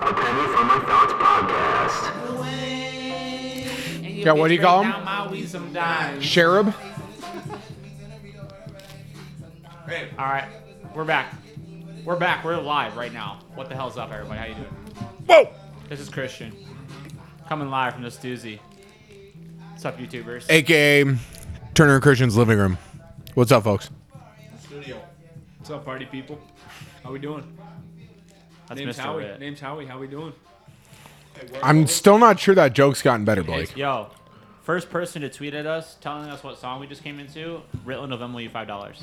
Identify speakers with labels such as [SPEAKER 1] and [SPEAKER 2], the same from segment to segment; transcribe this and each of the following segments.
[SPEAKER 1] Penny for my thoughts podcast.
[SPEAKER 2] Yeah, what do you call 'em?
[SPEAKER 3] them?
[SPEAKER 2] Cherub?
[SPEAKER 3] All right, we're back. We're back. We're live right now. What the hell's up, everybody? How you doing?
[SPEAKER 2] Whoa!
[SPEAKER 3] This is Christian, coming live from this doozy. What's up, YouTubers?
[SPEAKER 2] AKA Turner and Christian's living room. What's up, folks?
[SPEAKER 3] What's up, party people? How we doing? That's
[SPEAKER 4] Name's
[SPEAKER 3] Mr.
[SPEAKER 4] Howie.
[SPEAKER 3] Ritt.
[SPEAKER 4] Name's Howie. How we doing?
[SPEAKER 2] I'm still not sure that joke's gotten better, Blake.
[SPEAKER 3] Yo, first person to tweet at us telling us what song we just came into, Ritland of Emily, five dollars.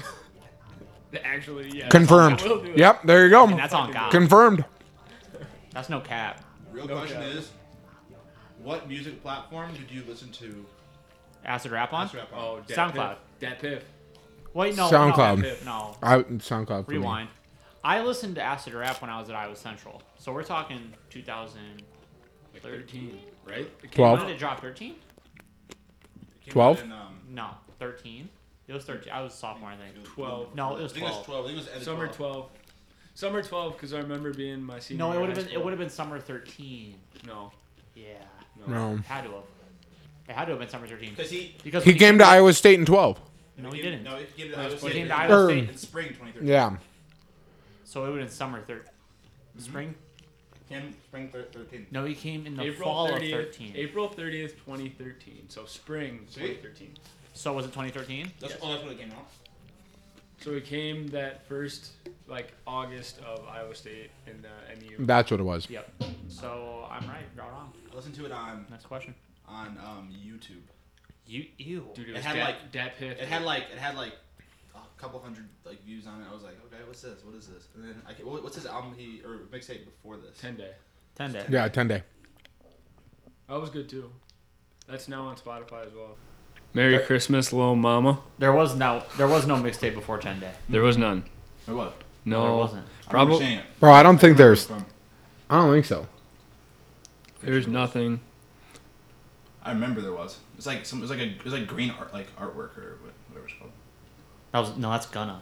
[SPEAKER 4] Actually, yeah.
[SPEAKER 2] Confirmed.
[SPEAKER 4] Will do it.
[SPEAKER 2] Yep, there you go.
[SPEAKER 3] That's on God.
[SPEAKER 2] Confirmed.
[SPEAKER 3] That's no cap.
[SPEAKER 5] Real question
[SPEAKER 4] doubt.
[SPEAKER 5] is, what music platform did you listen to?
[SPEAKER 3] Acid rap on.
[SPEAKER 5] Acid Rap On.
[SPEAKER 4] Oh, Dat
[SPEAKER 3] SoundCloud.
[SPEAKER 4] Piff. Dat Piff.
[SPEAKER 3] Wait, no.
[SPEAKER 2] SoundCloud.
[SPEAKER 3] No, no,
[SPEAKER 2] I SoundCloud. for me.
[SPEAKER 3] rewind. I listened to acid rap when I was at Iowa Central, so we're talking 2000.
[SPEAKER 4] Like 13, right? It came
[SPEAKER 2] Twelve.
[SPEAKER 3] When
[SPEAKER 4] out-
[SPEAKER 3] did it drop? 13?
[SPEAKER 5] It came out
[SPEAKER 2] Twelve?
[SPEAKER 5] in, um,
[SPEAKER 3] No, 13. It was 13. I was a sophomore, I think.
[SPEAKER 4] 12.
[SPEAKER 3] No, it
[SPEAKER 5] I
[SPEAKER 3] was
[SPEAKER 5] think it was
[SPEAKER 3] 12.
[SPEAKER 5] twelve. I think it was end of
[SPEAKER 4] Summer 12. Summer 12, because I remember being my senior
[SPEAKER 3] No, it
[SPEAKER 4] year
[SPEAKER 3] would
[SPEAKER 4] in
[SPEAKER 3] have
[SPEAKER 4] high
[SPEAKER 3] been. It
[SPEAKER 4] school.
[SPEAKER 3] would have been summer 13.
[SPEAKER 4] No.
[SPEAKER 3] Yeah,
[SPEAKER 2] No.
[SPEAKER 3] it had to have. It had to have been summer 13.
[SPEAKER 5] Because he,
[SPEAKER 3] Because
[SPEAKER 2] He
[SPEAKER 3] when
[SPEAKER 2] came to Iowa State in 12.
[SPEAKER 3] No, he didn't.
[SPEAKER 5] No, he came to
[SPEAKER 4] That was
[SPEAKER 5] Iowa
[SPEAKER 4] twenty-
[SPEAKER 5] State.
[SPEAKER 3] He came to
[SPEAKER 5] in-
[SPEAKER 3] Iowa
[SPEAKER 2] Er,
[SPEAKER 3] State.
[SPEAKER 5] in spring 2013.
[SPEAKER 2] Yeah.
[SPEAKER 3] So it would have been summer 13. Spring?
[SPEAKER 5] Came spring thir- 13.
[SPEAKER 3] No, he came in the
[SPEAKER 4] April
[SPEAKER 3] fall
[SPEAKER 4] 30th,
[SPEAKER 3] of 13.
[SPEAKER 4] April 30th, 2013. So spring
[SPEAKER 5] See?
[SPEAKER 4] 2013.
[SPEAKER 3] So was it 2013?
[SPEAKER 5] That's
[SPEAKER 4] Yes.
[SPEAKER 5] oh, that's when it came out.
[SPEAKER 4] So it came that first, like, August of Iowa State and uh, MU.
[SPEAKER 2] That's what it was.
[SPEAKER 3] Yep. So I'm right. You're wrong.
[SPEAKER 5] I listened to it on
[SPEAKER 3] Next question.
[SPEAKER 5] on um, YouTube.
[SPEAKER 3] You ew.
[SPEAKER 4] Dude,
[SPEAKER 5] It
[SPEAKER 4] it was
[SPEAKER 5] had,
[SPEAKER 4] Dat,
[SPEAKER 5] like-
[SPEAKER 4] Dat Piff.
[SPEAKER 5] It had like it had like a couple hundred like views on it. I was like, okay, what's this? What is this? And then I ca- what- what's his album he or mixtape before this?
[SPEAKER 4] 10 day.
[SPEAKER 3] Ten day.
[SPEAKER 2] Yeah, 10 day.
[SPEAKER 4] That was good, too. That's now on Spotify as well. Merry Christmas, little mama.
[SPEAKER 3] There was no. There was no mixtape before ten day.
[SPEAKER 4] There was none.
[SPEAKER 5] Or what?
[SPEAKER 4] No,
[SPEAKER 3] There wasn't.
[SPEAKER 5] Probably.
[SPEAKER 4] Probably
[SPEAKER 2] Bro, I don't think there's. I don't think so.
[SPEAKER 4] there's nothing.
[SPEAKER 5] I remember there was. It's like some. It's like a. It's like green art, like artwork or what- whatever it's called.
[SPEAKER 3] That was no. That's gonna.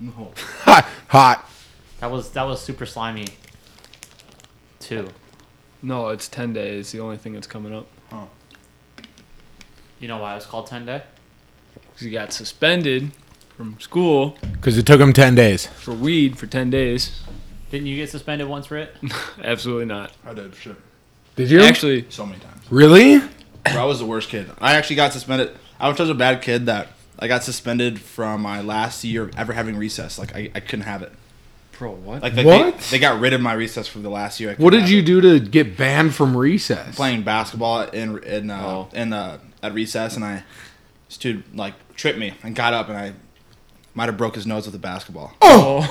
[SPEAKER 5] No.
[SPEAKER 2] Hot. Hot.
[SPEAKER 3] That was that was super slimy. Too.
[SPEAKER 4] No, it's ten days. The only thing that's coming up
[SPEAKER 5] Oh.
[SPEAKER 3] You know why it was called ten day?
[SPEAKER 4] because he got suspended from school
[SPEAKER 2] Because it took him 10 days.
[SPEAKER 4] for weed for ten days.
[SPEAKER 3] Didn't you get suspended once, Rit?
[SPEAKER 4] Absolutely not.
[SPEAKER 5] I did shit
[SPEAKER 2] Did you?
[SPEAKER 4] Actually,
[SPEAKER 5] so many times.
[SPEAKER 2] Really?
[SPEAKER 5] Bro, I was the worst kid. I actually got suspended. I was such a bad kid that I got suspended from my last year of ever having recess. Like I, I couldn't have it.
[SPEAKER 4] bro, what?
[SPEAKER 5] Like they,
[SPEAKER 2] What?
[SPEAKER 5] They, they got rid of my recess for the last year. I couldn't
[SPEAKER 2] What did
[SPEAKER 5] have
[SPEAKER 2] you
[SPEAKER 5] it.
[SPEAKER 2] do to get banned from recess?
[SPEAKER 5] Playing basketball in in uh,
[SPEAKER 4] Oh.
[SPEAKER 5] in uh, at recess, and I this dude like tripped me and got up, and I might have broke his nose with a basketball.
[SPEAKER 4] oh,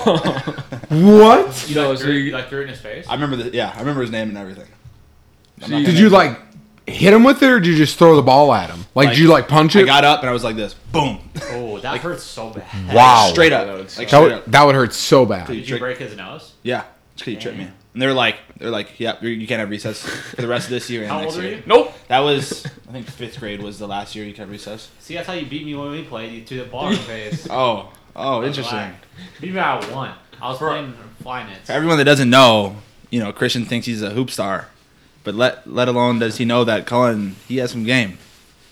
[SPEAKER 2] What?
[SPEAKER 3] You
[SPEAKER 4] No,
[SPEAKER 3] like,
[SPEAKER 4] so
[SPEAKER 3] threw,
[SPEAKER 4] you-
[SPEAKER 3] you like threw it in his face.
[SPEAKER 5] I remember the yeah, I remember his name and everything. I'm not
[SPEAKER 4] So you-
[SPEAKER 5] gonna
[SPEAKER 2] Did you
[SPEAKER 5] name
[SPEAKER 2] like hit him with it or did you just throw the ball at him? Like,
[SPEAKER 5] Like,
[SPEAKER 2] did you like punch
[SPEAKER 5] it.
[SPEAKER 2] it?
[SPEAKER 5] I got up and I was like this, boom,
[SPEAKER 3] oh, that hurts so bad.
[SPEAKER 2] wow.
[SPEAKER 5] straight up,
[SPEAKER 4] That would
[SPEAKER 5] like
[SPEAKER 4] suck.
[SPEAKER 5] straight
[SPEAKER 2] That
[SPEAKER 5] up.
[SPEAKER 2] would, that would hurt so bad.
[SPEAKER 3] Did you break his nose?
[SPEAKER 5] Yeah, it's because you tripped me.
[SPEAKER 3] Damn.
[SPEAKER 5] And they're like, they're like, yeah, you're, you can't have recess for the rest of this year and
[SPEAKER 3] How
[SPEAKER 5] next
[SPEAKER 3] old are
[SPEAKER 5] year.
[SPEAKER 3] you?
[SPEAKER 4] nope.
[SPEAKER 5] That was, I think, fifth grade was the last year you could have recess.
[SPEAKER 3] See, that's how you beat me when we played. You threw the ball in my face.
[SPEAKER 5] Oh, oh, interesting.
[SPEAKER 3] Black. Beat me out one. I was playing flying it.
[SPEAKER 5] For everyone that doesn't know, you know, Christian thinks he's a hoop star, but let let alone does he know that Cullen he has some game.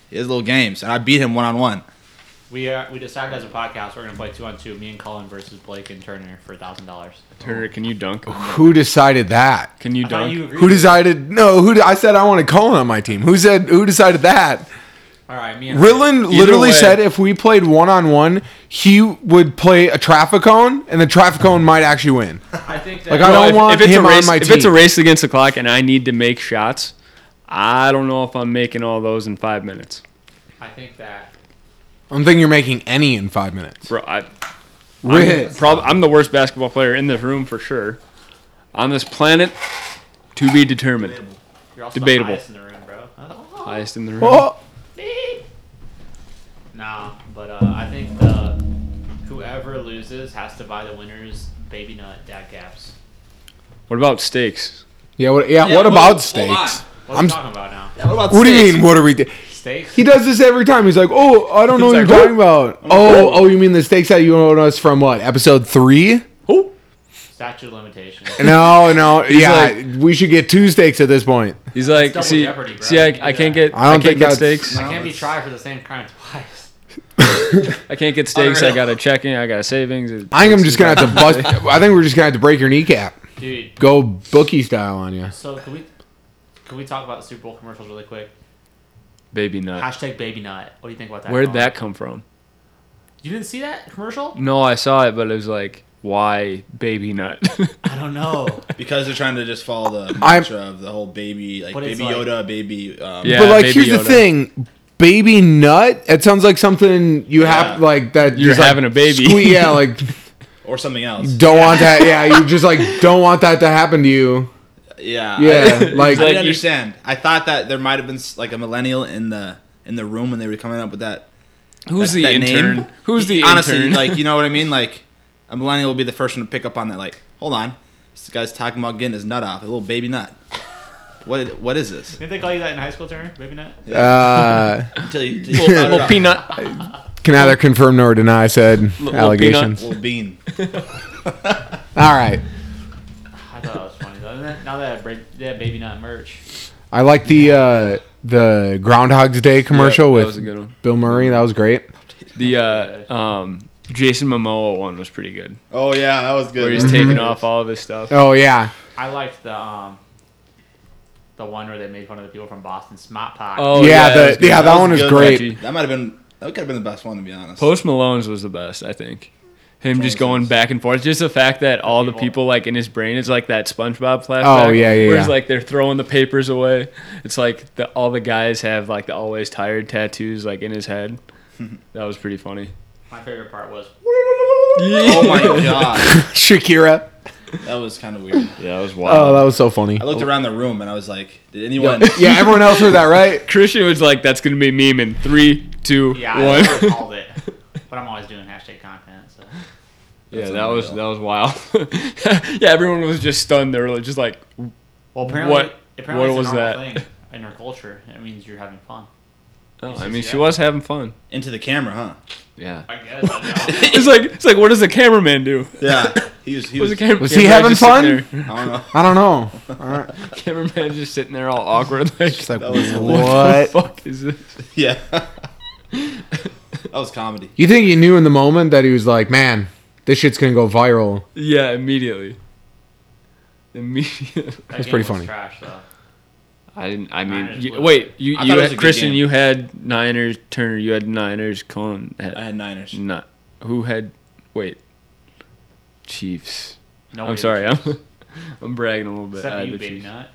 [SPEAKER 5] He has little games, and I beat him one on one.
[SPEAKER 3] We are, we decided as a podcast we're gonna play two on two. Me and Colin versus Blake and Turner for thousand dollars.
[SPEAKER 4] Turner, can you dunk?
[SPEAKER 2] Who decided that?
[SPEAKER 4] Oh, Can you
[SPEAKER 3] I thought
[SPEAKER 4] dunk?
[SPEAKER 3] you agreed.
[SPEAKER 2] Who decided? No, who? I said I wanted Cullen on my team. Who said? Who decided that?
[SPEAKER 3] All right, me and
[SPEAKER 2] Ridlin literally
[SPEAKER 5] way.
[SPEAKER 2] said if we played one on one, he would play a traffic cone, and the traffic cone might actually win.
[SPEAKER 3] I think that
[SPEAKER 2] Like I
[SPEAKER 4] No,
[SPEAKER 2] don't
[SPEAKER 4] if,
[SPEAKER 2] want
[SPEAKER 4] if it's
[SPEAKER 2] him
[SPEAKER 4] a race,
[SPEAKER 2] on my
[SPEAKER 4] if
[SPEAKER 2] team.
[SPEAKER 4] it's a race against the clock and I need to make shots, I don't know if I'm making all those in five minutes,
[SPEAKER 3] I think that
[SPEAKER 2] I don't think you're making any in five minutes.
[SPEAKER 4] bro. I,
[SPEAKER 2] Rit,
[SPEAKER 4] Prob- I'm the worst basketball player in this room for sure. On this planet, to be determined.
[SPEAKER 3] you're also
[SPEAKER 4] Debatable.
[SPEAKER 3] the highest in the room, bro. Oh,
[SPEAKER 4] Highest in the room.
[SPEAKER 2] Oh,
[SPEAKER 3] beep. Nah, but uh, I think the whoever loses has to buy the winner's baby nut dad caps.
[SPEAKER 4] What about steaks?
[SPEAKER 2] yeah, what, yeah,
[SPEAKER 5] Yeah,
[SPEAKER 2] What
[SPEAKER 5] hold-
[SPEAKER 2] about
[SPEAKER 5] hold
[SPEAKER 2] stakes?
[SPEAKER 3] What are
[SPEAKER 2] I'm-
[SPEAKER 3] we talking about now?
[SPEAKER 5] What about
[SPEAKER 2] What do you mean? What are we? do-
[SPEAKER 3] Steaks.
[SPEAKER 2] He does this every time. He's like, "Oh, I don't know what you're
[SPEAKER 4] He's like,
[SPEAKER 2] talking about." Oh, oh, you mean the stakes that you owe us from what episode three?
[SPEAKER 3] Statute of limitations.
[SPEAKER 2] No, no, yeah,
[SPEAKER 4] like-
[SPEAKER 2] we should get two steaks at this point.
[SPEAKER 4] He's like,
[SPEAKER 3] double
[SPEAKER 4] see,
[SPEAKER 3] jeopardy, bro.
[SPEAKER 4] see, I,
[SPEAKER 3] You can
[SPEAKER 4] I
[SPEAKER 3] do
[SPEAKER 4] can't
[SPEAKER 3] that.
[SPEAKER 4] get,
[SPEAKER 2] I don't
[SPEAKER 4] I, can't
[SPEAKER 2] think
[SPEAKER 4] get
[SPEAKER 2] that's-
[SPEAKER 4] steaks.
[SPEAKER 3] I can't be tried for the same crime twice.
[SPEAKER 4] I can't get steaks. I
[SPEAKER 3] Unreal.
[SPEAKER 4] got a checking. I got a savings. it-
[SPEAKER 2] I think I'm just gonna have to bust. I think we're just gonna have to break your kneecap.
[SPEAKER 3] Dude,
[SPEAKER 2] Go bookie style on you.
[SPEAKER 3] so can we can we talk about the Super Bowl commercials really quick?
[SPEAKER 4] baby nut.
[SPEAKER 3] Hashtag baby nut. What do you think about that?
[SPEAKER 4] Where'd
[SPEAKER 3] Colin?
[SPEAKER 4] that come from?
[SPEAKER 3] You didn't see that commercial?
[SPEAKER 4] No, I saw it, but it was like, why baby nut?
[SPEAKER 3] I don't know.
[SPEAKER 5] because they're trying to just follow the
[SPEAKER 2] I'm-
[SPEAKER 5] mantra of the whole baby, like
[SPEAKER 3] But it's
[SPEAKER 5] baby
[SPEAKER 3] like-
[SPEAKER 5] Yoda, baby. Um,
[SPEAKER 4] Yeah.
[SPEAKER 2] but like,
[SPEAKER 4] Baby
[SPEAKER 2] here's the
[SPEAKER 4] Yoda.
[SPEAKER 2] thing, baby nut. It sounds like something you
[SPEAKER 5] Yeah.
[SPEAKER 2] have like that.
[SPEAKER 4] You're
[SPEAKER 2] just, like,
[SPEAKER 4] having a baby.
[SPEAKER 2] sque- yeah, like
[SPEAKER 5] or something else.
[SPEAKER 2] don't want that. Yeah, you just like don't want that to happen to you.
[SPEAKER 5] Yeah,
[SPEAKER 2] Yeah,
[SPEAKER 5] I,
[SPEAKER 2] like-
[SPEAKER 5] I
[SPEAKER 4] Like,
[SPEAKER 5] didn't
[SPEAKER 4] you-
[SPEAKER 5] understand. I thought that there might have been s- like a millennial in the in the room when they were coming up with that.
[SPEAKER 4] Who's
[SPEAKER 5] that-
[SPEAKER 4] the
[SPEAKER 5] that
[SPEAKER 4] intern?
[SPEAKER 5] name.
[SPEAKER 4] Who's the
[SPEAKER 5] honestly
[SPEAKER 4] intern?
[SPEAKER 5] like you know what I mean? Like a millennial will be the first one to pick up on that. Like, hold on, this guy's talking about getting his nut off, a little baby nut. What what is this?
[SPEAKER 3] Didn't they call you that in high school, Turner? Baby nut.
[SPEAKER 2] Uh,
[SPEAKER 5] Until you, till you
[SPEAKER 4] little
[SPEAKER 5] peanut,
[SPEAKER 4] peanut.
[SPEAKER 2] can neither confirm nor deny said allegations.
[SPEAKER 5] little bean.
[SPEAKER 2] All right,
[SPEAKER 3] I thought that was funny though. And then- Now that I break, they have baby nut merch.
[SPEAKER 2] I like the uh, the Groundhog's Day commercial
[SPEAKER 4] that
[SPEAKER 2] with
[SPEAKER 4] was a good one.
[SPEAKER 2] Bill Murray. That was great.
[SPEAKER 4] The uh, um, Jason Momoa one was pretty good.
[SPEAKER 5] Oh yeah, that was good.
[SPEAKER 4] Where he's
[SPEAKER 2] Mm-hmm.
[SPEAKER 4] taking off all this stuff.
[SPEAKER 2] Oh yeah,
[SPEAKER 3] I liked the um, the one where they made fun of the people from Boston, Smart Pie.
[SPEAKER 4] Oh
[SPEAKER 2] yeah,
[SPEAKER 4] that was
[SPEAKER 2] the,
[SPEAKER 4] good.
[SPEAKER 2] yeah, that, one is
[SPEAKER 5] was
[SPEAKER 2] great.
[SPEAKER 4] Catchy.
[SPEAKER 5] That might have been that could have been the best one to be honest.
[SPEAKER 4] Post Malone's was the best, I think. Him just going back and forth. Just the fact that all the people like in his brain is like that SpongeBob flashback.
[SPEAKER 2] Oh, yeah, yeah,
[SPEAKER 4] Where it's
[SPEAKER 2] yeah.
[SPEAKER 4] like they're throwing the papers away. It's like the, all the guys have like the always tired tattoos like in his head. that was pretty funny.
[SPEAKER 3] My favorite part was
[SPEAKER 5] oh my god,
[SPEAKER 2] Shakira.
[SPEAKER 5] that was kind of weird.
[SPEAKER 4] Yeah, that was
[SPEAKER 2] Oh,
[SPEAKER 4] wild.
[SPEAKER 2] that was so funny.
[SPEAKER 5] I
[SPEAKER 4] Oh.
[SPEAKER 5] looked around the room and I was like, did anyone?
[SPEAKER 2] Yeah, everyone else heard that, right?
[SPEAKER 4] Christian was like, "That's gonna be a meme in three, two,
[SPEAKER 3] yeah,
[SPEAKER 4] one."
[SPEAKER 3] I called it. But I'm always doing hashtag content. So.
[SPEAKER 4] yeah,
[SPEAKER 5] That's
[SPEAKER 4] that was
[SPEAKER 5] unreal.
[SPEAKER 4] that was wild. yeah, everyone was just stunned. They were like, just like,
[SPEAKER 3] Well, apparently,
[SPEAKER 4] What-
[SPEAKER 3] apparently
[SPEAKER 4] what
[SPEAKER 3] it's a
[SPEAKER 4] was
[SPEAKER 3] normal
[SPEAKER 4] that?
[SPEAKER 3] Thing in our culture, it means you're having fun.
[SPEAKER 4] oh,
[SPEAKER 3] It's
[SPEAKER 4] I
[SPEAKER 3] just,
[SPEAKER 4] mean, she
[SPEAKER 3] yeah.
[SPEAKER 4] was having fun.
[SPEAKER 5] into the camera, huh?
[SPEAKER 4] Yeah.
[SPEAKER 3] I guess. I
[SPEAKER 4] it's like it's like, what does the cameraman do?
[SPEAKER 5] Yeah, he was. He
[SPEAKER 4] Was
[SPEAKER 5] was.
[SPEAKER 4] the camera?
[SPEAKER 2] Was he
[SPEAKER 4] cameraman
[SPEAKER 2] having
[SPEAKER 4] just sitting
[SPEAKER 2] fun?
[SPEAKER 4] there?
[SPEAKER 5] I don't know.
[SPEAKER 2] I don't know. All right.
[SPEAKER 4] Cameraman just sitting there all awkward, like,
[SPEAKER 2] It's like,
[SPEAKER 5] That was
[SPEAKER 4] what
[SPEAKER 2] what?
[SPEAKER 4] the fuck is this?
[SPEAKER 5] Yeah, that was comedy.
[SPEAKER 2] You think he knew in the moment that he was like, man, this shit's going to go viral.
[SPEAKER 4] Yeah, immediately. Immediately.
[SPEAKER 3] That's
[SPEAKER 2] pretty funny.
[SPEAKER 3] Trash though.
[SPEAKER 4] I didn't. I mean,
[SPEAKER 3] Niners
[SPEAKER 4] you,
[SPEAKER 3] blew
[SPEAKER 4] wait. You,
[SPEAKER 5] I
[SPEAKER 4] you
[SPEAKER 5] thought it was a
[SPEAKER 4] had,
[SPEAKER 5] good
[SPEAKER 4] Christian.
[SPEAKER 5] game.
[SPEAKER 4] You had Niners. Turner. You had Niners. Colin had,
[SPEAKER 5] I had Niners.
[SPEAKER 4] not. Who had? Wait. Chiefs.
[SPEAKER 3] No,
[SPEAKER 4] I'm sorry. uh, I'm. I'm bragging a little bit.
[SPEAKER 3] Except
[SPEAKER 4] I had
[SPEAKER 3] you,
[SPEAKER 4] the
[SPEAKER 3] baby
[SPEAKER 4] Chiefs.
[SPEAKER 3] nut.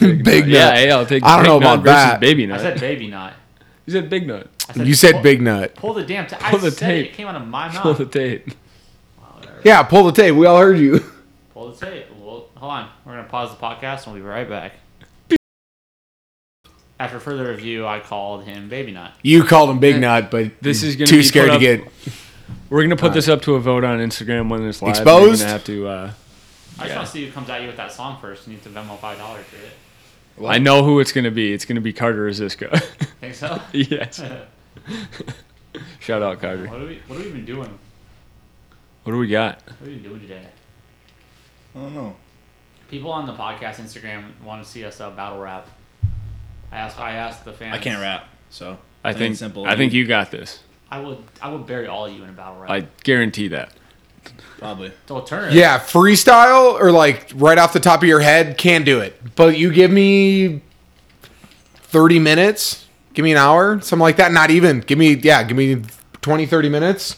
[SPEAKER 2] Big, big
[SPEAKER 4] Yeah,
[SPEAKER 2] nut.
[SPEAKER 4] hey, I'll take.
[SPEAKER 2] I don't
[SPEAKER 4] big
[SPEAKER 2] know
[SPEAKER 4] nut
[SPEAKER 2] about
[SPEAKER 4] versus
[SPEAKER 2] that.
[SPEAKER 4] Baby
[SPEAKER 3] I
[SPEAKER 4] nut.
[SPEAKER 3] said baby nut.
[SPEAKER 4] you said big nut.
[SPEAKER 3] I said,
[SPEAKER 2] You said
[SPEAKER 3] pull,
[SPEAKER 2] big nut.
[SPEAKER 3] Pull the damn. T-
[SPEAKER 4] Pull
[SPEAKER 3] I
[SPEAKER 4] the
[SPEAKER 3] said it.
[SPEAKER 4] tape.
[SPEAKER 3] It came out of my mouth.
[SPEAKER 4] Pull the tape.
[SPEAKER 2] Yeah, pull the tape. We all heard you.
[SPEAKER 3] Pull the tape. Well, hold on. We're gonna pause the podcast and we'll be right back. After further review, I called him baby nut.
[SPEAKER 2] You called him Big Nut, but
[SPEAKER 4] This is gonna
[SPEAKER 2] too
[SPEAKER 4] be
[SPEAKER 2] scared
[SPEAKER 4] put
[SPEAKER 2] to
[SPEAKER 4] up-
[SPEAKER 2] get.
[SPEAKER 4] We're gonna put this up to a vote on Instagram when it's live. and
[SPEAKER 2] Exposed?
[SPEAKER 4] We're gonna have to. Uh,
[SPEAKER 3] I just
[SPEAKER 4] Yeah.
[SPEAKER 3] want to see who comes at you with that song first. You need to Venmo five dollars for it.
[SPEAKER 4] I know who it's gonna be. It's gonna be Carter Aziska.
[SPEAKER 3] Think so?
[SPEAKER 4] yes.
[SPEAKER 3] what
[SPEAKER 4] Shout out Carter.
[SPEAKER 3] are we? What are we even doing?
[SPEAKER 4] What do we got?
[SPEAKER 3] What are we even doing today?
[SPEAKER 5] I don't know.
[SPEAKER 3] People on the podcast Instagram want to see us uh, battle rap. I asked. I asked the fans.
[SPEAKER 5] I can't rap, so
[SPEAKER 4] I
[SPEAKER 5] plain
[SPEAKER 4] think.
[SPEAKER 5] and simple.
[SPEAKER 4] I think you got this.
[SPEAKER 3] I would. I would bury all of you in a battle rap.
[SPEAKER 4] I guarantee that.
[SPEAKER 5] probably.
[SPEAKER 3] so Turner.
[SPEAKER 2] Yeah, freestyle or like right off the top of your head, can do it. But you give me 30 minutes, give me an hour, something like that. Not even. Give me, yeah, give me 20, 30 minutes.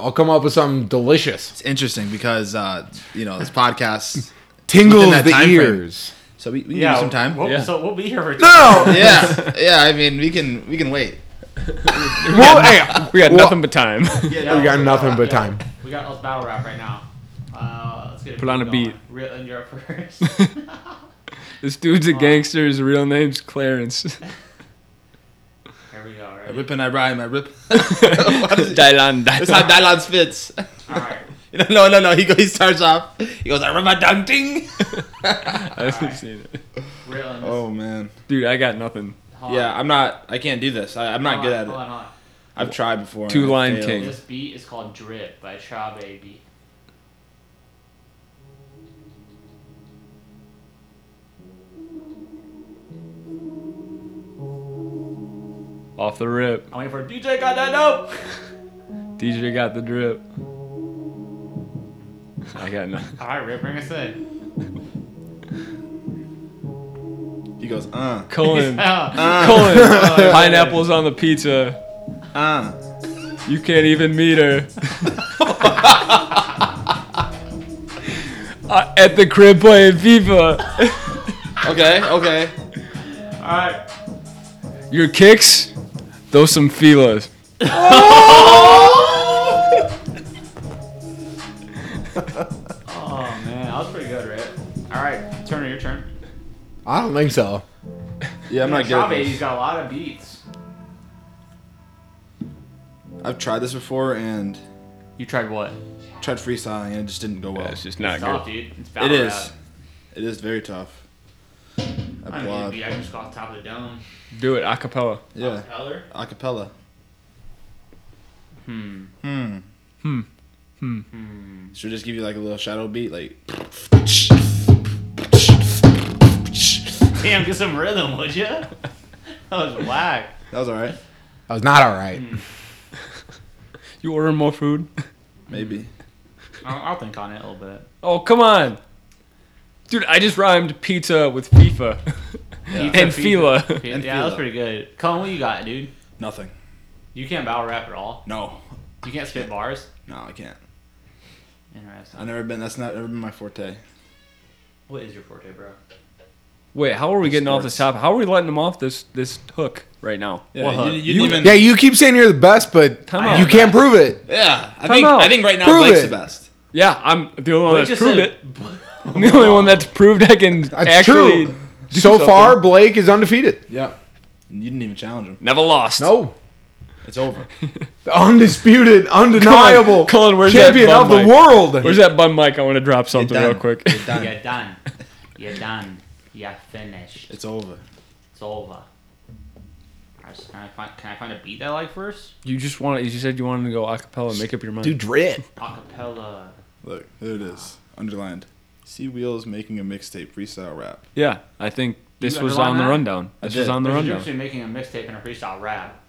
[SPEAKER 2] I'll come up with something delicious.
[SPEAKER 5] It's interesting because uh, you know this podcast,
[SPEAKER 2] Tingles
[SPEAKER 5] that
[SPEAKER 2] the
[SPEAKER 5] time frame.
[SPEAKER 2] ears.
[SPEAKER 5] so we, we can
[SPEAKER 3] Yeah.
[SPEAKER 5] give some time.
[SPEAKER 3] we'll-
[SPEAKER 4] Yeah.
[SPEAKER 3] So we'll be here for.
[SPEAKER 2] No!
[SPEAKER 5] Yeah, yeah. I mean, we can we can wait.
[SPEAKER 2] Well, hey,
[SPEAKER 4] We got
[SPEAKER 2] well,
[SPEAKER 4] nothing but time.
[SPEAKER 3] Yeah,
[SPEAKER 2] We got
[SPEAKER 3] let's
[SPEAKER 2] nothing
[SPEAKER 3] battle
[SPEAKER 2] but
[SPEAKER 3] rap,
[SPEAKER 2] time.
[SPEAKER 3] yeah. We got let's battle rap right now. Uh, let's get
[SPEAKER 4] Put on a
[SPEAKER 3] going.
[SPEAKER 4] beat.
[SPEAKER 3] Real and you're up first.
[SPEAKER 4] this dude's a gangster. His real name's Clarence.
[SPEAKER 3] here we go.
[SPEAKER 5] I
[SPEAKER 3] Right?
[SPEAKER 5] rip and I rhyme. I rip.
[SPEAKER 4] Dylan.
[SPEAKER 5] That's how
[SPEAKER 4] Dylan.
[SPEAKER 5] Dylan spits.
[SPEAKER 3] All right.
[SPEAKER 5] No, no, no. He goes. He starts off. He goes. I rip my dunk ding.
[SPEAKER 4] I haven't seen it.
[SPEAKER 3] Real and
[SPEAKER 5] Oh, man.
[SPEAKER 4] Dude, I got nothing.
[SPEAKER 3] hold on,
[SPEAKER 5] Yeah, I'm not. I can't do this. I, I'm not
[SPEAKER 3] hold
[SPEAKER 5] good
[SPEAKER 3] on,
[SPEAKER 5] at
[SPEAKER 3] hold
[SPEAKER 5] it.
[SPEAKER 3] on, hold on.
[SPEAKER 5] I've tried before. and
[SPEAKER 4] Two
[SPEAKER 5] I've
[SPEAKER 4] Lion
[SPEAKER 5] failed.
[SPEAKER 4] King.
[SPEAKER 3] This beat is called Drip by Shaw Baby.
[SPEAKER 4] Off the rip.
[SPEAKER 3] I'm waiting for DJ got that dope.
[SPEAKER 4] DJ got the drip. I got nothing.
[SPEAKER 3] All right, Rip, bring us in.
[SPEAKER 5] He goes, uh,
[SPEAKER 4] Cohen.
[SPEAKER 3] Yeah.
[SPEAKER 4] Cohen. Pineapples on the pizza.
[SPEAKER 5] uh.
[SPEAKER 4] You can't even meet her. Uh, at the crib playing FIFA.
[SPEAKER 5] Okay, okay.
[SPEAKER 3] All right.
[SPEAKER 4] Your kicks, those some filas.
[SPEAKER 3] Oh man, that was pretty good, Rip. All right, Turner, your turn.
[SPEAKER 2] I don't think so.
[SPEAKER 5] Yeah, I'm not good.
[SPEAKER 3] Shaw
[SPEAKER 5] at
[SPEAKER 3] Baby's
[SPEAKER 5] this.
[SPEAKER 3] got a lot of beats.
[SPEAKER 5] I've tried this before and
[SPEAKER 3] You tried what?
[SPEAKER 5] tried freestyling and it just didn't go well.
[SPEAKER 4] That's just not
[SPEAKER 3] It's off,
[SPEAKER 4] good.
[SPEAKER 3] dude. It's battle
[SPEAKER 5] it is.
[SPEAKER 3] rap.
[SPEAKER 5] It is very tough.
[SPEAKER 3] I don't need a
[SPEAKER 5] Applaud.
[SPEAKER 3] beat. I can just go off the top of the dome.
[SPEAKER 4] Do it a cappella.
[SPEAKER 5] Yeah.
[SPEAKER 3] Heller.
[SPEAKER 5] Acapella.
[SPEAKER 3] Hmm.
[SPEAKER 5] Hmm.
[SPEAKER 4] Hmm.
[SPEAKER 5] Hmm.
[SPEAKER 4] Hmm.
[SPEAKER 5] Should we just give you like a little shadow beat, like.
[SPEAKER 3] Damn, get some rhythm, would you? That was whack.
[SPEAKER 5] That was all right.
[SPEAKER 3] Hmm.
[SPEAKER 2] That was not all right.
[SPEAKER 4] You order more food?
[SPEAKER 5] Maybe.
[SPEAKER 3] I'll, I'll think on it a little bit.
[SPEAKER 4] Oh, come on. Dude, I just rhymed pizza with FIFA.
[SPEAKER 3] Pizza,
[SPEAKER 4] And
[SPEAKER 3] pizza.
[SPEAKER 4] Fila.
[SPEAKER 3] Pizza.
[SPEAKER 5] And
[SPEAKER 3] yeah, that was
[SPEAKER 5] Fila.
[SPEAKER 3] pretty good. Colin, what you got, dude?
[SPEAKER 5] Nothing.
[SPEAKER 3] You can't battle rap at all.
[SPEAKER 5] No.
[SPEAKER 3] You can't spit bars.
[SPEAKER 5] No, I can't. I've
[SPEAKER 3] Interesting.
[SPEAKER 5] never been. That's not ever been my forte.
[SPEAKER 3] What is your forte, bro?
[SPEAKER 4] Wait, how are we getting off this
[SPEAKER 5] Sports.
[SPEAKER 4] top? How are we letting them off this this hook right now?
[SPEAKER 5] Yeah.
[SPEAKER 4] What hook?
[SPEAKER 5] you, you
[SPEAKER 4] You-
[SPEAKER 5] didn't even.
[SPEAKER 2] Yeah, you keep saying you're the best, but
[SPEAKER 4] Time out.
[SPEAKER 2] you can't prove it.
[SPEAKER 5] Yeah, I
[SPEAKER 4] Come
[SPEAKER 5] think
[SPEAKER 4] out.
[SPEAKER 5] I think right now
[SPEAKER 2] Prove
[SPEAKER 5] Blake's
[SPEAKER 2] it.
[SPEAKER 5] the best.
[SPEAKER 4] Yeah, I'm the only one
[SPEAKER 3] Blake
[SPEAKER 4] that's
[SPEAKER 3] just
[SPEAKER 4] proved
[SPEAKER 3] said-
[SPEAKER 4] it. I'm the only one that's proved I can
[SPEAKER 2] That's
[SPEAKER 4] actually.
[SPEAKER 2] true.
[SPEAKER 4] do
[SPEAKER 2] So
[SPEAKER 4] something.
[SPEAKER 2] far, Blake is undefeated.
[SPEAKER 5] Yeah, you didn't even challenge him.
[SPEAKER 4] never lost.
[SPEAKER 2] No.
[SPEAKER 5] It's over.
[SPEAKER 2] Undisputed, undeniable
[SPEAKER 4] Colin, where's that
[SPEAKER 2] champion
[SPEAKER 4] bum
[SPEAKER 2] of the
[SPEAKER 4] mic?
[SPEAKER 2] world.
[SPEAKER 4] Where's that bun mic? I want to drop something
[SPEAKER 5] done.
[SPEAKER 4] real quick.
[SPEAKER 5] You're done.
[SPEAKER 3] You're done. You're done. You're finished.
[SPEAKER 5] It's over.
[SPEAKER 3] It's over. I just- Can I, find, can I find a beat that I like first?
[SPEAKER 4] You just want. You said you wanted to go acapella. Make up your mind.
[SPEAKER 2] Dude, Drip.
[SPEAKER 3] Acapella.
[SPEAKER 5] Look, there it is, underlined. See Wheels making a mixtape freestyle rap.
[SPEAKER 4] Yeah, I think this
[SPEAKER 3] You
[SPEAKER 4] was
[SPEAKER 3] underline
[SPEAKER 4] on the
[SPEAKER 3] that?
[SPEAKER 4] rundown.
[SPEAKER 5] I
[SPEAKER 4] This was
[SPEAKER 5] did.
[SPEAKER 4] on the
[SPEAKER 3] There's a
[SPEAKER 4] rundown.
[SPEAKER 3] difference between making a mixtape and a freestyle rap.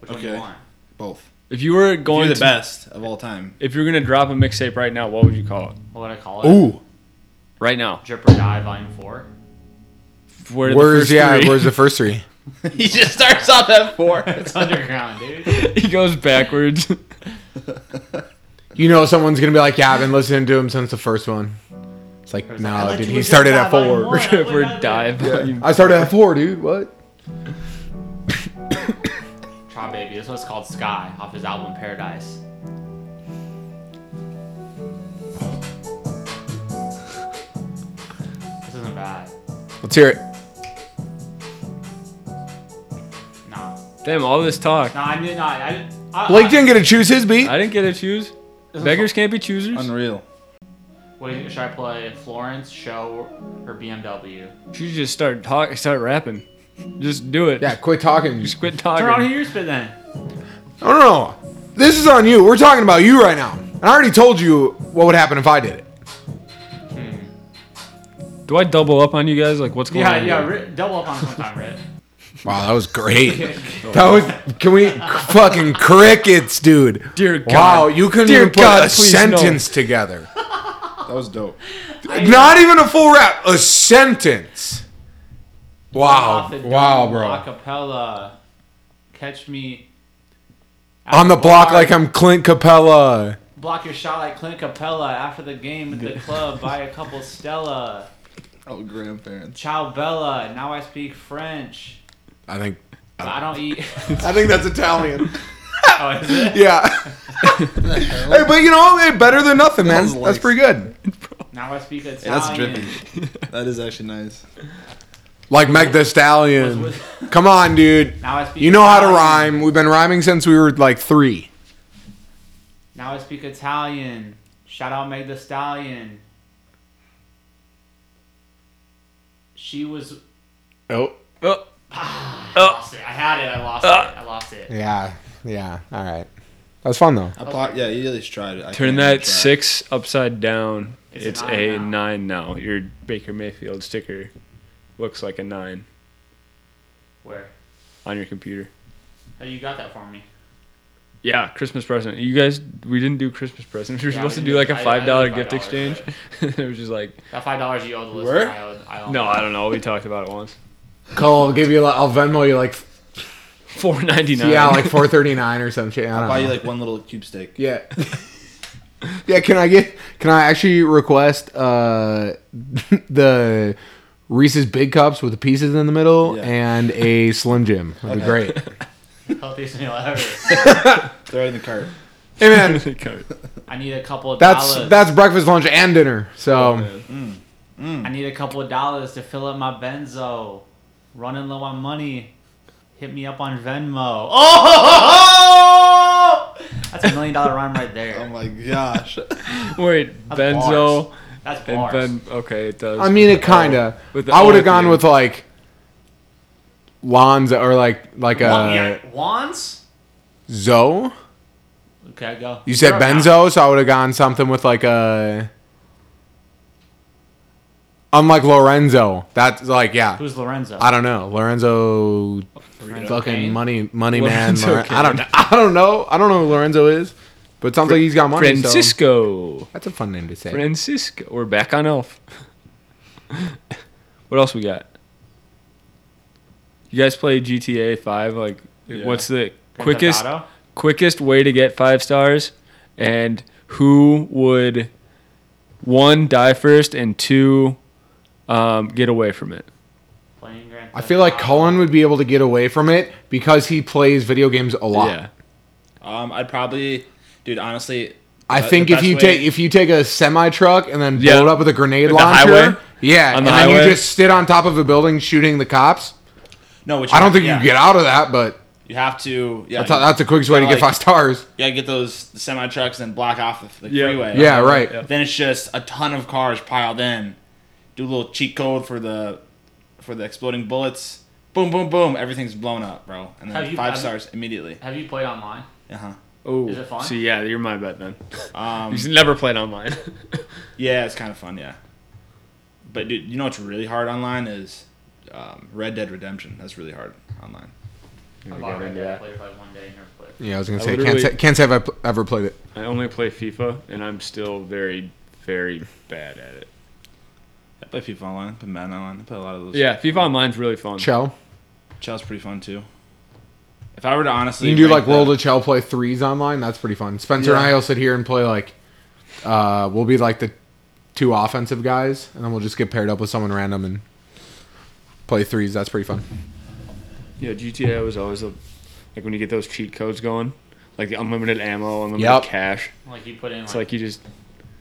[SPEAKER 3] Which one do you
[SPEAKER 5] Okay.
[SPEAKER 3] want?
[SPEAKER 5] Both.
[SPEAKER 4] If you were
[SPEAKER 5] You're
[SPEAKER 4] going
[SPEAKER 5] the
[SPEAKER 4] to,
[SPEAKER 5] best of all time.
[SPEAKER 4] if you're gonna drop a mixtape right now, what would you call it?
[SPEAKER 3] What would I call it?
[SPEAKER 2] Ooh.
[SPEAKER 4] Right now,
[SPEAKER 3] Drip or Die Volume 4.
[SPEAKER 4] where are the
[SPEAKER 2] Where's
[SPEAKER 4] first
[SPEAKER 2] yeah,
[SPEAKER 4] three?
[SPEAKER 2] where's the first three?
[SPEAKER 5] he just starts off at four.
[SPEAKER 3] It's underground, dude.
[SPEAKER 4] he goes backwards.
[SPEAKER 2] You know someone's gonna be like, Yeah, I've been listening to him since the first one. It's like,
[SPEAKER 3] Or something. I
[SPEAKER 2] no,
[SPEAKER 3] let
[SPEAKER 2] dude,
[SPEAKER 3] you
[SPEAKER 2] he
[SPEAKER 3] just
[SPEAKER 2] started
[SPEAKER 3] die
[SPEAKER 2] at
[SPEAKER 3] by
[SPEAKER 2] four.
[SPEAKER 3] one.
[SPEAKER 4] We're dive.
[SPEAKER 2] I started at four, dude. What?
[SPEAKER 3] Try Baby. This one's called Sky off his album Paradise. This isn't bad.
[SPEAKER 2] Let's hear it.
[SPEAKER 3] Nah.
[SPEAKER 4] Damn, all this talk.
[SPEAKER 3] Nah, I mean, nah, I, I,
[SPEAKER 2] Blake
[SPEAKER 3] I-
[SPEAKER 2] didn't get to choose his beat.
[SPEAKER 4] I didn't get to choose. Beggars can't be choosers.
[SPEAKER 5] Unreal.
[SPEAKER 3] What do you think? Should I play Florence, Show, or BMW?
[SPEAKER 4] You should just start talk, start rapping. Just do it.
[SPEAKER 2] Yeah, quit talking.
[SPEAKER 4] Just quit
[SPEAKER 3] Turn on
[SPEAKER 4] talking.
[SPEAKER 3] your spit then.
[SPEAKER 2] No, no, no. This is on you. We're talking about you right now. And I already told you what would happen if I did it.
[SPEAKER 4] Do I double up on you guys? Like, what's going
[SPEAKER 3] Yeah,
[SPEAKER 4] on?
[SPEAKER 3] yeah,
[SPEAKER 4] here?
[SPEAKER 3] ri double up on sometime, Rip.
[SPEAKER 2] Wow, that was great. that was. Can we fucking crickets, dude?
[SPEAKER 4] Dear God.
[SPEAKER 2] Wow, you couldn't
[SPEAKER 4] Dear
[SPEAKER 2] even put
[SPEAKER 4] God,
[SPEAKER 2] a
[SPEAKER 4] please,
[SPEAKER 2] sentence together.
[SPEAKER 5] That was dope.
[SPEAKER 2] Not even a full rap. A sentence. Wow,
[SPEAKER 3] Off the
[SPEAKER 2] wow,
[SPEAKER 3] dome,
[SPEAKER 2] bro.
[SPEAKER 3] Acapella. Catch me. at
[SPEAKER 2] On the block
[SPEAKER 3] bar.
[SPEAKER 2] like I'm Clint Capella.
[SPEAKER 3] Block your shot like Clint Capella after the game at the club. Buy a couple Stella.
[SPEAKER 5] Oh, grandparents.
[SPEAKER 3] Ciao Bella. Now I speak French.
[SPEAKER 2] I think.
[SPEAKER 3] But I don't eat.
[SPEAKER 2] I think that's Italian.
[SPEAKER 3] oh, is it?
[SPEAKER 2] Yeah. hey, but you know, hey, better than nothing, man.
[SPEAKER 5] was
[SPEAKER 2] That's
[SPEAKER 5] like-
[SPEAKER 2] pretty good.
[SPEAKER 3] Now I speak Italian.
[SPEAKER 5] that's drippy. That is actually nice.
[SPEAKER 2] Like Meg the Stallion.
[SPEAKER 3] Was-
[SPEAKER 2] Come on, dude.
[SPEAKER 3] Now I speak.
[SPEAKER 2] You know how to
[SPEAKER 3] Italian.
[SPEAKER 2] rhyme. We've been rhyming since we were like three.
[SPEAKER 3] Now I speak Italian. Shout out Meg the Stallion. She was.
[SPEAKER 2] Oh.
[SPEAKER 4] Oh, Ah.
[SPEAKER 3] I lost it. I had it. I lost it. I lost it.
[SPEAKER 2] Yeah. yeah. All right. That was fun though.
[SPEAKER 5] I plot, yeah, you at least tried it. I
[SPEAKER 4] Turn
[SPEAKER 5] can't
[SPEAKER 4] that
[SPEAKER 5] try.
[SPEAKER 4] six upside down.
[SPEAKER 3] It's
[SPEAKER 4] It's,
[SPEAKER 3] a nine
[SPEAKER 4] a
[SPEAKER 3] now.
[SPEAKER 4] nine now. Your Baker Mayfield sticker looks like a nine
[SPEAKER 3] Where?
[SPEAKER 4] on your computer.
[SPEAKER 3] Oh, you got that for me.
[SPEAKER 4] Yeah, Christmas present. You guys, we didn't do Christmas presents. We were
[SPEAKER 3] Yeah,
[SPEAKER 4] supposed
[SPEAKER 3] we
[SPEAKER 4] to
[SPEAKER 3] did.
[SPEAKER 4] do like
[SPEAKER 3] I-
[SPEAKER 4] a
[SPEAKER 3] I
[SPEAKER 4] five dollar
[SPEAKER 3] did
[SPEAKER 4] gift
[SPEAKER 3] $5,
[SPEAKER 4] exchange. it was just like,
[SPEAKER 3] That five dollars you owe the listener.
[SPEAKER 5] Where?
[SPEAKER 3] I owe, I owe
[SPEAKER 4] no, I don't know. We talked about it once.
[SPEAKER 2] Cole, I'll give you. I'll Venmo you like
[SPEAKER 4] Four ninety nine.
[SPEAKER 2] yeah, like four thirty nine or some shit. I don't
[SPEAKER 5] Buy
[SPEAKER 2] know.
[SPEAKER 5] you like one little cube steak.
[SPEAKER 2] yeah. yeah. Can I get? Can I actually request uh the Reese's Big Cups with the pieces in the middle
[SPEAKER 5] Yeah.
[SPEAKER 2] and a Slim Jim? That'd be
[SPEAKER 5] Okay.
[SPEAKER 2] great.
[SPEAKER 3] Healthiest meal ever.
[SPEAKER 5] Throw it in the cart.
[SPEAKER 2] Hey man,
[SPEAKER 3] I need a couple of
[SPEAKER 2] that's
[SPEAKER 3] dollars.
[SPEAKER 2] that's breakfast, lunch, and dinner. So
[SPEAKER 3] Mm. I need a couple of dollars to fill up my benzo. Running low on money. Hit me up on Venmo. Oh! That's a million dollar rhyme right
[SPEAKER 5] Oh
[SPEAKER 3] there.
[SPEAKER 5] my gosh.
[SPEAKER 4] Wait,
[SPEAKER 3] That's
[SPEAKER 4] Benzo
[SPEAKER 3] bars. That's
[SPEAKER 4] and
[SPEAKER 3] bars.
[SPEAKER 4] Ben. Okay, it does. Oh.
[SPEAKER 2] I mean,
[SPEAKER 4] With
[SPEAKER 2] it
[SPEAKER 4] the O-
[SPEAKER 2] kinda.
[SPEAKER 4] with the
[SPEAKER 2] I
[SPEAKER 4] O
[SPEAKER 2] would
[SPEAKER 4] at
[SPEAKER 2] have
[SPEAKER 4] the
[SPEAKER 2] gone
[SPEAKER 4] end.
[SPEAKER 2] with like Lonzo or like like
[SPEAKER 3] Wa-
[SPEAKER 2] a
[SPEAKER 3] yeah, Wands?
[SPEAKER 2] Zoe.
[SPEAKER 3] Okay, go.
[SPEAKER 2] You said
[SPEAKER 3] You're up now.
[SPEAKER 2] benzo, so I would have gone something with like a. Unlike Lorenzo, that's like yeah.
[SPEAKER 3] Who's Lorenzo?
[SPEAKER 2] I don't know Lorenzo,
[SPEAKER 3] Lorenzo
[SPEAKER 2] fucking
[SPEAKER 3] Kane?
[SPEAKER 2] money money
[SPEAKER 4] Lorenzo
[SPEAKER 2] man. Loren- I don't
[SPEAKER 4] Kane.
[SPEAKER 2] I don't know I don't know who Lorenzo is, but it sounds like he's got money. so-
[SPEAKER 4] Francisco.
[SPEAKER 2] that's a fun name to say.
[SPEAKER 4] Francisco. We're back on Elf. what else we got? You guys play GTA Five? Like,
[SPEAKER 5] Yeah.
[SPEAKER 4] what's the
[SPEAKER 3] Grand
[SPEAKER 4] quickest
[SPEAKER 3] Theft Auto?
[SPEAKER 4] quickest way to get five stars? And who would one die first and two um, get away from it?
[SPEAKER 3] Playing Grand
[SPEAKER 2] I
[SPEAKER 3] Theft
[SPEAKER 2] feel like
[SPEAKER 3] Auto.
[SPEAKER 2] Cullen would be able to get away from it because he plays video games a lot.
[SPEAKER 4] Yeah.
[SPEAKER 5] Um, I'd probably, dude, honestly.
[SPEAKER 2] I
[SPEAKER 4] Uh,
[SPEAKER 5] the-
[SPEAKER 2] think
[SPEAKER 5] the
[SPEAKER 2] if you
[SPEAKER 5] best way-
[SPEAKER 2] take if you take a semi truck and then
[SPEAKER 4] Yeah.
[SPEAKER 2] blow it up with a grenade
[SPEAKER 4] With the
[SPEAKER 2] launcher,
[SPEAKER 4] highway?
[SPEAKER 2] yeah,
[SPEAKER 4] On
[SPEAKER 2] and
[SPEAKER 4] the
[SPEAKER 2] then you
[SPEAKER 4] highway?
[SPEAKER 2] just sit on top of a building shooting the cops.
[SPEAKER 5] no, which
[SPEAKER 2] I don't think
[SPEAKER 5] yeah,
[SPEAKER 2] you get out of that, but
[SPEAKER 5] You have to. Yeah,
[SPEAKER 2] that's, that's the quickest way to
[SPEAKER 5] Kinda
[SPEAKER 2] get
[SPEAKER 5] like-
[SPEAKER 2] five stars.
[SPEAKER 5] you gotta get those semi trucks and block off the, the
[SPEAKER 4] Yeah.
[SPEAKER 5] freeway.
[SPEAKER 2] Yeah, right.
[SPEAKER 4] yeah.
[SPEAKER 5] Then it's just a ton of cars piled in. Do a little cheat code for the for the exploding bullets. Boom, boom, boom. Everything's blown up, bro. And
[SPEAKER 3] Have
[SPEAKER 5] then
[SPEAKER 3] you-
[SPEAKER 5] five
[SPEAKER 3] have-
[SPEAKER 5] stars immediately.
[SPEAKER 3] Have you played online?
[SPEAKER 5] Uh huh.
[SPEAKER 4] Oh,
[SPEAKER 3] Is it fun?
[SPEAKER 4] see, yeah, you're my bet then.
[SPEAKER 5] Um,
[SPEAKER 4] He's never played online.
[SPEAKER 5] yeah, it's kind of fun. Yeah. But dude, you know what's really hard online is um, Red Dead Redemption. That's really hard online.
[SPEAKER 3] I
[SPEAKER 4] Never
[SPEAKER 3] bought
[SPEAKER 4] got
[SPEAKER 3] Red
[SPEAKER 4] into
[SPEAKER 3] Dead. I
[SPEAKER 4] that.
[SPEAKER 3] played it probably one day and never played it.
[SPEAKER 2] Yeah, I was gonna
[SPEAKER 4] I
[SPEAKER 2] say can't
[SPEAKER 4] literally-
[SPEAKER 2] say, can't say I've ep- ever played it.
[SPEAKER 4] I only play FIFA, and I'm still very, very bad at it.
[SPEAKER 5] I play FIFA online. I play Madden online. I play a lot of those.
[SPEAKER 4] Yeah, FIFA Online's really fun.
[SPEAKER 2] Chell,
[SPEAKER 5] Chell's pretty fun too. If I were to honestly,
[SPEAKER 2] you can do
[SPEAKER 5] rank
[SPEAKER 2] like World
[SPEAKER 5] the-
[SPEAKER 2] of Chell play threes online. That's pretty fun. Spencer and
[SPEAKER 5] Yeah.
[SPEAKER 2] I will sit here and play like, uh, we'll be like the two offensive guys, and then we'll just get paired up with someone random and play threes. That's pretty fun.
[SPEAKER 4] Yeah, GTA was always a, like when you get those cheat codes going, like the unlimited ammo, unlimited
[SPEAKER 2] Yep.
[SPEAKER 4] cash.
[SPEAKER 3] Like you put in
[SPEAKER 4] It's like you just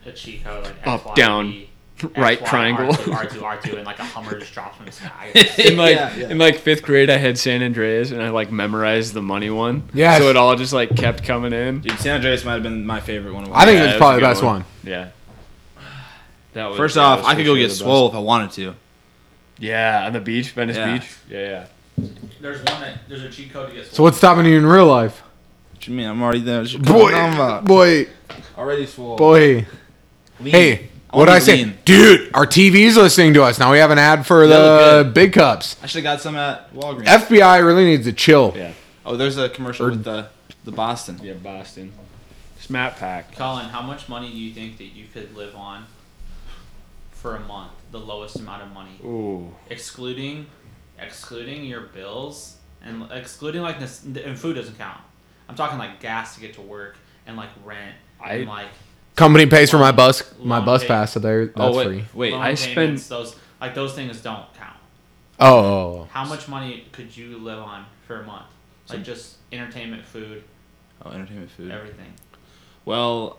[SPEAKER 3] a cheat code like
[SPEAKER 4] Up,
[SPEAKER 3] X, Y,
[SPEAKER 4] down,
[SPEAKER 3] Z,
[SPEAKER 4] right
[SPEAKER 3] XY,
[SPEAKER 4] triangle.
[SPEAKER 3] R2, R2, R2, and like a Hummer just drops from the sky.
[SPEAKER 4] in like
[SPEAKER 5] Yeah, yeah.
[SPEAKER 4] in like fifth grade, I had San Andreas, and I like memorized the money one.
[SPEAKER 2] Yes.
[SPEAKER 4] So it all just like kept coming in.
[SPEAKER 5] Dude, San Andreas might have been my favorite one. Of
[SPEAKER 2] I think
[SPEAKER 4] Yeah,
[SPEAKER 2] it's
[SPEAKER 4] that's
[SPEAKER 2] probably
[SPEAKER 4] a
[SPEAKER 2] the
[SPEAKER 4] good
[SPEAKER 2] best
[SPEAKER 4] one.
[SPEAKER 2] one.
[SPEAKER 4] Yeah. That was,
[SPEAKER 5] First
[SPEAKER 4] that
[SPEAKER 5] off,
[SPEAKER 4] was
[SPEAKER 5] I
[SPEAKER 4] for
[SPEAKER 5] could go
[SPEAKER 4] sure
[SPEAKER 5] get
[SPEAKER 4] the best.
[SPEAKER 5] swole if I wanted to.
[SPEAKER 4] Yeah, on the beach, Venice
[SPEAKER 5] Yeah.
[SPEAKER 4] Beach. Yeah, yeah.
[SPEAKER 3] There's one that there's a cheat code to get.
[SPEAKER 2] So what's stopping you in real life,
[SPEAKER 5] What you mean? I'm already there.
[SPEAKER 2] boy? Boy,
[SPEAKER 5] Already swole.
[SPEAKER 2] boy. Hey, what I say, dude? Our TV's listening to us now. We have an ad for
[SPEAKER 5] Yeah,
[SPEAKER 2] the
[SPEAKER 5] look
[SPEAKER 2] big cups.
[SPEAKER 5] I should have got some at Walgreens.
[SPEAKER 2] FBI really needs to chill.
[SPEAKER 4] Yeah.
[SPEAKER 5] oh, there's a
[SPEAKER 2] Er.
[SPEAKER 5] commercial with the the Boston.
[SPEAKER 4] Yeah, Boston. Smat pack.
[SPEAKER 3] Colin, how much money do you think that you could live on for a month? The lowest amount of money,
[SPEAKER 4] Ooh.
[SPEAKER 3] excluding, excluding your bills and excluding like this, and food doesn't count. I'm talking like gas to get to work and like rent and
[SPEAKER 4] I-
[SPEAKER 3] like
[SPEAKER 2] Company pays for my bus, my
[SPEAKER 3] Long
[SPEAKER 2] bus
[SPEAKER 3] day.
[SPEAKER 2] pass. So there, that's
[SPEAKER 5] oh wait,
[SPEAKER 2] free.
[SPEAKER 5] wait.
[SPEAKER 3] loan
[SPEAKER 4] I
[SPEAKER 3] payments, those like those things don't count.
[SPEAKER 2] Oh, oh,
[SPEAKER 3] How much money could you live on for a month? Like just entertainment, food,
[SPEAKER 5] Oh, entertainment food.
[SPEAKER 3] everything.
[SPEAKER 5] Well,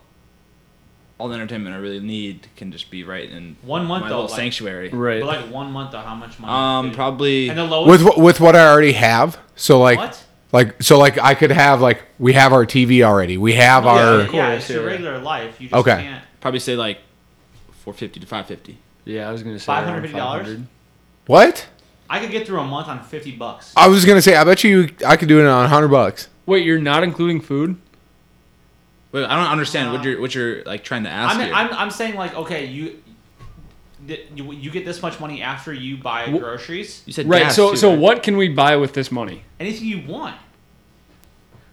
[SPEAKER 5] all the entertainment I really need can just be right in
[SPEAKER 3] One month
[SPEAKER 5] my
[SPEAKER 3] though,
[SPEAKER 5] little
[SPEAKER 3] like,
[SPEAKER 5] sanctuary.
[SPEAKER 4] Right.
[SPEAKER 3] But like one month though, how much money?
[SPEAKER 5] Um,
[SPEAKER 3] could-
[SPEAKER 5] probably.
[SPEAKER 3] And the
[SPEAKER 2] oh.
[SPEAKER 3] lowest.
[SPEAKER 2] with wh- with what I already have. So like,
[SPEAKER 3] What?
[SPEAKER 2] like so like I could have like we have our TV already. We have our
[SPEAKER 3] Oh, yeah, yeah, it's
[SPEAKER 4] course,
[SPEAKER 3] your
[SPEAKER 4] yeah.
[SPEAKER 3] regular life. You just
[SPEAKER 2] Okay.
[SPEAKER 3] can't.
[SPEAKER 5] probably say like 450 to 550.
[SPEAKER 4] Yeah, I was gonna say around
[SPEAKER 3] $550?
[SPEAKER 4] 500.
[SPEAKER 2] what?
[SPEAKER 3] I could get through a month on fifty bucks.
[SPEAKER 2] I was gonna say I bet you I could do it on hundred bucks.
[SPEAKER 4] Wait, you're not including food?
[SPEAKER 5] Wait, I don't understand what you're what you're like trying to ask
[SPEAKER 3] I'm,
[SPEAKER 5] here.
[SPEAKER 3] I'm, I'm saying like okay you, th- you you get this much money after you buy
[SPEAKER 4] Wh-
[SPEAKER 3] groceries
[SPEAKER 5] you said
[SPEAKER 4] Right.
[SPEAKER 5] gas,
[SPEAKER 4] so
[SPEAKER 5] too,
[SPEAKER 4] so
[SPEAKER 5] right?
[SPEAKER 4] what can we buy with this money?
[SPEAKER 3] anything you want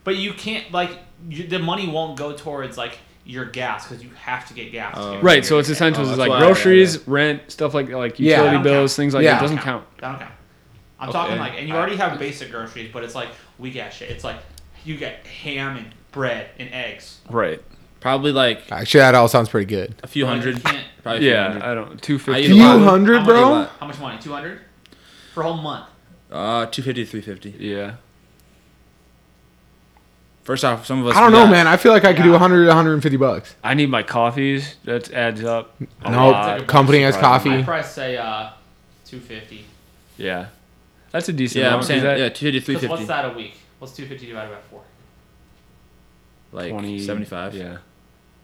[SPEAKER 3] but you can't like you, the money won't go towards like your gas because you have to get gas to get
[SPEAKER 4] Right. So
[SPEAKER 3] your
[SPEAKER 4] it's
[SPEAKER 3] gas.
[SPEAKER 4] essentials.
[SPEAKER 5] Oh,
[SPEAKER 4] it's
[SPEAKER 5] that's
[SPEAKER 4] like
[SPEAKER 5] why, yeah,
[SPEAKER 4] groceries, rent, stuff like like
[SPEAKER 2] Yeah.
[SPEAKER 4] utility
[SPEAKER 3] That don't
[SPEAKER 4] bills,
[SPEAKER 3] count.
[SPEAKER 4] things like
[SPEAKER 2] Yeah.
[SPEAKER 4] that. It doesn't count.
[SPEAKER 3] That don't count. I'm talking like, and you
[SPEAKER 5] I-
[SPEAKER 3] already have basic groceries, but it's like we get shit. It's like you get ham and bread and eggs.
[SPEAKER 4] Right.
[SPEAKER 5] Probably like
[SPEAKER 2] Actually, that all sounds pretty good.
[SPEAKER 5] a few
[SPEAKER 3] Like, you
[SPEAKER 5] hundred.
[SPEAKER 3] can't-
[SPEAKER 5] Probably a
[SPEAKER 4] Yeah.
[SPEAKER 5] few
[SPEAKER 4] I don't. Two
[SPEAKER 5] I
[SPEAKER 4] fifty.
[SPEAKER 5] eat a lot.
[SPEAKER 2] Few hundred,
[SPEAKER 3] How
[SPEAKER 2] bro.
[SPEAKER 5] much-
[SPEAKER 3] How much money? Two hundred for a whole month.
[SPEAKER 5] hundred. Uh, 250, 350.
[SPEAKER 4] Yeah.
[SPEAKER 5] First off, some of us.
[SPEAKER 2] I don't know,
[SPEAKER 5] got-
[SPEAKER 2] man. I feel like I could do
[SPEAKER 3] Yeah.
[SPEAKER 2] 100, 150 bucks.
[SPEAKER 4] I need my coffees. That adds up. a
[SPEAKER 2] No,
[SPEAKER 4] lot.
[SPEAKER 3] It's like a-
[SPEAKER 2] company has
[SPEAKER 3] I
[SPEAKER 2] coffee.
[SPEAKER 3] probably say uh, two fifty.
[SPEAKER 4] Yeah. That's a decent.
[SPEAKER 5] Yeah, I'm
[SPEAKER 4] amount.
[SPEAKER 5] saying
[SPEAKER 4] Is that-
[SPEAKER 5] yeah, 250,
[SPEAKER 3] Because what's
[SPEAKER 5] 350.
[SPEAKER 3] that a week? What's two fifty divided by four?
[SPEAKER 5] Like
[SPEAKER 4] 20,
[SPEAKER 5] 75.
[SPEAKER 4] Yeah.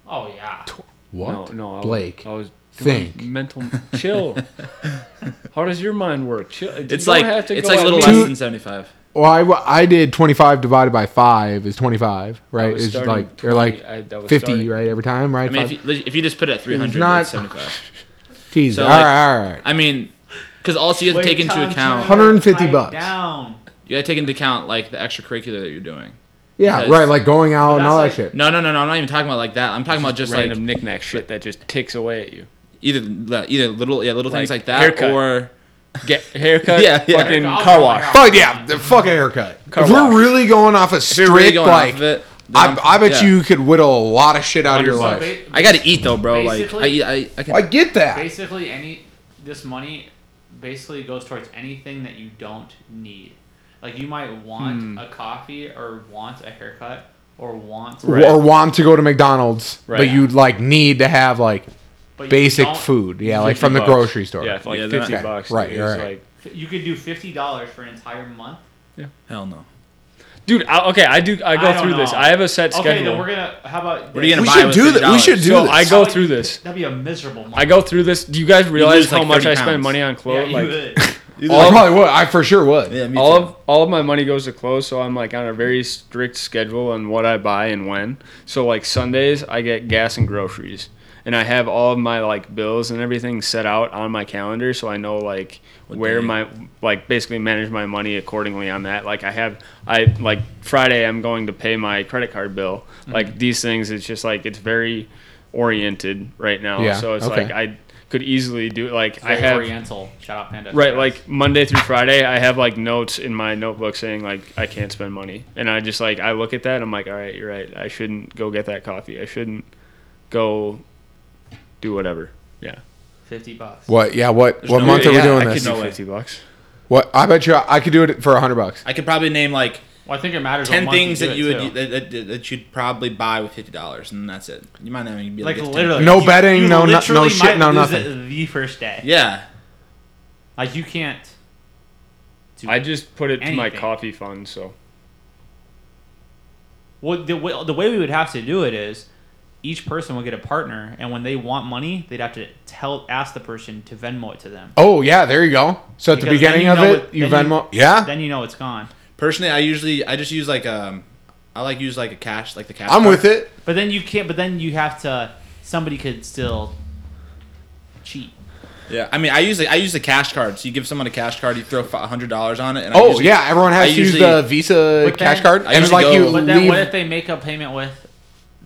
[SPEAKER 3] Oh yeah.
[SPEAKER 2] What?
[SPEAKER 4] No, no, I,
[SPEAKER 2] Blake.
[SPEAKER 4] I was doing
[SPEAKER 2] think.
[SPEAKER 4] mental chill. How does your mind work? Chill. uh, You
[SPEAKER 5] It's
[SPEAKER 4] don't
[SPEAKER 5] like
[SPEAKER 4] have to
[SPEAKER 5] it's
[SPEAKER 4] go
[SPEAKER 5] like a
[SPEAKER 4] at
[SPEAKER 5] little
[SPEAKER 4] me.
[SPEAKER 5] less than 75.
[SPEAKER 2] Well, I, I did 25 divided by 5 is 25,
[SPEAKER 4] I
[SPEAKER 2] right?
[SPEAKER 4] was
[SPEAKER 2] It's
[SPEAKER 4] starting
[SPEAKER 2] like, or
[SPEAKER 4] 20,
[SPEAKER 2] like
[SPEAKER 4] I- that was
[SPEAKER 2] 50,
[SPEAKER 4] starting-
[SPEAKER 2] right? Every time, right?
[SPEAKER 5] I mean,
[SPEAKER 2] Five-
[SPEAKER 5] if you, if you just put it at 300,
[SPEAKER 2] not-
[SPEAKER 5] it's 75.
[SPEAKER 2] Jeez,
[SPEAKER 5] so,
[SPEAKER 2] all
[SPEAKER 5] like-
[SPEAKER 2] right, all right.
[SPEAKER 5] I mean, because also you have to take into account
[SPEAKER 2] 150 bucks.
[SPEAKER 3] Down.
[SPEAKER 5] you got to take into account like the extracurricular that you're doing.
[SPEAKER 2] Yeah,
[SPEAKER 5] because-
[SPEAKER 2] right, like going out and
[SPEAKER 3] that's
[SPEAKER 2] all
[SPEAKER 3] like-
[SPEAKER 2] that shit.
[SPEAKER 5] No, no, no, no. I'm not even talking about like that. I'm talking about just like
[SPEAKER 4] random knickknack shit that just ticks away at you.
[SPEAKER 5] either either little yeah little things
[SPEAKER 4] Like
[SPEAKER 5] like that
[SPEAKER 4] haircut.
[SPEAKER 5] or
[SPEAKER 4] Get haircut.
[SPEAKER 5] Yeah, yeah.
[SPEAKER 4] Fucking
[SPEAKER 3] I'll
[SPEAKER 4] car
[SPEAKER 3] go
[SPEAKER 4] wash.
[SPEAKER 3] out.
[SPEAKER 2] Fuck yeah, the fucking haircut.
[SPEAKER 4] Car
[SPEAKER 2] if we're
[SPEAKER 4] wash.
[SPEAKER 2] really going off a strict,
[SPEAKER 5] really going
[SPEAKER 2] like,
[SPEAKER 5] off of it. then
[SPEAKER 2] I,
[SPEAKER 5] I'm-
[SPEAKER 2] I bet
[SPEAKER 5] yeah.
[SPEAKER 2] you could whittle a lot of shit out of your
[SPEAKER 3] So
[SPEAKER 2] life.
[SPEAKER 3] ba-
[SPEAKER 5] I gotta eat though, bro. like I
[SPEAKER 3] Basically-
[SPEAKER 5] eat- I I can.
[SPEAKER 2] I get that.
[SPEAKER 3] basically any this money basically goes towards anything that you don't need like you might want a coffee or want a haircut or want
[SPEAKER 2] Or want to go to McDonald's, but
[SPEAKER 4] Right.
[SPEAKER 2] you'd like need to have like
[SPEAKER 3] but you
[SPEAKER 2] basic
[SPEAKER 3] don't-
[SPEAKER 2] food. Yeah, like
[SPEAKER 4] 50
[SPEAKER 2] from the
[SPEAKER 4] bucks.
[SPEAKER 2] grocery store.
[SPEAKER 4] Yeah, for like
[SPEAKER 5] Yeah, they're
[SPEAKER 4] fifty
[SPEAKER 5] not-
[SPEAKER 4] bucks.
[SPEAKER 2] Right,
[SPEAKER 4] dude.
[SPEAKER 2] you're
[SPEAKER 4] It's
[SPEAKER 2] right.
[SPEAKER 4] like-
[SPEAKER 3] you could do $50 for an entire month
[SPEAKER 5] Hell no.
[SPEAKER 4] dude. I, okay, I do. I go
[SPEAKER 3] I don't
[SPEAKER 4] through this.
[SPEAKER 3] know.
[SPEAKER 4] I have a set schedule.
[SPEAKER 3] okay then we're gonna how about
[SPEAKER 5] What are you
[SPEAKER 2] We
[SPEAKER 5] gonna buy
[SPEAKER 2] should
[SPEAKER 5] with
[SPEAKER 2] do that. We
[SPEAKER 5] $50?
[SPEAKER 2] should do
[SPEAKER 4] so
[SPEAKER 2] this.
[SPEAKER 4] I go through this.
[SPEAKER 3] that'd be a miserable month
[SPEAKER 4] I go through this. Do you guys realize
[SPEAKER 5] lose,
[SPEAKER 4] how
[SPEAKER 5] like,
[SPEAKER 4] much
[SPEAKER 5] 30
[SPEAKER 4] I spend
[SPEAKER 5] pounds.
[SPEAKER 4] money on
[SPEAKER 3] yeah,
[SPEAKER 4] clothes?
[SPEAKER 3] you
[SPEAKER 4] like
[SPEAKER 3] would.
[SPEAKER 2] Oh, I probably would. I for sure would.
[SPEAKER 5] Yeah, me
[SPEAKER 4] all
[SPEAKER 5] too.
[SPEAKER 4] of all of my money goes to clothes, so I'm like on a very strict schedule on what I buy and when. So like Sundays, I get gas and groceries, and I have all of my like bills and everything set out on my calendar, so I know like where
[SPEAKER 5] day.
[SPEAKER 4] my like basically manage my money accordingly on that. Like I have I like Friday, I'm going to pay my credit card bill.
[SPEAKER 5] Mm-hmm.
[SPEAKER 4] Like these things, it's just like it's very oriented right now.
[SPEAKER 2] Yeah,
[SPEAKER 4] So it's
[SPEAKER 2] okay.
[SPEAKER 4] like I could easily do like I
[SPEAKER 3] Very
[SPEAKER 4] have.
[SPEAKER 3] oriental shout out panda
[SPEAKER 4] Right, like Monday through Friday, I have like notes in my notebook saying like I can't spend money, and I just like I look at that, and I'm like, all right, you're right. I shouldn't go get that coffee. I shouldn't go do whatever. Yeah,
[SPEAKER 3] 50 bucks
[SPEAKER 2] What? Yeah. What? what
[SPEAKER 5] no
[SPEAKER 2] month
[SPEAKER 5] way-
[SPEAKER 2] are we
[SPEAKER 5] yeah, I
[SPEAKER 2] doing
[SPEAKER 5] could
[SPEAKER 2] this?
[SPEAKER 5] No
[SPEAKER 4] no
[SPEAKER 5] way.
[SPEAKER 4] fifty bucks.
[SPEAKER 2] What? I bet you I could do it for hundred bucks.
[SPEAKER 5] I could probably name like
[SPEAKER 3] well i think it matters what
[SPEAKER 5] ten
[SPEAKER 3] month
[SPEAKER 5] things
[SPEAKER 3] do
[SPEAKER 5] that
[SPEAKER 3] it,
[SPEAKER 5] you
[SPEAKER 3] too.
[SPEAKER 5] would that, that, that- that you'd probably buy with fifty dollars, and that's it. You might not even be
[SPEAKER 3] like
[SPEAKER 5] it's 10.
[SPEAKER 3] literally
[SPEAKER 2] No
[SPEAKER 3] you-
[SPEAKER 2] betting,
[SPEAKER 3] you
[SPEAKER 2] no no- no
[SPEAKER 3] literally might
[SPEAKER 2] shit, no
[SPEAKER 3] lose
[SPEAKER 2] nothing.
[SPEAKER 3] it the first day
[SPEAKER 5] Yeah,
[SPEAKER 3] like you can't do
[SPEAKER 4] I just put it to my
[SPEAKER 3] Anything.
[SPEAKER 4] coffee fund. So
[SPEAKER 3] Well, the way, the way we would have to do it is each person would get a partner, and when they want money, they'd have to tell ask the person to Venmo it to them.
[SPEAKER 2] Oh yeah, there you go. So at the
[SPEAKER 3] Because then
[SPEAKER 2] beginning
[SPEAKER 3] you
[SPEAKER 2] of
[SPEAKER 3] know
[SPEAKER 2] it,
[SPEAKER 3] it-
[SPEAKER 2] you
[SPEAKER 3] then you-
[SPEAKER 2] Venmo. yeah,
[SPEAKER 3] Then you know it's gone.
[SPEAKER 5] personally, I usually I just use like um I like use like a cash like the cash.
[SPEAKER 2] I'm
[SPEAKER 5] card.
[SPEAKER 2] with it.
[SPEAKER 3] But then you can't. But then you have to. Somebody could still cheat.
[SPEAKER 5] Yeah, I mean I usually I use the cash card. So you give someone a cash card, you throw hundred dollars on it, and I
[SPEAKER 2] Oh
[SPEAKER 5] usually-
[SPEAKER 2] yeah, everyone has
[SPEAKER 5] I
[SPEAKER 2] to use
[SPEAKER 5] usually-
[SPEAKER 2] the Visa
[SPEAKER 3] But
[SPEAKER 2] cash
[SPEAKER 3] then-
[SPEAKER 2] card,
[SPEAKER 5] I
[SPEAKER 2] and
[SPEAKER 5] usually
[SPEAKER 2] like you
[SPEAKER 5] go-
[SPEAKER 3] But then
[SPEAKER 2] leave.
[SPEAKER 3] what if they make a payment with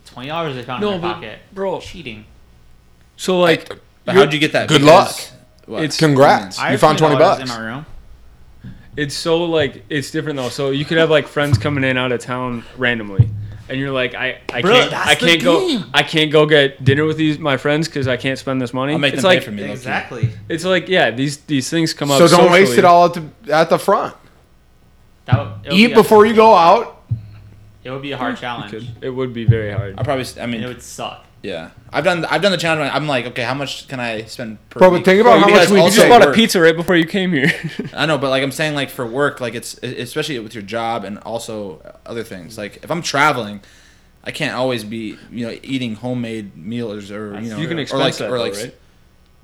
[SPEAKER 3] twenty dollars they found in their pocket?
[SPEAKER 4] bro.
[SPEAKER 3] Cheating.
[SPEAKER 4] So like
[SPEAKER 5] But how'd you get that?
[SPEAKER 2] Good
[SPEAKER 5] Because-
[SPEAKER 2] luck.
[SPEAKER 5] What?
[SPEAKER 4] It's-
[SPEAKER 2] Congrats,
[SPEAKER 3] I
[SPEAKER 2] you
[SPEAKER 3] have
[SPEAKER 2] found twenty
[SPEAKER 3] $20
[SPEAKER 2] bucks.
[SPEAKER 3] in my room.
[SPEAKER 4] it's so like it's different though. So you could have like friends coming in out of town randomly, and you're like, I I
[SPEAKER 3] Bro,
[SPEAKER 4] can't
[SPEAKER 3] that's
[SPEAKER 4] I
[SPEAKER 3] the
[SPEAKER 4] can't go
[SPEAKER 3] game.
[SPEAKER 4] I can't go get dinner with these my friends because I can't spend this money.
[SPEAKER 5] I'll make
[SPEAKER 4] it's
[SPEAKER 5] them
[SPEAKER 4] like
[SPEAKER 5] pay for me. low-key.
[SPEAKER 3] Exactly.
[SPEAKER 4] it's like yeah, these these things come up.
[SPEAKER 2] So don't waste
[SPEAKER 4] socially.
[SPEAKER 2] it all at the at the front.
[SPEAKER 3] That would, it would be
[SPEAKER 2] Eat
[SPEAKER 3] a-
[SPEAKER 2] before you go out.
[SPEAKER 3] It would be a hard challenge.
[SPEAKER 4] Could- It would be very hard.
[SPEAKER 5] I probably. s- I mean,
[SPEAKER 3] And it would suck.
[SPEAKER 5] yeah. I've done. I've done the challenge. I'm like, okay, how much can I spend per
[SPEAKER 2] Bro, but
[SPEAKER 5] week?
[SPEAKER 2] think about how
[SPEAKER 5] Because
[SPEAKER 2] much we
[SPEAKER 5] also
[SPEAKER 4] You just bought a
[SPEAKER 5] work-
[SPEAKER 4] pizza right before you came here.
[SPEAKER 5] I know, but like I'm saying, like for work, like it's e, especially with your job and also other things. Like if I'm traveling, I can't always be you know eating homemade meals or you know
[SPEAKER 4] you can
[SPEAKER 5] or
[SPEAKER 4] expense
[SPEAKER 5] like
[SPEAKER 4] that,
[SPEAKER 5] or
[SPEAKER 4] though,
[SPEAKER 5] like s-
[SPEAKER 4] right?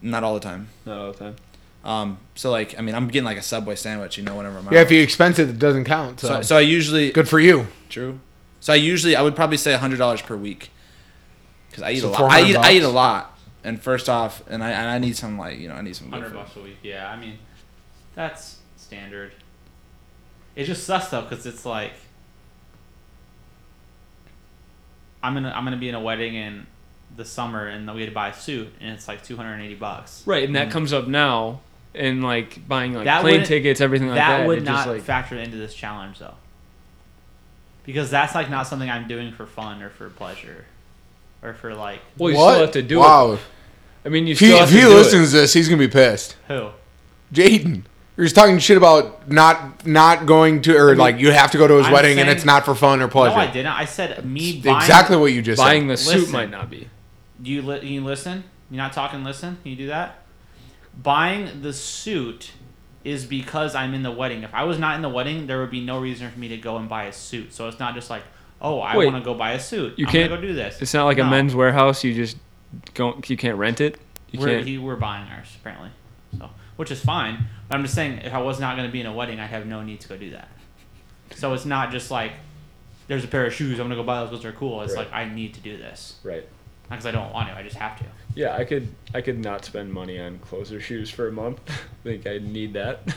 [SPEAKER 5] not all the time.
[SPEAKER 4] Not all the time.
[SPEAKER 5] I'm Um, so like, I mean, I'm getting like a Subway sandwich, you know, whenever I'm
[SPEAKER 2] Yeah,
[SPEAKER 5] out.
[SPEAKER 2] if you expense it, it doesn't count. So,
[SPEAKER 5] so, so I usually
[SPEAKER 2] good for you.
[SPEAKER 5] True. So I usually I would probably say hundred dollars per week because I eat
[SPEAKER 2] So
[SPEAKER 5] a lot. I eat I eat a
[SPEAKER 2] $400.
[SPEAKER 5] lot, and first off, and I and I need some like you know I need some good
[SPEAKER 3] Hundred
[SPEAKER 5] food.
[SPEAKER 3] bucks a week. Yeah, I mean, that's standard. It just sucks though, cause it's like, I'm gonna I'm gonna be in a wedding in the summer, and we had to buy a suit, and it's like two hundred and eighty bucks.
[SPEAKER 4] Right, and
[SPEAKER 5] Mm.
[SPEAKER 4] that comes up now, and like buying like
[SPEAKER 3] That
[SPEAKER 4] plane
[SPEAKER 3] wouldn't-
[SPEAKER 4] tickets, everything like that.
[SPEAKER 3] that would
[SPEAKER 4] it
[SPEAKER 3] not
[SPEAKER 4] just, like,
[SPEAKER 3] factor into this challenge though, because that's like not something I'm doing for fun or for pleasure, or for like
[SPEAKER 4] well, you still have to do it.
[SPEAKER 2] wow.
[SPEAKER 4] I mean, you
[SPEAKER 2] If he,
[SPEAKER 4] still have
[SPEAKER 2] if
[SPEAKER 4] to
[SPEAKER 2] he
[SPEAKER 4] do
[SPEAKER 2] listens to this, he's gonna be pissed.
[SPEAKER 3] who.
[SPEAKER 2] Jaden, you're just talking shit about not not going to or like you have to go to his
[SPEAKER 3] I'm
[SPEAKER 2] wedding and
[SPEAKER 3] saying-
[SPEAKER 2] it's not for fun
[SPEAKER 3] No,
[SPEAKER 2] or
[SPEAKER 3] I
[SPEAKER 2] pleasure.
[SPEAKER 3] didn't. I said me buying,
[SPEAKER 2] exactly what you
[SPEAKER 4] it.
[SPEAKER 2] just
[SPEAKER 4] Buying
[SPEAKER 2] said.
[SPEAKER 4] the suit
[SPEAKER 3] Listen.
[SPEAKER 4] might not be.
[SPEAKER 3] You li- you listen? You're not talking listen? You do that? Buying the suit is because I'm in the wedding. If I was not in the wedding, there would be no reason for me to go and buy a suit. So it's not just like, oh, I
[SPEAKER 4] Wait.
[SPEAKER 3] want to go buy a suit.
[SPEAKER 4] You
[SPEAKER 3] I'm gonna
[SPEAKER 4] can't-
[SPEAKER 3] go do this.
[SPEAKER 4] It's not like a
[SPEAKER 3] No.
[SPEAKER 4] men's warehouse. You just don't. You can't rent it. You
[SPEAKER 3] We're,
[SPEAKER 4] can't.
[SPEAKER 3] he, we're buying ours apparently, so which is fine. But I'm just saying, if I was not going to be in a wedding, I'd have no need to go do that. So it's not just like there's a pair of shoes. I'm gonna go buy those because they're cool. It's
[SPEAKER 4] Right.
[SPEAKER 3] like I need to do this
[SPEAKER 4] right.
[SPEAKER 3] not because I don't want to. I just have to.
[SPEAKER 4] Yeah, I could. I could not spend money on clothes or shoes for a month. I think I need that.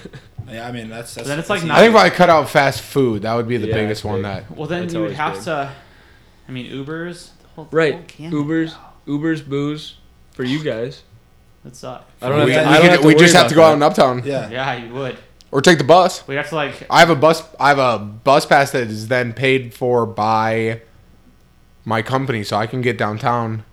[SPEAKER 5] Yeah, I mean that's that's.
[SPEAKER 3] Then it's
[SPEAKER 5] that's
[SPEAKER 3] like
[SPEAKER 5] easy.
[SPEAKER 3] not-
[SPEAKER 2] I think if I cut out fast food, that would be the
[SPEAKER 4] Yeah,
[SPEAKER 2] biggest one.
[SPEAKER 4] big.
[SPEAKER 2] That
[SPEAKER 3] Well, then
[SPEAKER 4] That's
[SPEAKER 3] you would
[SPEAKER 4] always
[SPEAKER 3] have
[SPEAKER 4] big.
[SPEAKER 3] to. I mean, Ubers. The whole, whole
[SPEAKER 4] right.
[SPEAKER 3] can-
[SPEAKER 4] Ubers. Ubers. Booze. For you guys.
[SPEAKER 3] That suck.
[SPEAKER 4] I don't have
[SPEAKER 2] we,
[SPEAKER 4] to.
[SPEAKER 2] we
[SPEAKER 4] I don't
[SPEAKER 2] could-
[SPEAKER 4] have to
[SPEAKER 2] we just
[SPEAKER 4] worry
[SPEAKER 2] have to
[SPEAKER 4] about
[SPEAKER 2] go out in Uptown
[SPEAKER 5] yeah.
[SPEAKER 3] Yeah, you would.
[SPEAKER 2] or take the bus.
[SPEAKER 3] We have to like.
[SPEAKER 2] I have a bus. I have a bus pass that is then paid for by my company, so I can get downtown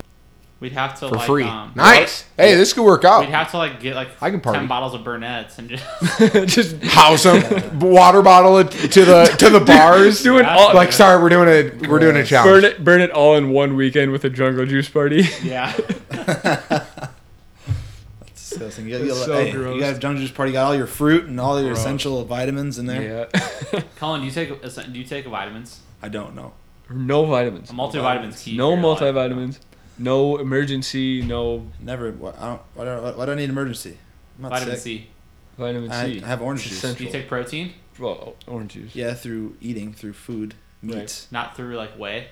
[SPEAKER 3] We'd have to
[SPEAKER 2] for
[SPEAKER 3] like.
[SPEAKER 2] free.
[SPEAKER 3] Um,
[SPEAKER 2] nice. Hey, this could work out.
[SPEAKER 3] We'd have to like get like
[SPEAKER 2] I can party.
[SPEAKER 3] ten bottles of Burnett's and just.
[SPEAKER 4] that. just
[SPEAKER 2] House 'em, water bottle it to the to the bars.
[SPEAKER 4] doing
[SPEAKER 3] Yeah.
[SPEAKER 4] all.
[SPEAKER 2] like, sorry, we're doing a we're doing a challenge.
[SPEAKER 4] burn it. Burn it all in one weekend with a jungle juice party.
[SPEAKER 3] yeah.
[SPEAKER 5] It's disgusting. You, got- you,
[SPEAKER 4] It's
[SPEAKER 5] got-
[SPEAKER 4] so
[SPEAKER 5] hey,
[SPEAKER 4] gross.
[SPEAKER 5] you guys Jungle Juice Party got all your fruit and all your essential vitamins in there.
[SPEAKER 4] yeah.
[SPEAKER 3] Colin, do you take uh, do you take vitamins?
[SPEAKER 5] I don't know.
[SPEAKER 4] no vitamins.
[SPEAKER 3] A multivitamin's key.
[SPEAKER 4] No
[SPEAKER 3] for your life.
[SPEAKER 4] multivitamins. No emergency. No
[SPEAKER 5] Never. wh- I don't. Why do I, why do I need an emergency? I'm not
[SPEAKER 3] Vitamin
[SPEAKER 5] sick.
[SPEAKER 3] C.
[SPEAKER 4] vitamin
[SPEAKER 5] I,
[SPEAKER 4] C.
[SPEAKER 5] I have orange
[SPEAKER 4] It's
[SPEAKER 5] juice.
[SPEAKER 3] Do you
[SPEAKER 4] essential.
[SPEAKER 3] take protein?
[SPEAKER 4] Well, orange juice.
[SPEAKER 5] Yeah, through eating, through food, meat.
[SPEAKER 4] Right.
[SPEAKER 3] Not through like whey.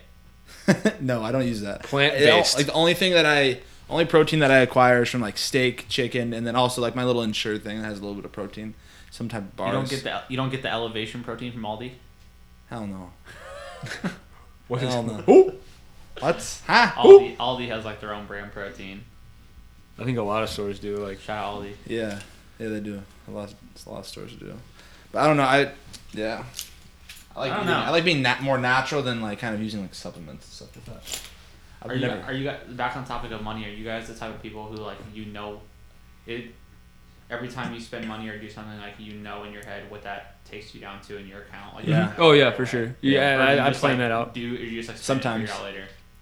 [SPEAKER 5] no, I don't use that.
[SPEAKER 4] Plant-based.
[SPEAKER 5] Like the only thing that I, only protein that I acquire is from like steak, chicken, and then also like my little insured thing that has a little bit of protein. Some type of bars.
[SPEAKER 3] You don't get the you don't get the elevation protein from Aldi.
[SPEAKER 5] Hell no.
[SPEAKER 4] What
[SPEAKER 5] Hell
[SPEAKER 4] is,
[SPEAKER 5] no.
[SPEAKER 2] Ooh.
[SPEAKER 5] What? Huh?
[SPEAKER 3] Aldi Aldi has like their own brand protein.
[SPEAKER 4] I think a lot of stores do. Like
[SPEAKER 3] Shout out Aldi.
[SPEAKER 5] Yeah, yeah, they do. A lot, it's a lot of stores to do. But I don't know. I, yeah. I like
[SPEAKER 3] I don't
[SPEAKER 5] being,
[SPEAKER 3] know.
[SPEAKER 5] I like being nat- more natural than like kind of using like supplements and stuff like that. I've
[SPEAKER 3] Are you
[SPEAKER 5] never-
[SPEAKER 3] are you guys, back on topic of money? Are you guys the type of people who like you know, it every time you spend money or do something like you know in your head what that takes you down to in your account? Like,
[SPEAKER 5] Yeah.
[SPEAKER 4] Oh yeah, for sure. Yeah,
[SPEAKER 3] Or do you
[SPEAKER 4] I, I
[SPEAKER 3] just,
[SPEAKER 4] plan
[SPEAKER 3] like,
[SPEAKER 4] that out.
[SPEAKER 3] Do or you just like
[SPEAKER 5] Sometimes.
[SPEAKER 3] sometimes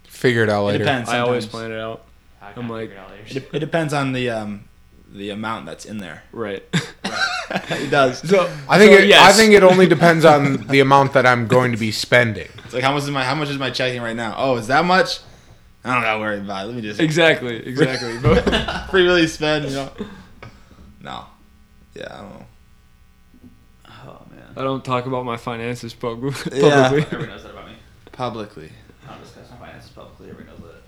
[SPEAKER 3] figure it out later?
[SPEAKER 2] Figure it out
[SPEAKER 5] it
[SPEAKER 2] later.
[SPEAKER 5] depends.
[SPEAKER 4] I always
[SPEAKER 5] sometimes.
[SPEAKER 4] plan it out.
[SPEAKER 3] I
[SPEAKER 4] I'm
[SPEAKER 3] kinda
[SPEAKER 4] like-
[SPEAKER 3] figure it out later.
[SPEAKER 5] It, de- it depends on the um, the amount that's in there.
[SPEAKER 4] Right.
[SPEAKER 5] it does.
[SPEAKER 4] so
[SPEAKER 2] I think
[SPEAKER 4] so,
[SPEAKER 2] it,
[SPEAKER 4] yes.
[SPEAKER 2] I think it only depends on the amount that I'm going to be spending.
[SPEAKER 5] It's like how much is my how much is my checking right now? Oh, is that much? I don't gotta worry about it. Let me just
[SPEAKER 4] exactly exactly. But
[SPEAKER 5] free really spend, you know. No. Yeah, I don't know.
[SPEAKER 3] oh man.
[SPEAKER 4] I don't talk about my finances pub- publicly.
[SPEAKER 5] Yeah.
[SPEAKER 3] Everyone knows that about me.
[SPEAKER 5] Publicly.
[SPEAKER 3] I don't discuss my finances publicly. Everyone knows that.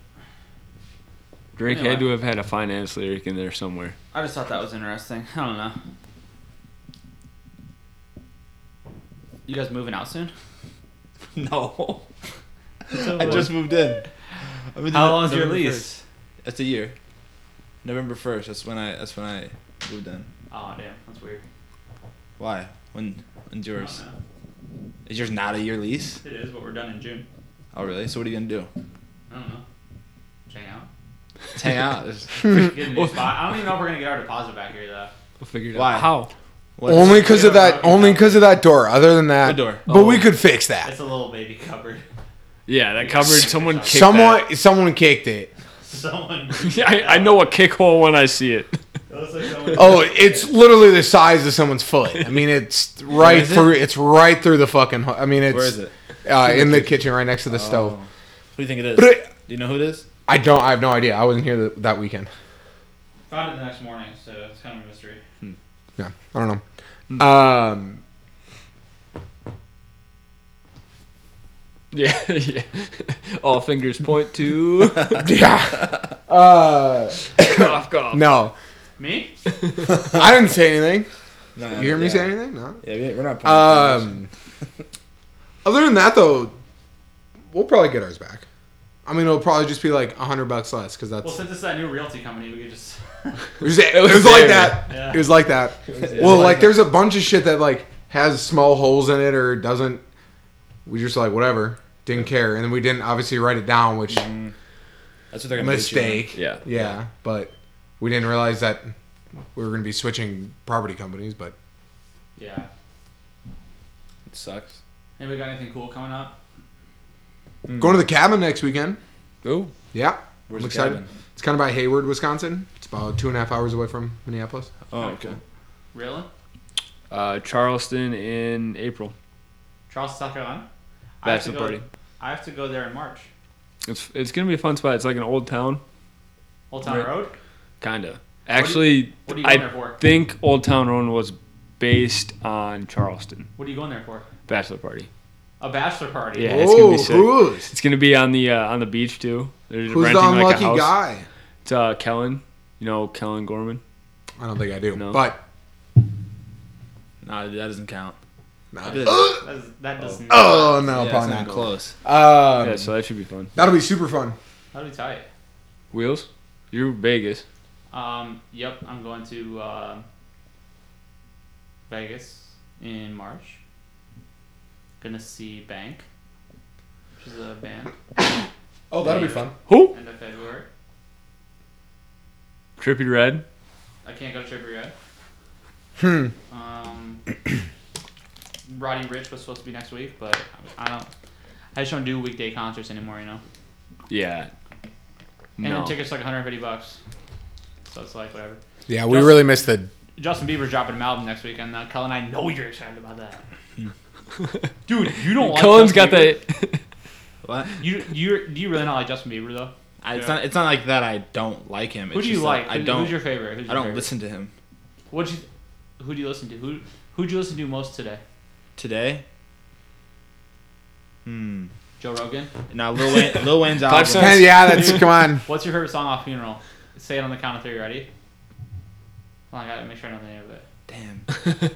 [SPEAKER 4] Drake
[SPEAKER 3] Anyway.
[SPEAKER 4] had to have had a finance lyric in there somewhere.
[SPEAKER 3] I just thought that was interesting. I don't know. You guys moving out soon?
[SPEAKER 5] No. I just moved in. I've been
[SPEAKER 3] How
[SPEAKER 5] doing-
[SPEAKER 3] long's your
[SPEAKER 5] November
[SPEAKER 3] lease?
[SPEAKER 5] first. That's a year. November first. That's when I that's when I moved in.
[SPEAKER 3] Oh damn, that's weird.
[SPEAKER 5] Why? When when's
[SPEAKER 3] I don't
[SPEAKER 5] yours?
[SPEAKER 3] know.
[SPEAKER 5] Is yours not a year lease?
[SPEAKER 3] It is, but we're done in June.
[SPEAKER 5] Oh really? So what are you gonna do?
[SPEAKER 3] I don't know. Check out.
[SPEAKER 5] Just hang out. Just-
[SPEAKER 3] Get a new spot. I don't even know if we're gonna get our deposit back here though.
[SPEAKER 4] We'll figure it
[SPEAKER 5] Why?
[SPEAKER 4] out. How?
[SPEAKER 5] what is-
[SPEAKER 2] Only because of that.
[SPEAKER 3] Yeah.
[SPEAKER 2] Only because of that door. Other than that,
[SPEAKER 5] What door?
[SPEAKER 2] But we
[SPEAKER 4] Oh.
[SPEAKER 2] could fix that.
[SPEAKER 3] It's a little baby cupboard.
[SPEAKER 4] Yeah, that covered. Someone kicked
[SPEAKER 2] Someone, someone kicked it.
[SPEAKER 3] Someone.
[SPEAKER 4] that. Yeah, I, I know a kick hole when I see it.
[SPEAKER 3] It looks like someone.
[SPEAKER 2] Oh, it's literally the size of someone's foot. I mean, it's right
[SPEAKER 5] is it?
[SPEAKER 2] through. It's right through the fucking. ho- I mean, it's
[SPEAKER 5] Where is it?
[SPEAKER 2] Uh, in the kitchen, right next to the
[SPEAKER 5] Oh.
[SPEAKER 2] stove.
[SPEAKER 5] Who do you think it is?
[SPEAKER 2] But it-
[SPEAKER 5] do you know who it is?
[SPEAKER 2] I don't. I have no idea. I wasn't here th- that weekend.
[SPEAKER 3] Oh, Got it the next morning, so it's kind of a mystery.
[SPEAKER 2] Yeah, I don't know. Um,
[SPEAKER 4] Yeah, yeah. All fingers point to
[SPEAKER 2] yeah. Uh,
[SPEAKER 4] cough cough.
[SPEAKER 2] no,
[SPEAKER 3] Me?
[SPEAKER 2] I didn't say anything.
[SPEAKER 5] No,
[SPEAKER 2] You hear me
[SPEAKER 5] yeah.
[SPEAKER 2] say anything? No.
[SPEAKER 5] Yeah, we- we're not. Um,
[SPEAKER 2] Um, other than that, though, we'll probably get ours back. I mean, it'll probably just be like a hundred bucks less because that's
[SPEAKER 3] Well, since it's that new realty company, we could just.
[SPEAKER 2] It was, it was like that.
[SPEAKER 3] Yeah.
[SPEAKER 2] It was like that. Well, like there's a bunch of shit that like has small holes in it or doesn't. We just like whatever, didn't care, and then we didn't obviously write it down, which
[SPEAKER 5] that's what they're gonna boot you on.
[SPEAKER 2] mistake.
[SPEAKER 4] Yeah.
[SPEAKER 2] yeah, but we didn't realize that we were gonna be switching property companies. But
[SPEAKER 3] yeah.
[SPEAKER 5] It sucks.
[SPEAKER 3] Anybody got anything cool coming up?
[SPEAKER 4] Mm.
[SPEAKER 2] going to the cabin next weekend.
[SPEAKER 4] Ooh.
[SPEAKER 2] Yeah, I'm
[SPEAKER 5] Where's the
[SPEAKER 2] excited.
[SPEAKER 5] cabin?
[SPEAKER 2] It's kind of by Hayward, Wisconsin. It's about two and a half hours away from Minneapolis.
[SPEAKER 5] Oh, okay.
[SPEAKER 3] Really?
[SPEAKER 4] Uh, Charleston in April.
[SPEAKER 3] Charleston, South Carolina. I have
[SPEAKER 4] That's
[SPEAKER 3] to
[SPEAKER 4] the
[SPEAKER 3] go-
[SPEAKER 4] party.
[SPEAKER 3] I have to go there in March.
[SPEAKER 4] It's it's gonna be a fun spot. It's like an old town,
[SPEAKER 3] Old Town
[SPEAKER 4] Right.
[SPEAKER 3] Road.
[SPEAKER 4] kinda. Actually,
[SPEAKER 3] What are you going there
[SPEAKER 4] I
[SPEAKER 3] for?
[SPEAKER 4] think Old Town Road was based on Charleston
[SPEAKER 3] What are you going there for?
[SPEAKER 4] bachelor party.
[SPEAKER 3] A bachelor party.
[SPEAKER 4] Yeah, it's
[SPEAKER 2] Oh,
[SPEAKER 4] gonna be sick.
[SPEAKER 2] who's
[SPEAKER 4] It's gonna be on the uh, on the beach too. They're just
[SPEAKER 2] who's
[SPEAKER 4] renting
[SPEAKER 2] the
[SPEAKER 4] like a
[SPEAKER 2] unlucky
[SPEAKER 4] house.
[SPEAKER 2] guy?
[SPEAKER 4] It's uh, Kellen. You know Kellen Gorman.
[SPEAKER 2] I don't think I do,
[SPEAKER 4] No.
[SPEAKER 2] but.
[SPEAKER 5] No, that doesn't count.
[SPEAKER 2] Nah.
[SPEAKER 5] It is.
[SPEAKER 3] That, is, that does not.
[SPEAKER 2] Oh no,
[SPEAKER 5] yeah, it's
[SPEAKER 2] probably
[SPEAKER 5] not
[SPEAKER 2] not.
[SPEAKER 5] close.
[SPEAKER 2] Um,
[SPEAKER 4] yeah, so that should be fun.
[SPEAKER 2] That'll be super fun.
[SPEAKER 3] That'll be tight.
[SPEAKER 4] Wheels, you're Vegas.
[SPEAKER 3] Um, yep, I'm going to uh, Vegas in March. Gonna see Bank, which is a band,
[SPEAKER 2] Oh, that'll be fun.
[SPEAKER 4] Who?
[SPEAKER 3] end of February.
[SPEAKER 4] Trippy Red.
[SPEAKER 3] I can't go to Tripper yet. Hmm. Um, Roddy Rich was supposed to be next week, but I don't. I just don't do weekday concerts anymore, you know.
[SPEAKER 4] Yeah.
[SPEAKER 3] And
[SPEAKER 4] No.
[SPEAKER 3] the tickets like 150 bucks, so it's like whatever.
[SPEAKER 2] Yeah, we
[SPEAKER 3] Just-
[SPEAKER 2] really missed the.
[SPEAKER 3] Justin Bieber's dropping an album next week, and uh, Cullen, I know you're excited about that. Dude, you don't like
[SPEAKER 4] Cullen's
[SPEAKER 3] Justin
[SPEAKER 4] got
[SPEAKER 3] Bieber?
[SPEAKER 4] the.
[SPEAKER 5] What?
[SPEAKER 3] You you do you really not like Justin Bieber though?
[SPEAKER 5] I, it's
[SPEAKER 3] Yeah.
[SPEAKER 5] not. It's not like that. I don't like him.
[SPEAKER 3] Who
[SPEAKER 5] It's
[SPEAKER 3] do you
[SPEAKER 5] just
[SPEAKER 3] like?
[SPEAKER 5] that I
[SPEAKER 3] Who-
[SPEAKER 5] don't.
[SPEAKER 3] Who's your favorite? Who's your
[SPEAKER 5] I don't
[SPEAKER 3] favorite?
[SPEAKER 5] listen to him
[SPEAKER 3] What'd you? Who do you listen to? Who who do you listen to most today?
[SPEAKER 5] today. Hmm.
[SPEAKER 3] Joe Rogan.
[SPEAKER 5] Now Lil Wayne. Lil Wayne's album.
[SPEAKER 4] Five cents.
[SPEAKER 2] yeah, that's come on.
[SPEAKER 3] What's your favorite song off Funeral? Say it on the count of three. Ready? Hold on, I gotta make sure I know the name of it.
[SPEAKER 5] Damn.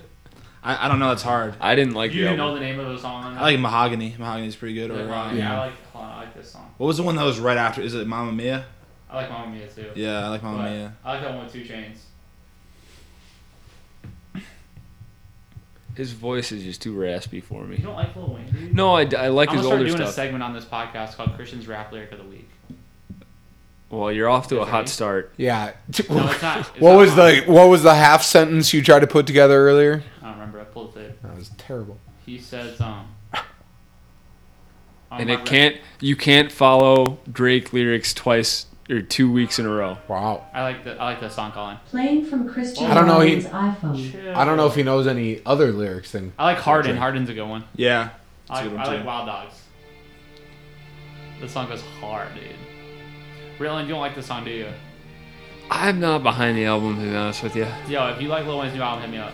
[SPEAKER 5] I, I don't know. That's hard.
[SPEAKER 4] I didn't like
[SPEAKER 3] You
[SPEAKER 4] the
[SPEAKER 3] didn't
[SPEAKER 4] album.
[SPEAKER 3] know the name of the song?
[SPEAKER 5] I like Mahogany. Mahogany's pretty good. Or
[SPEAKER 3] Like,
[SPEAKER 5] uh,
[SPEAKER 3] Mamma Mia. I like. Hold on, I like this song.
[SPEAKER 5] What was the one that was right after? Is it Mamma Mia?
[SPEAKER 3] I like Mamma Mia too.
[SPEAKER 5] Yeah, I like Mamma
[SPEAKER 3] But
[SPEAKER 5] Mia.
[SPEAKER 3] I like that one with Two Chains.
[SPEAKER 4] His voice is just too raspy for
[SPEAKER 3] You
[SPEAKER 4] me.
[SPEAKER 3] don't like Lil Wayne? Dude?
[SPEAKER 4] No, I, I like
[SPEAKER 3] I'm gonna
[SPEAKER 4] his
[SPEAKER 3] start
[SPEAKER 4] older
[SPEAKER 3] doing a
[SPEAKER 4] stuff.
[SPEAKER 3] segment on this podcast called Christian's Rap Lyric of the Week.
[SPEAKER 4] well, you're off to a
[SPEAKER 3] Is it
[SPEAKER 4] hot
[SPEAKER 3] me?
[SPEAKER 4] start.
[SPEAKER 2] Yeah.
[SPEAKER 3] No, it's not. It's
[SPEAKER 2] what
[SPEAKER 3] not
[SPEAKER 2] was
[SPEAKER 3] mine.
[SPEAKER 2] the What was the half sentence you tried to put together earlier?
[SPEAKER 3] I don't remember. I pulled it.
[SPEAKER 2] That was terrible.
[SPEAKER 3] He says, um.
[SPEAKER 4] And
[SPEAKER 3] my
[SPEAKER 4] it
[SPEAKER 3] rep-
[SPEAKER 4] can't. You can't follow Drake lyrics twice or two weeks in a row.
[SPEAKER 2] Wow.
[SPEAKER 3] I like the I like the song, Colin.
[SPEAKER 6] Playing from Christian
[SPEAKER 2] I don't know, he-
[SPEAKER 6] Ryan's iPhone.
[SPEAKER 2] I don't know if he knows any other lyrics than.
[SPEAKER 3] I like Harden. Harden's a good one.
[SPEAKER 5] Yeah.
[SPEAKER 3] I
[SPEAKER 5] That's a good
[SPEAKER 3] like,
[SPEAKER 5] one,
[SPEAKER 3] I like
[SPEAKER 5] too.
[SPEAKER 3] Wild Dogs. This song goes hard, dude. Raylan, you don't like this song, do you?
[SPEAKER 4] I'm not behind the album to be honest with you.
[SPEAKER 3] Yo, if you like Lil Wayne's new album, hit me up.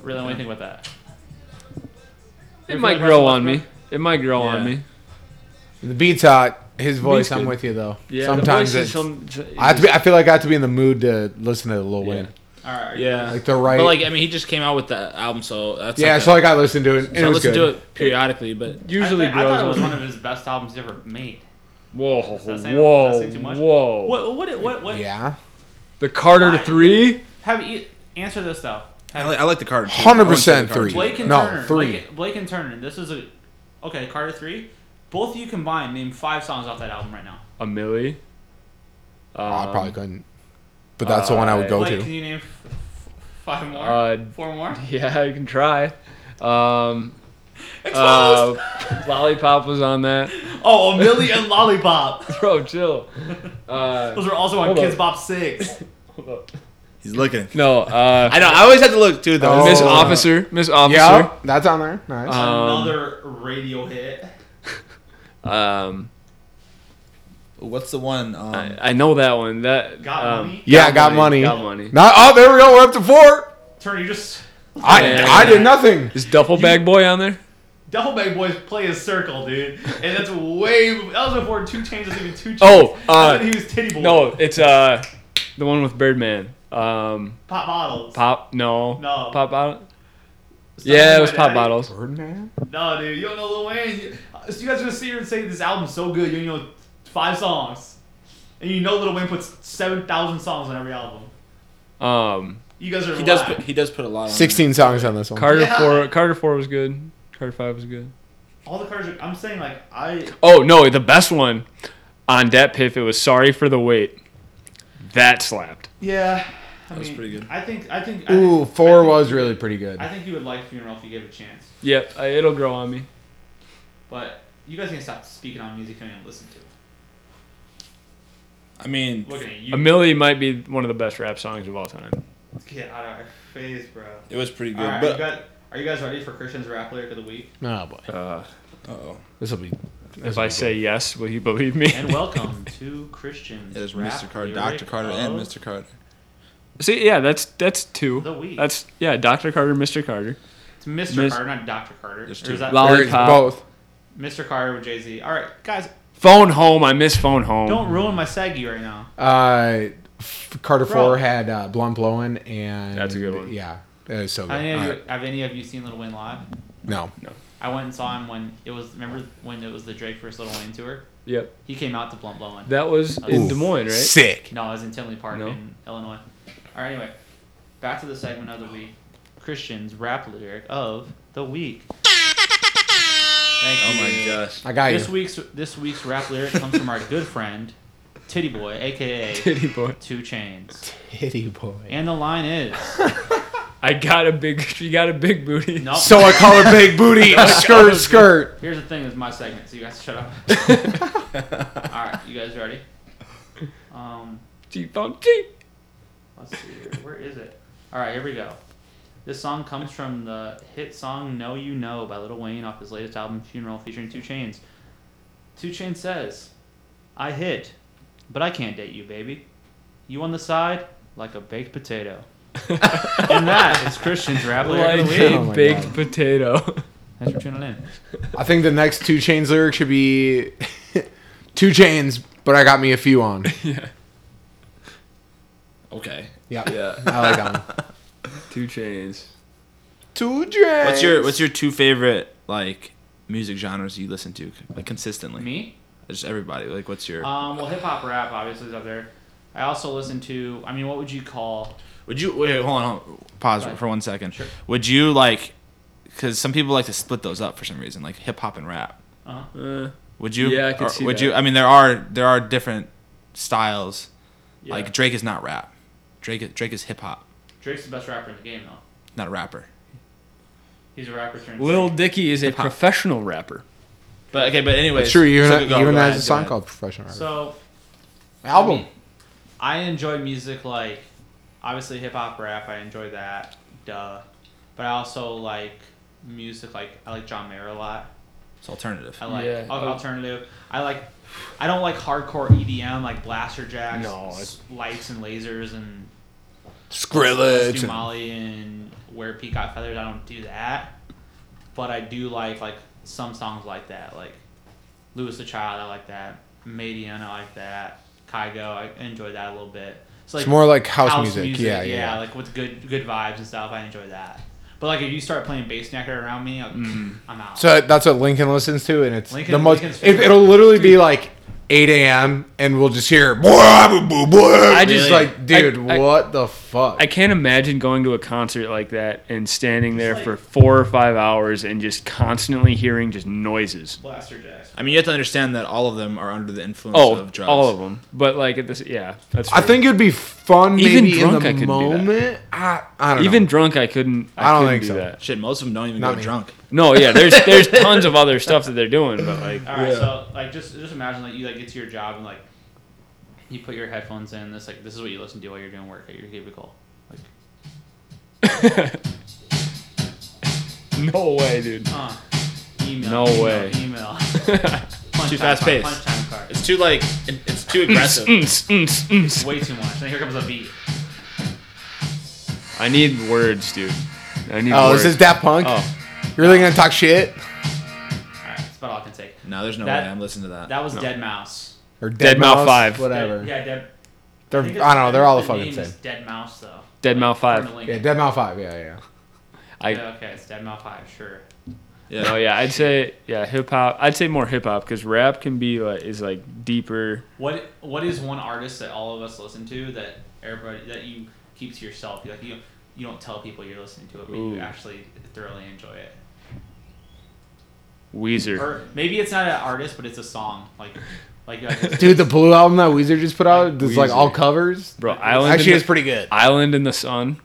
[SPEAKER 3] Raylan, what do you think about that?
[SPEAKER 4] It
[SPEAKER 3] If
[SPEAKER 4] might
[SPEAKER 3] you like
[SPEAKER 4] grow
[SPEAKER 3] Russell
[SPEAKER 4] on me.
[SPEAKER 3] Westbrook-
[SPEAKER 4] It might grow on
[SPEAKER 5] Yeah.
[SPEAKER 4] me.
[SPEAKER 2] The beat's hot. His voice. I'm
[SPEAKER 4] good.
[SPEAKER 2] with you though.
[SPEAKER 4] Yeah.
[SPEAKER 2] Sometimes it's. I have to be, I feel like I have to be in the mood to listen to Lil Wayne.
[SPEAKER 3] All right.
[SPEAKER 5] Yeah.
[SPEAKER 2] Like the right.
[SPEAKER 5] But like, I mean, he just came out with the album, so that's
[SPEAKER 2] yeah,
[SPEAKER 5] Like
[SPEAKER 2] so like I listened to it. And
[SPEAKER 5] a, so
[SPEAKER 2] it
[SPEAKER 5] I
[SPEAKER 2] was
[SPEAKER 5] listen
[SPEAKER 2] good.
[SPEAKER 5] to it periodically, but
[SPEAKER 4] Usually
[SPEAKER 3] I, thi- I thought it
[SPEAKER 4] grows
[SPEAKER 3] was one
[SPEAKER 4] on me.
[SPEAKER 3] of his best albums ever made.
[SPEAKER 4] Whoa,
[SPEAKER 3] that saying- is that saying too much?
[SPEAKER 4] whoa, whoa!
[SPEAKER 3] What? What? What? what
[SPEAKER 2] Yeah.
[SPEAKER 4] The Carter
[SPEAKER 3] Why?
[SPEAKER 4] Three.
[SPEAKER 3] Have you answer this though?
[SPEAKER 5] I like, I like the card. too.
[SPEAKER 2] Hundred
[SPEAKER 5] I wouldn't say
[SPEAKER 2] percent
[SPEAKER 5] the card
[SPEAKER 2] three.
[SPEAKER 5] too.
[SPEAKER 3] Blake and
[SPEAKER 2] No,
[SPEAKER 3] Turner.
[SPEAKER 2] three.
[SPEAKER 3] Blake, Blake and Turner. This is a okay. Carter three. Both of you combined name five songs off that album right now.
[SPEAKER 4] A milli.
[SPEAKER 2] Oh,
[SPEAKER 4] Um,
[SPEAKER 2] I probably couldn't. But that's the one I would
[SPEAKER 4] Oh,
[SPEAKER 2] go
[SPEAKER 3] Blake,
[SPEAKER 2] to.
[SPEAKER 3] can you name f- five more?
[SPEAKER 4] Uh,
[SPEAKER 3] Four more?
[SPEAKER 4] Yeah, you can try. Um, uh, Lollipop was on that.
[SPEAKER 3] Oh, a million lollipop.
[SPEAKER 4] Bro, chill. Uh,
[SPEAKER 3] Those are also on
[SPEAKER 4] Hold
[SPEAKER 3] Kids
[SPEAKER 4] on.
[SPEAKER 3] Bop Six.
[SPEAKER 4] hold up.
[SPEAKER 5] He's looking.
[SPEAKER 4] No, uh,
[SPEAKER 5] I know. I always have to look too, though.
[SPEAKER 2] Oh.
[SPEAKER 4] Miss Officer, Miss Officer.
[SPEAKER 2] Yeah, that's on there. Nice.
[SPEAKER 3] Uh, Another radio hit.
[SPEAKER 4] Um,
[SPEAKER 5] What's the one? Um,
[SPEAKER 4] I, I know that one. That
[SPEAKER 3] Got
[SPEAKER 4] um,
[SPEAKER 3] money?
[SPEAKER 2] yeah, got money.
[SPEAKER 4] Got money.
[SPEAKER 2] Not, oh, there we go. We're up to four.
[SPEAKER 3] Turner, you just
[SPEAKER 2] I
[SPEAKER 4] Yeah.
[SPEAKER 2] I did nothing.
[SPEAKER 4] Is Duffel Bag Boy on there?
[SPEAKER 3] Doubleback boys play a circle, dude, and that's way. That was before two chains was even two chains.
[SPEAKER 4] Oh, uh,
[SPEAKER 3] That's when he was titty boy.
[SPEAKER 4] No, it's uh the one with Birdman. Um,
[SPEAKER 3] pop bottles.
[SPEAKER 4] pop. No.
[SPEAKER 3] No.
[SPEAKER 4] Pop bottle.
[SPEAKER 3] Stop
[SPEAKER 4] Yeah, it was
[SPEAKER 3] doing
[SPEAKER 4] pop
[SPEAKER 3] that.
[SPEAKER 4] bottles.
[SPEAKER 2] Birdman?
[SPEAKER 3] No, dude, you don't know Lil Wayne. You, so you guys are gonna sit here and say this album's so good, you know five songs, and you know Lil Wayne puts seven thousand songs on every album.
[SPEAKER 4] Um,
[SPEAKER 3] You guys are
[SPEAKER 5] he does.
[SPEAKER 3] lying.
[SPEAKER 5] Put, he does put a lot. on there.
[SPEAKER 2] Sixteen songs on this one.
[SPEAKER 4] Carter
[SPEAKER 3] Yeah.
[SPEAKER 4] four. Carter four was good. Carter five was good.
[SPEAKER 3] all the cards. Are, I'm saying like I.
[SPEAKER 4] Oh no, the best one on that piff. It was sorry for the wait. That slapped.
[SPEAKER 3] Yeah. I
[SPEAKER 5] That was
[SPEAKER 3] mean,
[SPEAKER 5] pretty good.
[SPEAKER 3] I think. I think. I
[SPEAKER 2] Ooh,
[SPEAKER 3] think,
[SPEAKER 2] four
[SPEAKER 3] I think,
[SPEAKER 2] was really pretty good.
[SPEAKER 3] I think you would like Funeral if you gave it a chance,
[SPEAKER 4] Yep, I- it'll grow on me.
[SPEAKER 3] but you guys need to stop speaking on music you don't even listen to.
[SPEAKER 5] I mean,
[SPEAKER 3] Looking at you.
[SPEAKER 4] Amelie might be one of the best rap songs of all time.
[SPEAKER 3] Get out of our face, bro.
[SPEAKER 5] it was pretty good.
[SPEAKER 3] All right, you
[SPEAKER 5] but
[SPEAKER 3] got- are you guys ready for Christian's rap lyric of the week?
[SPEAKER 2] Oh boy,
[SPEAKER 4] Uh,
[SPEAKER 5] oh,
[SPEAKER 2] this will be.
[SPEAKER 4] if I say yes, will you believe me?
[SPEAKER 3] And welcome to Christian's
[SPEAKER 5] it is
[SPEAKER 3] rap
[SPEAKER 5] Mr. Carter,
[SPEAKER 3] lyric
[SPEAKER 5] Dr. Carter, and
[SPEAKER 3] of
[SPEAKER 5] Mr. Carter.
[SPEAKER 4] See, yeah, that's that's two.
[SPEAKER 3] The week.
[SPEAKER 4] That's yeah, Dr. Carter, Mr. Carter.
[SPEAKER 3] It's Mr.
[SPEAKER 4] Mis-
[SPEAKER 3] Carter, not Dr. Carter. Or is
[SPEAKER 5] two.
[SPEAKER 3] that
[SPEAKER 4] Lolly-
[SPEAKER 2] There is
[SPEAKER 4] Lollipop.
[SPEAKER 2] both.
[SPEAKER 3] Mr. Carter with Jay Z? All right, guys,
[SPEAKER 4] Phone home. I miss phone home.
[SPEAKER 3] don't ruin my saggy right now.
[SPEAKER 2] Uh, f- Carter
[SPEAKER 3] Bro.
[SPEAKER 2] four had uh, Blunt Blowing and
[SPEAKER 4] That's a good one.
[SPEAKER 2] Yeah, it was so good.
[SPEAKER 3] Have any, of
[SPEAKER 2] All
[SPEAKER 3] you,
[SPEAKER 2] right.
[SPEAKER 3] have any of you seen Little Wayne live?
[SPEAKER 2] No,
[SPEAKER 3] I went and saw him when it was. Remember when it was the Drake versus Little Wayne tour?
[SPEAKER 4] Yep.
[SPEAKER 3] He came out to Blunt Blowing.
[SPEAKER 4] That was in
[SPEAKER 2] Ooh.
[SPEAKER 4] Des Moines, right?
[SPEAKER 2] sick.
[SPEAKER 3] No, it was in Tinley Park
[SPEAKER 4] No.
[SPEAKER 3] in Illinois. All right, anyway, back to the segment of the week. Christian's rap lyric of the week. Thank
[SPEAKER 5] Oh
[SPEAKER 3] you.
[SPEAKER 5] my gosh.
[SPEAKER 2] I got
[SPEAKER 3] This
[SPEAKER 2] you.
[SPEAKER 3] week's this week's rap lyric comes from our good friend, Titty Boy, aka
[SPEAKER 4] Titty boy.
[SPEAKER 3] Two Chains,
[SPEAKER 2] Kitty boy.
[SPEAKER 3] and the line is
[SPEAKER 4] I got a big. She got a big booty.
[SPEAKER 3] no.
[SPEAKER 2] So I call her big booty a skirt skirt.
[SPEAKER 3] here's the thing: this is my segment, so you guys shut up. All right, you guys ready? Um,
[SPEAKER 4] Deep on deep.
[SPEAKER 3] let's see here. Where is it? All right, here we go. This song comes from the hit song "Know You Know" by Lil Wayne off his latest album "Funeral," featuring Two Chains. Two Chains says, "I hit, but I can't date you, baby. You on the side like a baked potato." and that is Christian's rap lyric
[SPEAKER 4] Like
[SPEAKER 3] of the
[SPEAKER 4] a
[SPEAKER 3] week.
[SPEAKER 2] Oh my
[SPEAKER 4] baked
[SPEAKER 2] God.
[SPEAKER 4] potato.
[SPEAKER 3] Thanks for tuning in.
[SPEAKER 2] I think the next two chains lyric should be two chains, but I got me a few on.
[SPEAKER 5] Okay.
[SPEAKER 2] Yeah,
[SPEAKER 4] yeah.
[SPEAKER 2] I like that one.
[SPEAKER 4] Two chains.
[SPEAKER 2] Two chains.
[SPEAKER 5] What's your What's your two favorite like music genres you listen to like consistently?
[SPEAKER 3] Me?
[SPEAKER 5] Just everybody. Like, what's your?
[SPEAKER 3] Um, well, hip hop rap obviously is up there. I also listen to. I mean, what would you call?
[SPEAKER 5] Would you wait? Hold on. Hold on. Pause
[SPEAKER 3] Right.
[SPEAKER 5] for one second.
[SPEAKER 3] Sure.
[SPEAKER 5] Would you like? Because some people like to split those up for some reason, like hip hop and rap.
[SPEAKER 3] Uh,
[SPEAKER 4] Uh,
[SPEAKER 5] Would you?
[SPEAKER 4] Yeah, I could
[SPEAKER 5] or
[SPEAKER 4] see
[SPEAKER 5] Would
[SPEAKER 4] that.
[SPEAKER 5] you? I mean, there are there are different styles.
[SPEAKER 4] yeah.
[SPEAKER 5] Like Drake is not rap. Drake is- Drake is hip hop,
[SPEAKER 3] Drake's the best rapper in the game, though.
[SPEAKER 5] not a rapper.
[SPEAKER 3] He's a rapper turned.
[SPEAKER 4] Lil Dicky is a
[SPEAKER 5] Hip-hop.
[SPEAKER 4] professional rapper.
[SPEAKER 5] But okay, but anyway,
[SPEAKER 2] It's true. Even even has a song called Professional Rapper.
[SPEAKER 3] So
[SPEAKER 2] album.
[SPEAKER 3] I enjoy music like obviously hip hop rap. I enjoy that, duh. But I also like music like I like John Mayer a lot.
[SPEAKER 5] It's alternative.
[SPEAKER 3] I like
[SPEAKER 4] Yeah.
[SPEAKER 3] al- alternative. I like. I don't like hardcore EDM like blaster jacks,
[SPEAKER 4] No,
[SPEAKER 3] s- lights and lasers and
[SPEAKER 2] Skrillex.
[SPEAKER 3] Stu
[SPEAKER 2] and-
[SPEAKER 3] Molly and Where Peacock Feathers. I don't do that, but I do like like some songs like that, like Lewis the Child. I like that. Madian. I like that. Kygo. I enjoy that a little bit. So,
[SPEAKER 2] It's more like house, music. Yeah, yeah. yeah.
[SPEAKER 3] Like with good good vibes and stuff. I enjoy that. But like if you start playing bass knacker around me, I'm, I'm out.
[SPEAKER 2] Mm. So that's what Lincoln listens to, and it's
[SPEAKER 3] Lincoln-
[SPEAKER 2] the most.
[SPEAKER 3] Lincoln's
[SPEAKER 2] It,
[SPEAKER 3] favorite.
[SPEAKER 2] it'll literally be like 8 a.m. and we'll just hear. I
[SPEAKER 4] just-
[SPEAKER 2] just like, dude,
[SPEAKER 4] I- I-
[SPEAKER 2] what the fuck?
[SPEAKER 4] I can't imagine going to a concert like that and standing there
[SPEAKER 3] like-
[SPEAKER 4] for four or five hours and just constantly hearing just noises.
[SPEAKER 3] Blaster jacks.
[SPEAKER 5] I mean, you have to understand that all of them are under the influence
[SPEAKER 4] Oh,
[SPEAKER 5] of drugs.
[SPEAKER 4] all of them. But like at this, yeah, that's.
[SPEAKER 2] I
[SPEAKER 4] fair.
[SPEAKER 2] think it'd be fun
[SPEAKER 4] Even
[SPEAKER 2] maybe
[SPEAKER 4] drunk, I
[SPEAKER 2] in
[SPEAKER 4] could
[SPEAKER 2] the
[SPEAKER 4] do that.
[SPEAKER 2] moment. I, I don't
[SPEAKER 4] even
[SPEAKER 2] know.
[SPEAKER 4] drunk, I couldn't. I,
[SPEAKER 2] I don't
[SPEAKER 4] couldn't
[SPEAKER 2] think
[SPEAKER 4] do
[SPEAKER 2] so.
[SPEAKER 4] That.
[SPEAKER 5] Shit, most of them don't even
[SPEAKER 2] Not
[SPEAKER 5] go
[SPEAKER 2] me.
[SPEAKER 5] drunk.
[SPEAKER 4] No, yeah, there's there's tons of other stuff that they're doing, but like
[SPEAKER 3] All right, so like just just imagine like you like get to your job and like you put your headphones in. This like this is what you listen to while you're doing work at your cubicle.
[SPEAKER 4] no way, dude.
[SPEAKER 3] Huh. Email.
[SPEAKER 4] No
[SPEAKER 3] email,
[SPEAKER 4] way.
[SPEAKER 3] Email.
[SPEAKER 7] Too fast-paced.
[SPEAKER 3] Punch time card.
[SPEAKER 7] It's too like it- it's too aggressive.
[SPEAKER 4] Mm, mm, mm.
[SPEAKER 3] Way too much. And here comes a beat.
[SPEAKER 4] I need words, dude. I need
[SPEAKER 2] Oh,
[SPEAKER 4] words.
[SPEAKER 2] is this that punk?
[SPEAKER 4] oh,
[SPEAKER 2] You're really gonna talk shit
[SPEAKER 3] All right, that's about all I can take.
[SPEAKER 5] No, there's no
[SPEAKER 3] That-
[SPEAKER 5] way I'm listening to that.
[SPEAKER 3] That was Dead Mouse.
[SPEAKER 2] or
[SPEAKER 4] Dead Mouse Five.
[SPEAKER 5] Whatever.
[SPEAKER 3] Yeah, Dead.
[SPEAKER 2] They're, I
[SPEAKER 3] think
[SPEAKER 2] don't
[SPEAKER 3] it's-
[SPEAKER 2] know. They're all the
[SPEAKER 3] name
[SPEAKER 2] fucking same.
[SPEAKER 3] is Dead Mouse though.
[SPEAKER 4] Dead Mouth
[SPEAKER 3] From the
[SPEAKER 4] Five.
[SPEAKER 3] link.
[SPEAKER 2] Yeah, Dead Mouse Five. Yeah, yeah.
[SPEAKER 4] I
[SPEAKER 3] Yeah, okay, it's Dead Mouse Five. Sure.
[SPEAKER 5] Yeah.
[SPEAKER 4] no, Oh, yeah, I'd say yeah, hip hop. I'd say more hip hop because rap can be like is like deeper.
[SPEAKER 3] What What is one artist that all of us listen to that everybody that you keep to yourself? You like you you don't tell people you're listening to it, but
[SPEAKER 4] Ooh.
[SPEAKER 3] you actually thoroughly enjoy it.
[SPEAKER 4] Weezer.
[SPEAKER 3] Or maybe it's not an artist, but it's a song. Like like, like
[SPEAKER 2] Dude, the blue album that Weezer just put out is like all covers.
[SPEAKER 4] Bro, Island
[SPEAKER 2] Actually,
[SPEAKER 4] in
[SPEAKER 2] it's
[SPEAKER 4] the,
[SPEAKER 2] pretty good.
[SPEAKER 4] Island in the Sun.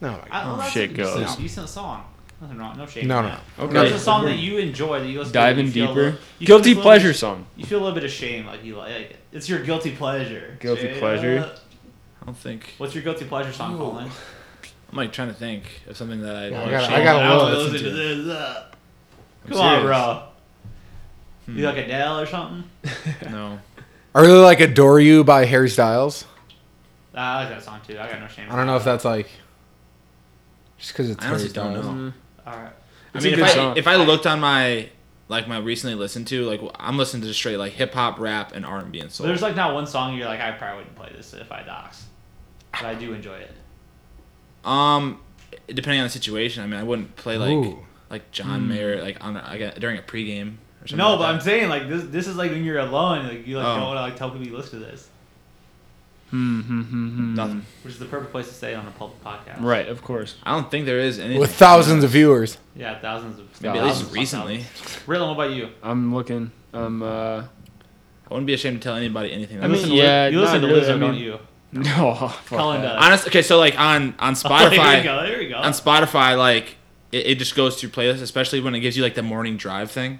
[SPEAKER 2] No,
[SPEAKER 3] I,
[SPEAKER 2] like,
[SPEAKER 3] well, that's
[SPEAKER 4] Oh, shit
[SPEAKER 3] a decent,
[SPEAKER 4] goes.
[SPEAKER 3] Decent song. Nothing wrong. No shame.
[SPEAKER 2] no,
[SPEAKER 3] in
[SPEAKER 2] no.
[SPEAKER 3] that.
[SPEAKER 4] Okay.
[SPEAKER 3] It's a song that you enjoy that you listen
[SPEAKER 4] Diving
[SPEAKER 3] to. that you feel a
[SPEAKER 4] deeper.
[SPEAKER 3] little- you feel a
[SPEAKER 4] Guilty
[SPEAKER 3] little-
[SPEAKER 4] pleasure song.
[SPEAKER 3] You feel a little bit of shame, like you like it's your guilty pleasure.
[SPEAKER 4] Guilty
[SPEAKER 3] Shame.
[SPEAKER 4] pleasure?
[SPEAKER 5] I don't think.
[SPEAKER 3] What's your guilty pleasure song, Colin?
[SPEAKER 5] I'm like trying to think of something that I.
[SPEAKER 2] I gotta- I gotta
[SPEAKER 3] I
[SPEAKER 2] love
[SPEAKER 3] was
[SPEAKER 2] it.
[SPEAKER 5] listen
[SPEAKER 3] listening
[SPEAKER 5] to.
[SPEAKER 3] to this, uh,
[SPEAKER 5] I'm
[SPEAKER 3] Come on,
[SPEAKER 5] serious.
[SPEAKER 3] bro. You
[SPEAKER 4] Hmm.
[SPEAKER 3] like Adele or something?
[SPEAKER 5] No.
[SPEAKER 2] I really like "Adore You" by Harry Styles.
[SPEAKER 3] Ah, I like that song too. I got no shame.
[SPEAKER 2] I don't know if that's like just because it's
[SPEAKER 5] I
[SPEAKER 2] Harry
[SPEAKER 5] honestly don't
[SPEAKER 2] Styles.
[SPEAKER 5] know.
[SPEAKER 3] All right.
[SPEAKER 5] I
[SPEAKER 4] It's a
[SPEAKER 5] mean, if
[SPEAKER 4] good
[SPEAKER 5] I
[SPEAKER 4] song.
[SPEAKER 5] if I looked on my like my recently listened to, like I'm listening to just straight like hip hop, rap, and R and B and
[SPEAKER 3] So
[SPEAKER 5] soul.
[SPEAKER 3] there's like not one song you're like, I probably wouldn't play this if I dox, but I do enjoy it.
[SPEAKER 5] um, depending on the situation, I mean, I wouldn't play like
[SPEAKER 2] Ooh.
[SPEAKER 5] like John Mayer like on a, like a, during a pregame. Or something
[SPEAKER 3] No,
[SPEAKER 5] like
[SPEAKER 3] but I'm
[SPEAKER 5] that.
[SPEAKER 3] saying like this. This is like when you're alone, like you like
[SPEAKER 5] Oh.
[SPEAKER 3] don't want to like tell people you listen to this,
[SPEAKER 4] Hmm,
[SPEAKER 5] nothing.
[SPEAKER 3] which is the perfect place to say it on a public podcast.
[SPEAKER 4] Right, of course.
[SPEAKER 5] I don't think there is anything
[SPEAKER 2] With thousands of viewers.
[SPEAKER 3] Yeah, thousands of.
[SPEAKER 5] Maybe at
[SPEAKER 3] thousands
[SPEAKER 5] least
[SPEAKER 3] of
[SPEAKER 5] recently.
[SPEAKER 3] thousands. Rylan, what about you?
[SPEAKER 4] I'm looking. Um, uh,
[SPEAKER 5] I wouldn't be ashamed to tell anybody anything.
[SPEAKER 4] I mean,
[SPEAKER 5] Listen-
[SPEAKER 3] Listen to Liz-
[SPEAKER 4] yeah,
[SPEAKER 3] you listen
[SPEAKER 4] not
[SPEAKER 3] to
[SPEAKER 4] really,
[SPEAKER 3] Lizzo,
[SPEAKER 4] I mean-
[SPEAKER 3] don't you?
[SPEAKER 4] no. fuck
[SPEAKER 3] Colin
[SPEAKER 4] that.
[SPEAKER 3] does.
[SPEAKER 5] honest. Okay, so like on on
[SPEAKER 3] Oh, There
[SPEAKER 5] Spotify,
[SPEAKER 3] we go. There we go.
[SPEAKER 5] on Spotify, like it, it just goes through playlists, especially when it gives you like the morning drive thing.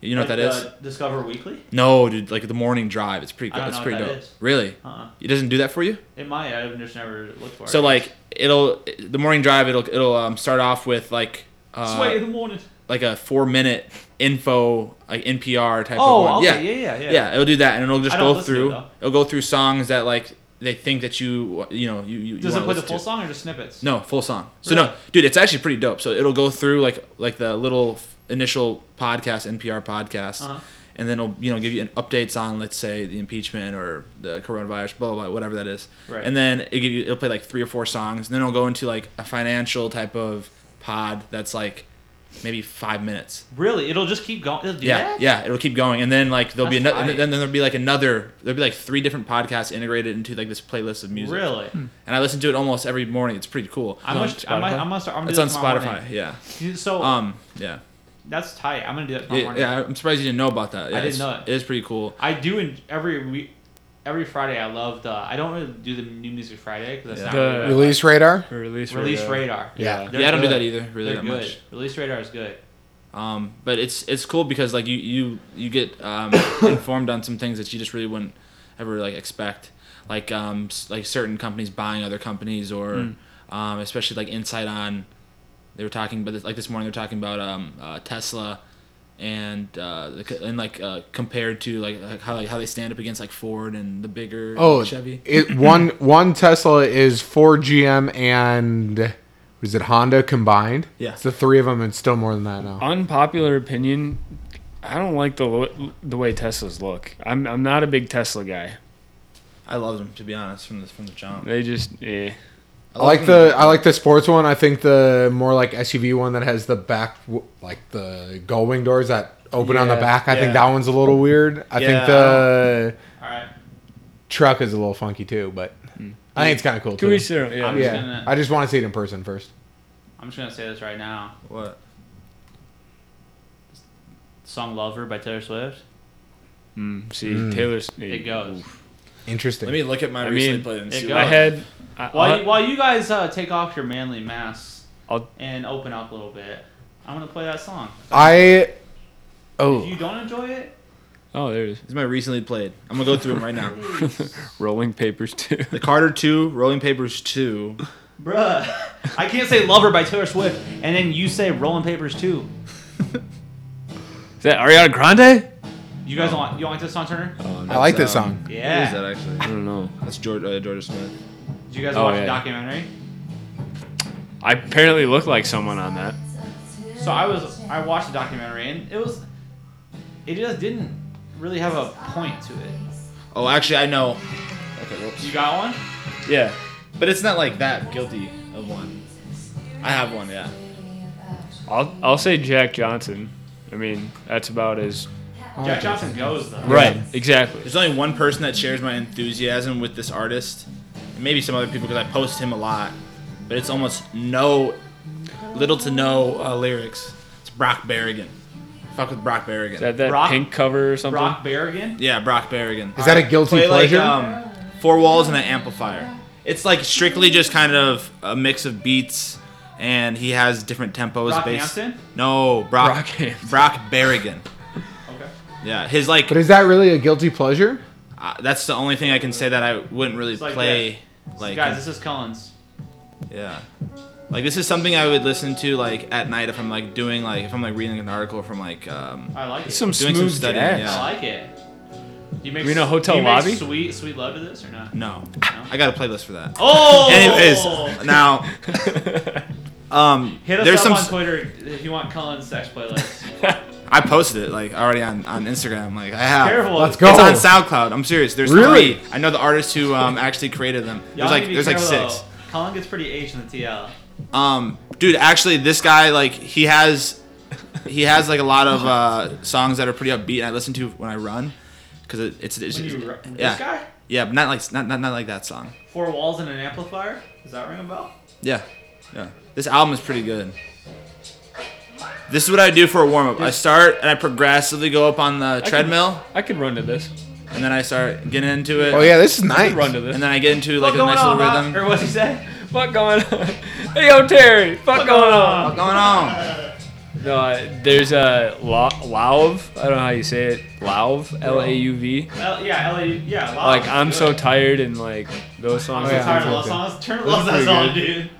[SPEAKER 5] You know
[SPEAKER 3] Like
[SPEAKER 5] what that is?
[SPEAKER 3] the Uh, Discover Weekly.
[SPEAKER 5] No, dude, like the morning drive. It's pretty.
[SPEAKER 3] I
[SPEAKER 5] good.
[SPEAKER 3] don't
[SPEAKER 5] It's
[SPEAKER 3] know
[SPEAKER 5] pretty
[SPEAKER 3] what that
[SPEAKER 5] dope.
[SPEAKER 3] is.
[SPEAKER 5] Really?
[SPEAKER 3] Uh-uh.
[SPEAKER 5] It doesn't do that for you.
[SPEAKER 3] It might. I've just never looked for it.
[SPEAKER 5] So like it'll the morning drive. It'll it'll um, start off with like
[SPEAKER 3] Just wait in
[SPEAKER 5] uh,
[SPEAKER 3] the morning.
[SPEAKER 5] like a four minute info like NPR type.
[SPEAKER 3] Oh,
[SPEAKER 5] of one.
[SPEAKER 3] okay,
[SPEAKER 5] yeah.
[SPEAKER 3] yeah, yeah, yeah.
[SPEAKER 5] it'll do that, and it'll just
[SPEAKER 3] I don't
[SPEAKER 5] go
[SPEAKER 3] listen to it,
[SPEAKER 5] through.
[SPEAKER 3] though.
[SPEAKER 5] it'll go through songs that like they think that you you know you you. you
[SPEAKER 3] Does it
[SPEAKER 5] wanna
[SPEAKER 3] play the
[SPEAKER 5] listen
[SPEAKER 3] full
[SPEAKER 5] to.
[SPEAKER 3] song or just snippets?
[SPEAKER 5] No, full song. So
[SPEAKER 3] Really?
[SPEAKER 5] no, dude, it's actually pretty dope. So it'll go through like like the little f- initial podcast, NPR podcast,
[SPEAKER 3] Uh-huh.
[SPEAKER 5] and then it'll you know give you an updates on let's say the impeachment or the coronavirus, blah blah, blah whatever that is.
[SPEAKER 3] Right.
[SPEAKER 5] And then it give you it'll play like three or four songs, and then it'll go into like a financial type of pod that's like maybe five minutes.
[SPEAKER 3] Really? It'll just keep going. It'll do
[SPEAKER 5] Yeah,
[SPEAKER 3] that?
[SPEAKER 5] yeah, it'll keep going, and then like there'll be
[SPEAKER 3] That's
[SPEAKER 5] another,
[SPEAKER 3] tight.
[SPEAKER 5] and then, then there'll be like another, there'll be like three different podcasts integrated into like this playlist of music.
[SPEAKER 3] Really?
[SPEAKER 4] Hmm.
[SPEAKER 5] And I listen to it almost every morning. It's pretty cool.
[SPEAKER 3] I must. I might. I must start. I'm gonna
[SPEAKER 5] It's
[SPEAKER 3] do
[SPEAKER 5] on
[SPEAKER 3] that tomorrow
[SPEAKER 5] Spotify.
[SPEAKER 3] morning.
[SPEAKER 5] Yeah.
[SPEAKER 3] You- So
[SPEAKER 5] Um. Yeah.
[SPEAKER 3] that's tight. I'm gonna do that tomorrow
[SPEAKER 5] Yeah,
[SPEAKER 3] morning.
[SPEAKER 5] yeah. I'm surprised you didn't know about that. Yeah,
[SPEAKER 3] didn't
[SPEAKER 5] it's-
[SPEAKER 3] know it.
[SPEAKER 5] It is pretty cool.
[SPEAKER 3] I do in every week. Every Friday, I love the. I don't really do the new music Friday because that's
[SPEAKER 4] Yeah.
[SPEAKER 3] not
[SPEAKER 4] The-
[SPEAKER 3] really
[SPEAKER 2] Release radar.
[SPEAKER 4] Release,
[SPEAKER 3] release
[SPEAKER 4] radar.
[SPEAKER 3] radar.
[SPEAKER 2] Yeah.
[SPEAKER 3] They're
[SPEAKER 5] yeah, I don't do
[SPEAKER 3] good.
[SPEAKER 5] that either. Really,
[SPEAKER 3] They're
[SPEAKER 5] that
[SPEAKER 3] good.
[SPEAKER 5] much.
[SPEAKER 3] Release radar is good.
[SPEAKER 5] Um, but it's it's cool because like you you you get um, informed on some things that you just really wouldn't ever like expect, like um s- like certain companies buying other companies or
[SPEAKER 3] Hmm.
[SPEAKER 5] um especially like insight on. They were talking about this like this morning. They're talking about um uh, Tesla. And uh, the c- and like uh, compared to like, like how like, how they stand up against like Ford and the bigger
[SPEAKER 2] Oh,
[SPEAKER 5] Chevy.
[SPEAKER 2] It, one one Tesla is Ford, GM, and what is it Honda combined?
[SPEAKER 5] Yeah.
[SPEAKER 2] it's the three of them, and still more than that now.
[SPEAKER 4] Unpopular opinion. I don't like the lo- the way Teslas look. I'm I'm not a big Tesla guy.
[SPEAKER 5] I love them to be honest from the from the jump.
[SPEAKER 4] They just eh.
[SPEAKER 2] I like the I like the sports one. I think the more like SUV one that has the back w- like the gull wing doors that open on the
[SPEAKER 4] Yeah,
[SPEAKER 2] back. I think
[SPEAKER 5] yeah.
[SPEAKER 2] that one's a little weird. I
[SPEAKER 5] Yeah.
[SPEAKER 2] think the
[SPEAKER 3] All right.
[SPEAKER 2] truck is a little funky too, but
[SPEAKER 5] Hmm.
[SPEAKER 2] I think it's kind of cool
[SPEAKER 4] To
[SPEAKER 2] too.
[SPEAKER 4] each their own, Yeah.
[SPEAKER 3] I'm
[SPEAKER 2] yeah,
[SPEAKER 3] just gonna-
[SPEAKER 2] I just want to see it in person first.
[SPEAKER 3] I'm just gonna say this right now.
[SPEAKER 5] what?
[SPEAKER 3] Song "Lover" by Taylor Swift.
[SPEAKER 4] Mm, see, Taylor's. eh,
[SPEAKER 3] It goes.
[SPEAKER 2] Interesting.
[SPEAKER 5] Let me look at my
[SPEAKER 4] I
[SPEAKER 5] recently
[SPEAKER 4] mean,
[SPEAKER 5] played and
[SPEAKER 3] it
[SPEAKER 5] see.
[SPEAKER 3] goes.
[SPEAKER 5] what-
[SPEAKER 4] I had. I,
[SPEAKER 3] While you,
[SPEAKER 4] I'll-
[SPEAKER 3] while you guys uh, take off your manly masks
[SPEAKER 4] I'll-
[SPEAKER 3] and open up a little bit, I'm gonna play that song.
[SPEAKER 2] I
[SPEAKER 3] If
[SPEAKER 2] oh
[SPEAKER 3] you don't enjoy it,
[SPEAKER 4] oh, there it is.
[SPEAKER 5] This is my recently played. I'm gonna go through them right now.
[SPEAKER 4] Rolling papers too.
[SPEAKER 5] the Carter Two, Rolling Papers Two,
[SPEAKER 3] Bruh. I can't say Lover by Taylor Swift, and then you say Rolling Papers too.
[SPEAKER 4] Is that Ariana Grande?
[SPEAKER 3] You guys don't want you don't like this song, Turner?
[SPEAKER 5] Oh,
[SPEAKER 2] I like
[SPEAKER 5] that's,
[SPEAKER 2] this
[SPEAKER 5] um,
[SPEAKER 2] song.
[SPEAKER 3] Yeah.
[SPEAKER 5] Who is that actually?
[SPEAKER 4] I don't know.
[SPEAKER 5] That's George, uh, Georgia Smith.
[SPEAKER 3] Did you guys
[SPEAKER 4] Oh,
[SPEAKER 3] watch
[SPEAKER 4] yeah.
[SPEAKER 3] the documentary?
[SPEAKER 4] I apparently look like someone on that.
[SPEAKER 3] So I was I watched the documentary and it was it just didn't really have a point to it.
[SPEAKER 5] Oh, actually, I know. Okay, whoops.
[SPEAKER 3] You got one?
[SPEAKER 5] Yeah, but it's not like that guilty of one. I have one, yeah.
[SPEAKER 4] I'll I'll say Jack Johnson. I mean, that's about as
[SPEAKER 3] Jack Johnson goes though.
[SPEAKER 5] Right.
[SPEAKER 4] exactly.
[SPEAKER 5] There's only one person that shares my enthusiasm with this artist. and Maybe some other people because I post him a lot, but it's almost no, little to no uh, lyrics. It's Brock Berrigan. Fuck with Brock Berrigan.
[SPEAKER 4] Is that that
[SPEAKER 3] Brock-
[SPEAKER 4] pink cover or something?
[SPEAKER 3] Brock Berrigan?
[SPEAKER 5] yeah, Brock Berrigan.
[SPEAKER 2] Is that a guilty
[SPEAKER 5] Play like
[SPEAKER 2] pleasure?
[SPEAKER 5] um, four walls and an amplifier. It's like strictly just kind of a mix of beats, and he has different tempos.
[SPEAKER 3] Brock
[SPEAKER 5] based-
[SPEAKER 3] Hampton?
[SPEAKER 5] No,
[SPEAKER 4] Brock
[SPEAKER 5] Brock.
[SPEAKER 4] Hampton.
[SPEAKER 5] Brock Berrigan.
[SPEAKER 3] Okay.
[SPEAKER 5] Yeah, his like
[SPEAKER 2] but is that really a guilty pleasure?
[SPEAKER 5] Uh, that's the only thing I can say that I wouldn't really
[SPEAKER 3] like
[SPEAKER 5] play. Like, uh,
[SPEAKER 3] Guys, this is Collins.
[SPEAKER 5] yeah, like this is something I would listen to like at night if I'm like doing like if I'm like reading an article from like um.
[SPEAKER 3] I like it.
[SPEAKER 4] Some
[SPEAKER 5] Doing some
[SPEAKER 4] smooth
[SPEAKER 5] studying,
[SPEAKER 4] jazz.
[SPEAKER 5] yeah.
[SPEAKER 3] I like it. Do you make
[SPEAKER 4] We know Hotel
[SPEAKER 3] do you make
[SPEAKER 4] Lobby?
[SPEAKER 3] sweet sweet love to this or not?
[SPEAKER 5] No, I got a playlist for that.
[SPEAKER 3] Oh.
[SPEAKER 5] Anyways, now, um,
[SPEAKER 3] Hit us
[SPEAKER 5] there's
[SPEAKER 3] up
[SPEAKER 5] some.
[SPEAKER 3] on Twitter if you want Cullen's sex playlist.
[SPEAKER 5] I posted it like already on on Instagram. Like I have.
[SPEAKER 3] Careful.
[SPEAKER 2] Let's go.
[SPEAKER 5] It's on SoundCloud. I'm serious. There's
[SPEAKER 2] Really?
[SPEAKER 5] three. I know the artists who um actually created them.
[SPEAKER 3] Y'all
[SPEAKER 5] There's
[SPEAKER 3] need
[SPEAKER 5] like
[SPEAKER 3] to be
[SPEAKER 5] there's like
[SPEAKER 3] careful,
[SPEAKER 5] six.
[SPEAKER 3] though. Cullen gets pretty aged in the TL.
[SPEAKER 5] Um, dude, actually, this guy like he has, he has like a lot of uh, songs that are pretty upbeat. And I listen to when I run, because it, it's, it's
[SPEAKER 3] When you ru- this
[SPEAKER 5] yeah,
[SPEAKER 3] guy?
[SPEAKER 5] yeah, but not like not, not not like that song.
[SPEAKER 3] Four walls and an amplifier. Does that ring a bell?
[SPEAKER 5] Yeah, yeah. This album is pretty good. This is what I do for a warm up. I start and I progressively go up on the treadmill,
[SPEAKER 4] I could run to this.
[SPEAKER 5] and then I start getting into it.
[SPEAKER 2] Oh yeah, this is
[SPEAKER 4] I
[SPEAKER 2] nice.
[SPEAKER 4] could run to this.
[SPEAKER 5] And then I get into
[SPEAKER 3] What's
[SPEAKER 5] like a
[SPEAKER 3] going
[SPEAKER 5] nice
[SPEAKER 3] on,
[SPEAKER 5] little
[SPEAKER 3] Rob?
[SPEAKER 5] rhythm.
[SPEAKER 3] Or what's he say?
[SPEAKER 4] Fuck going on. Hey yo Terry. Fuck going on.
[SPEAKER 5] What's going on?
[SPEAKER 4] No, uh, there's a lo- lauv. I don't know how you say it. Lauv. L a u v.
[SPEAKER 3] Well, yeah, LA, yeah. Wow,
[SPEAKER 4] Like I'm
[SPEAKER 3] good.
[SPEAKER 4] so oh, tired and like those
[SPEAKER 3] I'm
[SPEAKER 4] songs.
[SPEAKER 3] so
[SPEAKER 2] yeah.
[SPEAKER 3] tired of
[SPEAKER 4] are
[SPEAKER 3] love
[SPEAKER 4] pretty good.
[SPEAKER 3] songs. Turner loves that
[SPEAKER 4] pretty
[SPEAKER 3] song, dude.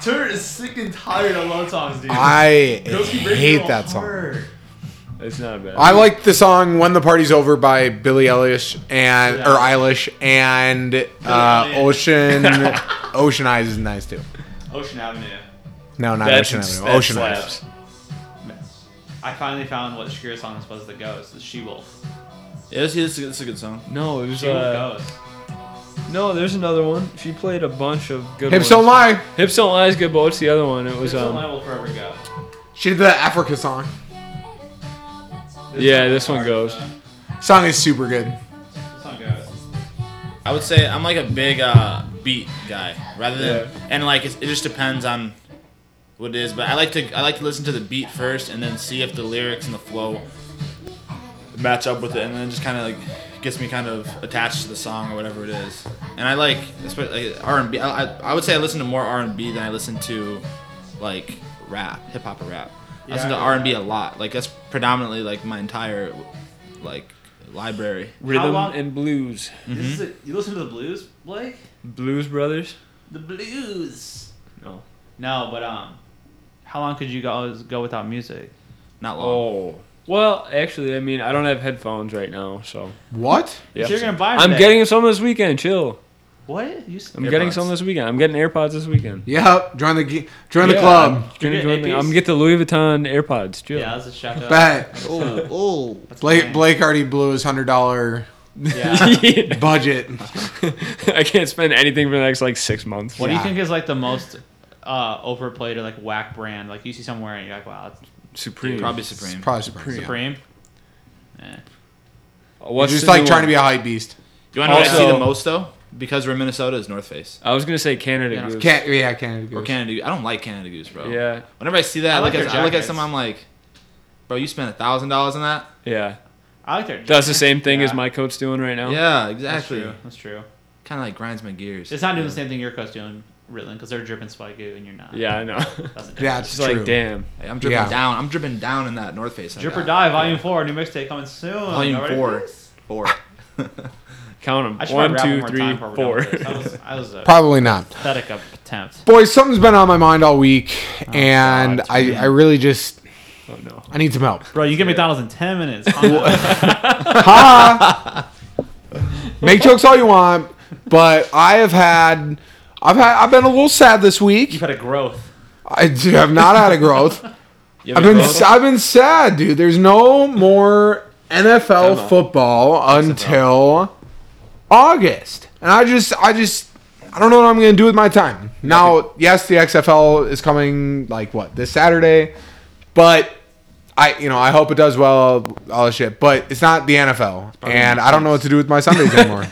[SPEAKER 3] Turner is sick and tired of love songs, dude.
[SPEAKER 2] I
[SPEAKER 3] Those keep breaking
[SPEAKER 2] hate
[SPEAKER 3] all
[SPEAKER 2] that song.
[SPEAKER 3] hard.
[SPEAKER 4] It's not bad.
[SPEAKER 2] I like the song "When the Party's Over" by Billie Eilish and or Eilish and uh,
[SPEAKER 3] Eilish.
[SPEAKER 2] Ocean Ocean Eyes is nice too.
[SPEAKER 3] Ocean Avenue.
[SPEAKER 2] No, not
[SPEAKER 4] That's,
[SPEAKER 2] Ocean
[SPEAKER 4] that
[SPEAKER 2] Avenue. Ocean Eyes.
[SPEAKER 4] slaps.
[SPEAKER 3] I finally found what Shakira's song this was that goes. The She Wolf.
[SPEAKER 5] Yeah, this, this, this is a good song.
[SPEAKER 4] No, it was
[SPEAKER 3] She Wolf
[SPEAKER 4] uh,
[SPEAKER 3] goes.
[SPEAKER 4] no. There's another one. She played a bunch of good.
[SPEAKER 2] Hips
[SPEAKER 4] ones.
[SPEAKER 2] don't lie.
[SPEAKER 4] Hips don't lie is good, but what's the other one? It was
[SPEAKER 3] This
[SPEAKER 4] um.
[SPEAKER 3] one will forever go.
[SPEAKER 2] She did the Africa song.
[SPEAKER 4] Yeah, this one goes.
[SPEAKER 2] Song is super good.
[SPEAKER 3] This song goes.
[SPEAKER 5] I would say I'm like a big uh, beat guy, rather than and like it's, it just depends on what it is. But I like to I like to listen to the beat first and then see if the lyrics and the flow match up with it, and then it just kind of like gets me kind of attached to the song or whatever it is. And I like especially like R and B. I, I I would say I listen to more R and B than I listen to like rap, hip hop or rap. I listen to R and B a lot. Like that's predominantly like my entire like library.
[SPEAKER 3] How
[SPEAKER 4] Rhythm
[SPEAKER 3] long-
[SPEAKER 4] and blues.
[SPEAKER 3] This is a, you listen to the blues, Blake?
[SPEAKER 4] Blues Brothers.
[SPEAKER 3] The blues.
[SPEAKER 4] No.
[SPEAKER 3] No, but um, how long could you guys go without music?
[SPEAKER 5] Not long.
[SPEAKER 4] Oh. Well, actually, I mean, I don't have headphones right now, so.
[SPEAKER 2] What?
[SPEAKER 4] Yeah.
[SPEAKER 3] You're gonna buy them
[SPEAKER 4] I'm
[SPEAKER 3] then.
[SPEAKER 4] getting some this weekend. Chill.
[SPEAKER 3] What? You s-
[SPEAKER 4] I'm getting
[SPEAKER 5] AirPods.
[SPEAKER 4] some this weekend. I'm getting AirPods this weekend.
[SPEAKER 2] Yep. Join the ge- join the
[SPEAKER 4] Yeah,
[SPEAKER 2] club.
[SPEAKER 4] I'm gonna
[SPEAKER 3] You're getting
[SPEAKER 4] join the- I'm
[SPEAKER 3] APs?
[SPEAKER 4] gonna get the Louis Vuitton AirPods. Chill.
[SPEAKER 3] yeah, that's a shout out.
[SPEAKER 2] Bet.
[SPEAKER 5] Oh, oh.
[SPEAKER 2] Blake Blake already blew his hundred dollar
[SPEAKER 3] Yeah.
[SPEAKER 2] budget.
[SPEAKER 4] I can't spend anything for the next like six months.
[SPEAKER 3] What do
[SPEAKER 2] Yeah.
[SPEAKER 3] you think is like the most uh, overplayed or like whack brand? Like you see somewhere and you're like, wow, it's
[SPEAKER 4] Supreme.
[SPEAKER 5] Probably Supreme.
[SPEAKER 2] Probably Supreme. Supreme.
[SPEAKER 3] Supreme. Eh.
[SPEAKER 4] What's
[SPEAKER 2] Just
[SPEAKER 4] the
[SPEAKER 2] like
[SPEAKER 4] new
[SPEAKER 2] trying
[SPEAKER 4] one?
[SPEAKER 2] to be a hype beast.
[SPEAKER 5] Do you want to know what I see
[SPEAKER 4] Also-
[SPEAKER 5] the most though? Because we're Minnesota is North Face
[SPEAKER 4] I was gonna say Canada
[SPEAKER 3] Yeah.
[SPEAKER 4] Goose.
[SPEAKER 2] Can't yeah, Canada.
[SPEAKER 5] or
[SPEAKER 2] Goose.
[SPEAKER 5] Canada. Goose. I don't like Canada Goose, bro.
[SPEAKER 4] Yeah.
[SPEAKER 5] Whenever I see that, I,
[SPEAKER 3] I like
[SPEAKER 5] look
[SPEAKER 3] their
[SPEAKER 5] at I look at
[SPEAKER 3] jackets.
[SPEAKER 5] some. I'm like, bro, you spent a thousand dollars on that?
[SPEAKER 4] Yeah.
[SPEAKER 3] I like their.
[SPEAKER 4] That's the same thing
[SPEAKER 3] Yeah.
[SPEAKER 4] as my coat's doing right now.
[SPEAKER 5] Yeah,
[SPEAKER 3] That's
[SPEAKER 5] exactly.
[SPEAKER 3] true. That's true.
[SPEAKER 5] Kind of like grinds my gears.
[SPEAKER 3] It's not doing the same thing your coach doing, Ritland, because they're dripping spy goo and you're not.
[SPEAKER 4] Yeah, I know.
[SPEAKER 3] That's the
[SPEAKER 2] Yeah,
[SPEAKER 3] difference.
[SPEAKER 2] it's
[SPEAKER 4] It's
[SPEAKER 2] true.
[SPEAKER 4] like damn.
[SPEAKER 5] Hey, I'm dripping
[SPEAKER 2] Yeah.
[SPEAKER 5] down. I'm dripping down in that North Face. I
[SPEAKER 3] Drip or
[SPEAKER 5] got.
[SPEAKER 3] Die Volume Four, new mixtape coming soon.
[SPEAKER 5] Volume
[SPEAKER 3] Already
[SPEAKER 5] four.
[SPEAKER 3] released?
[SPEAKER 5] Four.
[SPEAKER 4] Count
[SPEAKER 3] I should probably
[SPEAKER 4] them. One,
[SPEAKER 3] wrap
[SPEAKER 4] two,
[SPEAKER 3] one more
[SPEAKER 4] three,
[SPEAKER 3] time before we're
[SPEAKER 4] four.
[SPEAKER 3] done with this. That was, that was a
[SPEAKER 2] Probably not.
[SPEAKER 3] pathetic attempt.
[SPEAKER 2] Boys, something's been on my mind all week, and I, I really just
[SPEAKER 4] oh no.
[SPEAKER 2] I need some help.
[SPEAKER 3] Bro, you get McDonald's in 10 minutes. huh?
[SPEAKER 2] Make jokes all you want, but I have had I've had I've been a little sad this
[SPEAKER 3] You've
[SPEAKER 2] week.
[SPEAKER 3] had a growth.
[SPEAKER 2] I do- have not had a growth.
[SPEAKER 5] You
[SPEAKER 2] I've
[SPEAKER 5] have a
[SPEAKER 2] been
[SPEAKER 5] growth?
[SPEAKER 2] I've been sad, dude. There's no more NFL football until August, and I just I just I don't know what I'm gonna do with my time. Now, yes, the XFL is coming like what this Saturday, but I you know I hope it does well all this shit, but it's not the NFL, and I don't know what to do with my Sundays anymore.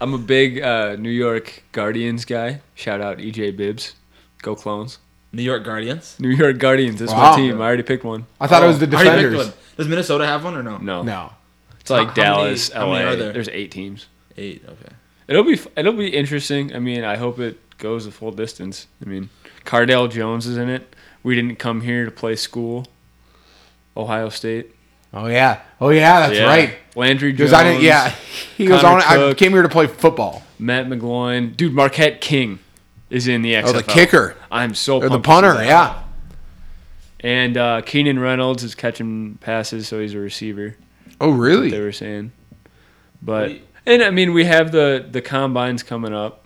[SPEAKER 4] I'm a big uh, New York Guardians guy. Shout out EJ Bibbs. Go clones.
[SPEAKER 5] New York Guardians.
[SPEAKER 4] New York Guardians. It's
[SPEAKER 2] Wow.
[SPEAKER 4] my team. I already picked one.
[SPEAKER 2] I thought it was the
[SPEAKER 4] Oh,
[SPEAKER 5] I already picked
[SPEAKER 2] defenders.
[SPEAKER 5] one. Does Minnesota have one or no?
[SPEAKER 4] No.
[SPEAKER 2] No,
[SPEAKER 4] It's like
[SPEAKER 5] How- how many-
[SPEAKER 4] Dallas,
[SPEAKER 5] how many
[SPEAKER 4] LA.
[SPEAKER 5] are there?
[SPEAKER 4] There's eight teams.
[SPEAKER 5] Eight. Okay.
[SPEAKER 4] It'll be f- it'll be interesting. I mean, I hope it goes the full distance. I mean, Cardell Jones is in it. We didn't come here to play school. Ohio State.
[SPEAKER 2] oh yeah, oh yeah, that's
[SPEAKER 4] Yeah.
[SPEAKER 2] right.
[SPEAKER 4] Landry Jones.
[SPEAKER 2] Because I didn't. Yeah, he goes on.
[SPEAKER 4] Connor
[SPEAKER 2] I
[SPEAKER 4] Cook.
[SPEAKER 2] came here to play football.
[SPEAKER 4] Matt McGloin. Dude, Marquette King is in the XFL.
[SPEAKER 2] Oh, the kicker
[SPEAKER 4] I'm so
[SPEAKER 2] or the
[SPEAKER 4] pumped to see
[SPEAKER 2] punter.
[SPEAKER 4] that.
[SPEAKER 2] Yeah.
[SPEAKER 4] And uh, Keenan Reynolds is catching passes, so he's a receiver.
[SPEAKER 2] Oh really?
[SPEAKER 4] They were saying, but
[SPEAKER 5] What do you-
[SPEAKER 4] and I mean we have the the combines coming up,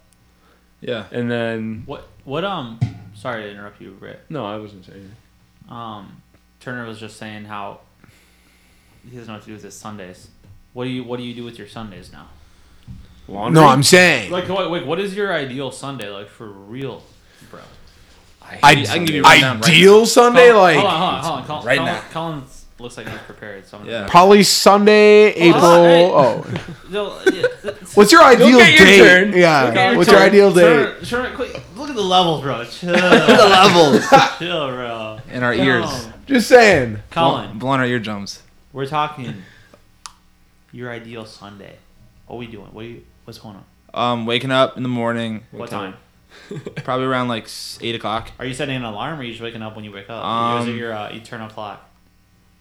[SPEAKER 5] Yeah.
[SPEAKER 4] and then
[SPEAKER 3] What, what, um, sorry to interrupt you, Britt.
[SPEAKER 4] no, I wasn't saying.
[SPEAKER 3] Um, Turner was just saying how he doesn't know what to do with his Sundays. What do you What do you do with your Sundays now?
[SPEAKER 4] Laundry?
[SPEAKER 2] No, I'm saying.
[SPEAKER 3] Like, wait, wait, what is your ideal Sunday like for real, bro?
[SPEAKER 2] I,
[SPEAKER 5] I can give you a rundown right
[SPEAKER 2] ideal Sunday,
[SPEAKER 3] Colin-
[SPEAKER 2] like
[SPEAKER 3] hold on, hold on, hold on. Colin,
[SPEAKER 5] Right
[SPEAKER 3] Colin,
[SPEAKER 5] now.
[SPEAKER 3] Colin's looks like he's prepared. So I'm gonna-
[SPEAKER 5] Yeah.
[SPEAKER 2] probably Sunday, April.
[SPEAKER 3] Hold
[SPEAKER 2] Oh,
[SPEAKER 3] No, yeah, it's-
[SPEAKER 2] what's your ideal
[SPEAKER 4] get your
[SPEAKER 2] date?
[SPEAKER 4] turn.
[SPEAKER 2] Yeah,
[SPEAKER 4] Look at your
[SPEAKER 2] what's your
[SPEAKER 4] turn.
[SPEAKER 2] ideal date?
[SPEAKER 3] Turner, Turner, quick, look at the levels, bro. Chill, chill,
[SPEAKER 5] levels
[SPEAKER 3] bro.
[SPEAKER 5] in our ears.
[SPEAKER 3] Colin,
[SPEAKER 2] Just saying.
[SPEAKER 3] Oh, Colin,
[SPEAKER 5] blowing our eardrums.
[SPEAKER 3] we're talking your ideal Sunday. What we doing? What you, what's going on?
[SPEAKER 5] Um, waking up in the morning,
[SPEAKER 3] What, time?
[SPEAKER 5] probably around like s- eight o'clock.
[SPEAKER 3] Are you setting an alarm, or are you just waking up when you wake up?
[SPEAKER 5] Um,
[SPEAKER 3] or is it your uh, eternal clock?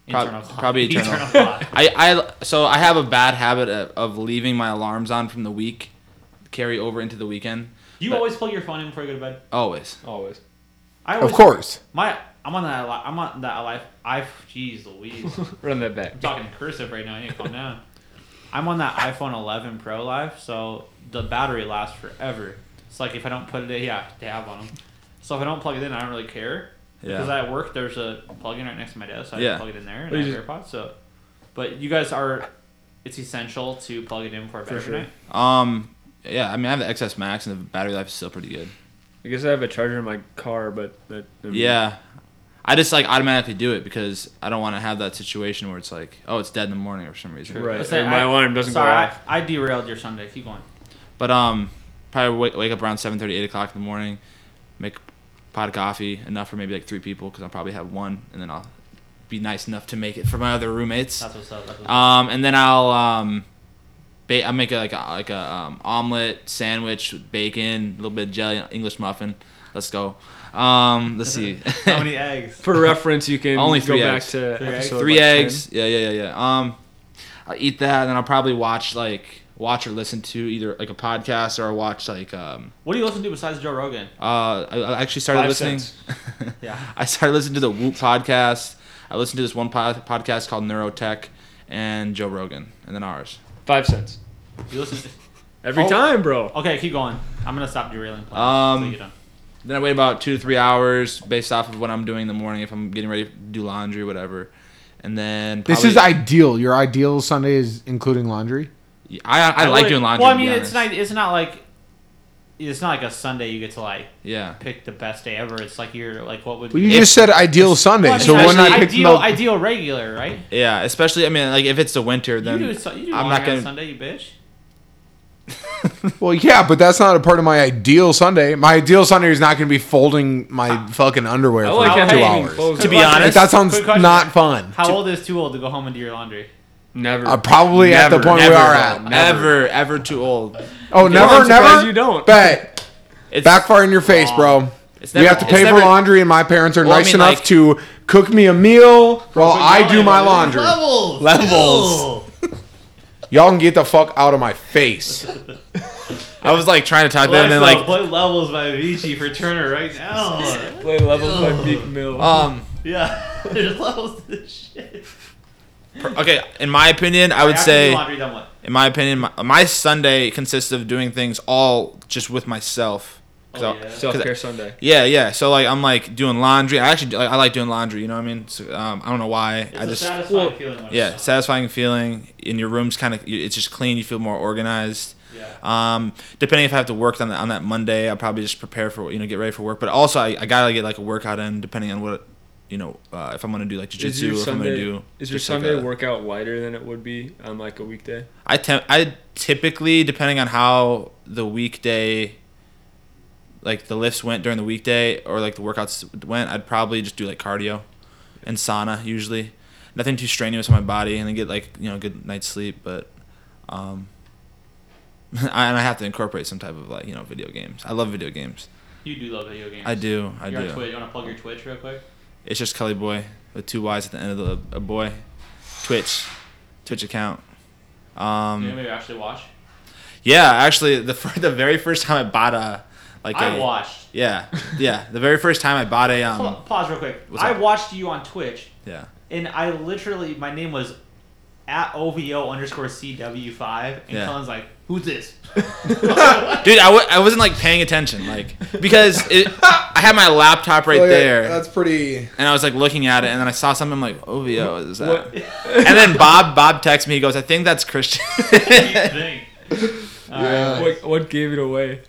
[SPEAKER 5] Prob- probably eternal.
[SPEAKER 3] clock.
[SPEAKER 5] I, I so I have a bad habit of, of leaving my alarms on from the week, carry over into the weekend.
[SPEAKER 3] You
[SPEAKER 5] But-
[SPEAKER 3] always plug your phone in before you go to bed.
[SPEAKER 5] Always.
[SPEAKER 4] Always.
[SPEAKER 3] I
[SPEAKER 2] Of
[SPEAKER 3] always,
[SPEAKER 2] course.
[SPEAKER 3] My I'm on that. Li- I'm on that life. I jeez Louise.
[SPEAKER 4] Run that back.
[SPEAKER 3] I'm talking cursive right now. I need to calm down. I'm on that iPhone 11 Pro Live, so the battery lasts forever. It's like if I don't put it in, yeah, they have on them. So if I don't plug it in, I don't really care.
[SPEAKER 5] Yeah.
[SPEAKER 3] Because at work, there's a plug-in right next to my desk, so I
[SPEAKER 5] Yeah.
[SPEAKER 3] just plug it in there and
[SPEAKER 4] Well,
[SPEAKER 3] I
[SPEAKER 4] you
[SPEAKER 3] have AirPods. So, but you guys are, it's essential to plug it in before bed every
[SPEAKER 4] sure.
[SPEAKER 3] night.
[SPEAKER 5] Um. Yeah. I mean, I have the XS Max, and the battery life is still pretty good.
[SPEAKER 4] I guess I have a charger in my car, but that, I mean,
[SPEAKER 5] Yeah. I just like automatically do it because I don't want to have that situation where it's like, oh, it's dead in the morning or for some reason.
[SPEAKER 4] Right.
[SPEAKER 3] Let's say
[SPEAKER 4] or my
[SPEAKER 3] I-
[SPEAKER 4] alarm doesn't
[SPEAKER 3] sorry,
[SPEAKER 4] go
[SPEAKER 3] I-
[SPEAKER 4] off.
[SPEAKER 3] I, derailed your Sunday. Keep going.
[SPEAKER 5] But um, probably wake, wake up around 7:30, 8 o'clock in the morning, make a pot of coffee enough for maybe like three people because I'll probably have one, and then I'll be nice enough to make it for my other roommates.
[SPEAKER 3] That's what's up. That's what's up.
[SPEAKER 5] Um, and then I'll um, ba- I make a, like a, like a um, omelet sandwich, with bacon, a little bit of jelly, English muffin. Let's go. Um, let's see.
[SPEAKER 3] How many eggs?
[SPEAKER 4] For reference, you can
[SPEAKER 5] Only
[SPEAKER 4] go
[SPEAKER 5] three
[SPEAKER 4] back
[SPEAKER 5] eggs.
[SPEAKER 4] to
[SPEAKER 3] Three eggs.
[SPEAKER 4] episode
[SPEAKER 5] three
[SPEAKER 4] like
[SPEAKER 5] eggs. Yeah, yeah, yeah, yeah. Um, I'll eat that, and then I'll probably watch like watch or listen to either like a podcast or I'll watch like um
[SPEAKER 3] What do you listen to besides Joe Rogan?
[SPEAKER 5] uh I, I actually started
[SPEAKER 4] Five
[SPEAKER 5] listening.
[SPEAKER 4] cents.
[SPEAKER 3] Yeah.
[SPEAKER 5] I started listening to the Whoop podcast. I listened to this one pod- podcast called Neurotech and Joe Rogan, and then ours.
[SPEAKER 4] 10. Five cents.
[SPEAKER 3] You listen. To-
[SPEAKER 4] Every
[SPEAKER 3] Oh.
[SPEAKER 4] time, bro.
[SPEAKER 3] Okay, keep going. I'm gonna stop derailing. Plans
[SPEAKER 5] Um,
[SPEAKER 3] until you done.
[SPEAKER 5] Then I wait about two to three hours based off of what I'm doing in the morning if I'm getting ready to do laundry, whatever. And then
[SPEAKER 2] This
[SPEAKER 5] probably-
[SPEAKER 2] is ideal. Your ideal Sunday is including laundry.
[SPEAKER 5] I, I, like
[SPEAKER 3] would-
[SPEAKER 5] doing laundry.
[SPEAKER 3] Well, I
[SPEAKER 5] to be
[SPEAKER 3] mean, it's
[SPEAKER 5] honest.
[SPEAKER 3] not. It's not like. It's not like a Sunday you get to like
[SPEAKER 5] Yeah.
[SPEAKER 3] pick the best day ever. It's like you're like what would
[SPEAKER 2] Well, you
[SPEAKER 5] If-
[SPEAKER 2] just said ideal Sunday,
[SPEAKER 3] Well, I mean,
[SPEAKER 2] so why
[SPEAKER 3] actually,
[SPEAKER 2] not pick
[SPEAKER 3] ideal,
[SPEAKER 2] the?
[SPEAKER 3] ideal regular, right?
[SPEAKER 5] Yeah, especially I mean like if it's the winter then
[SPEAKER 3] you do, so- you do
[SPEAKER 5] I'm
[SPEAKER 3] Um,
[SPEAKER 5] not
[SPEAKER 3] gonna
[SPEAKER 5] gonna
[SPEAKER 3] Sunday, you bitch.
[SPEAKER 2] Well, yeah, but that's not a part of my ideal Sunday. My ideal Sunday is not going to be folding my fucking underwear for
[SPEAKER 4] like
[SPEAKER 3] how
[SPEAKER 2] two
[SPEAKER 3] you
[SPEAKER 2] hours.
[SPEAKER 4] close
[SPEAKER 5] To
[SPEAKER 4] it.
[SPEAKER 5] be honest,
[SPEAKER 2] that sounds
[SPEAKER 3] Quick question.
[SPEAKER 2] not fun.
[SPEAKER 3] How old is too old to go home and do your laundry?
[SPEAKER 4] Never.
[SPEAKER 2] Uh, probably at the
[SPEAKER 4] Never,
[SPEAKER 2] point
[SPEAKER 5] never,
[SPEAKER 2] we are at.
[SPEAKER 5] ever ever too old.
[SPEAKER 2] Oh, never,
[SPEAKER 4] I'm surprised
[SPEAKER 2] never.
[SPEAKER 4] you don't.
[SPEAKER 2] Bet.
[SPEAKER 5] It's
[SPEAKER 2] Backfire in your face, bro.
[SPEAKER 5] It's
[SPEAKER 2] we
[SPEAKER 5] never-
[SPEAKER 2] have to
[SPEAKER 5] it's
[SPEAKER 2] pay for
[SPEAKER 5] never-
[SPEAKER 2] laundry, and my parents are
[SPEAKER 5] Well, I
[SPEAKER 2] nice
[SPEAKER 5] mean,
[SPEAKER 2] enough
[SPEAKER 5] like-
[SPEAKER 2] to cook me a meal while I do my laundry.
[SPEAKER 3] Levels.
[SPEAKER 2] Levels. Y'all can get the fuck out of my face.
[SPEAKER 5] I was like trying to type
[SPEAKER 3] Alexa,
[SPEAKER 5] that, and then like,
[SPEAKER 3] play levels by Avicii for Turner right now.
[SPEAKER 4] Play levels by Meek Mill.
[SPEAKER 5] um,
[SPEAKER 3] yeah, there's levels to this shit.
[SPEAKER 5] okay. In my opinion, I would
[SPEAKER 3] After
[SPEAKER 5] say.
[SPEAKER 3] the laundry, then what?
[SPEAKER 5] in my opinion, my, my Sunday consists of doing things all just with myself. 'Cause
[SPEAKER 3] Oh,
[SPEAKER 5] I'll-
[SPEAKER 3] yeah.
[SPEAKER 5] 'cause I-
[SPEAKER 4] Self care Sunday.
[SPEAKER 5] yeah, yeah. So like, I'm like doing laundry. I actually do- like, I like doing laundry. You know what I mean? So, um, I don't know why.
[SPEAKER 3] It's
[SPEAKER 5] I
[SPEAKER 3] a
[SPEAKER 5] just
[SPEAKER 3] satisfying feeling. when
[SPEAKER 5] yeah,
[SPEAKER 3] it's done.
[SPEAKER 5] satisfying feeling. In your room's kind of it's just clean. You feel more organized.
[SPEAKER 3] Yeah.
[SPEAKER 5] Um, depending if I have to work on that on that Monday, I'll probably just prepare for you know get ready for work. But also, I, I gotta get like a workout in, depending on what you know uh, if I'm gonna do like
[SPEAKER 4] Is
[SPEAKER 5] jujitsu
[SPEAKER 4] your
[SPEAKER 5] or if I'm gonna
[SPEAKER 4] Sunday,
[SPEAKER 5] do.
[SPEAKER 4] is your
[SPEAKER 5] just, like,
[SPEAKER 4] Sunday
[SPEAKER 5] a-
[SPEAKER 4] workout lighter than it would be on like a weekday?
[SPEAKER 5] I tem- I typically depending on how the weekday like the lifts went during the weekday or like the workouts went, I'd probably just do like cardio and sauna usually. Nothing too strenuous on my body and then get like, you know, a good night's sleep, but um I, and I have to incorporate some type of like, you know, video games. I love video games.
[SPEAKER 3] You do love video games.
[SPEAKER 5] I do. I
[SPEAKER 3] You're on
[SPEAKER 5] do.
[SPEAKER 3] Twitch. You want to plug your Twitch real quick?
[SPEAKER 5] It's just Cully Boy with two Y's at the end of the a boy. Twitch. Twitch account. Um
[SPEAKER 3] Do anybody actually watch?
[SPEAKER 5] Yeah, actually, the fir- the very first time I bought a like a
[SPEAKER 3] I watched.
[SPEAKER 5] yeah yeah the very first time I bought a
[SPEAKER 3] Hold on,
[SPEAKER 5] um
[SPEAKER 3] pause real quick.
[SPEAKER 5] what's
[SPEAKER 3] I
[SPEAKER 5] that?
[SPEAKER 3] watched you on Twitch,
[SPEAKER 5] yeah
[SPEAKER 3] and I literally my name was at OVO underscore CW five, and
[SPEAKER 5] Yeah.
[SPEAKER 3] Colin's like, "Who's this?"
[SPEAKER 5] dude I w- I wasn't like paying attention like because it I had my laptop right
[SPEAKER 2] Like,
[SPEAKER 5] there
[SPEAKER 2] Oh, That's pretty.
[SPEAKER 5] and I was like looking at it and then I saw something I'm like OVO is that and then Bob Bob texts me he goes I think that's Christian
[SPEAKER 3] What do you think? All right.
[SPEAKER 2] Yeah.
[SPEAKER 4] What, what gave it away?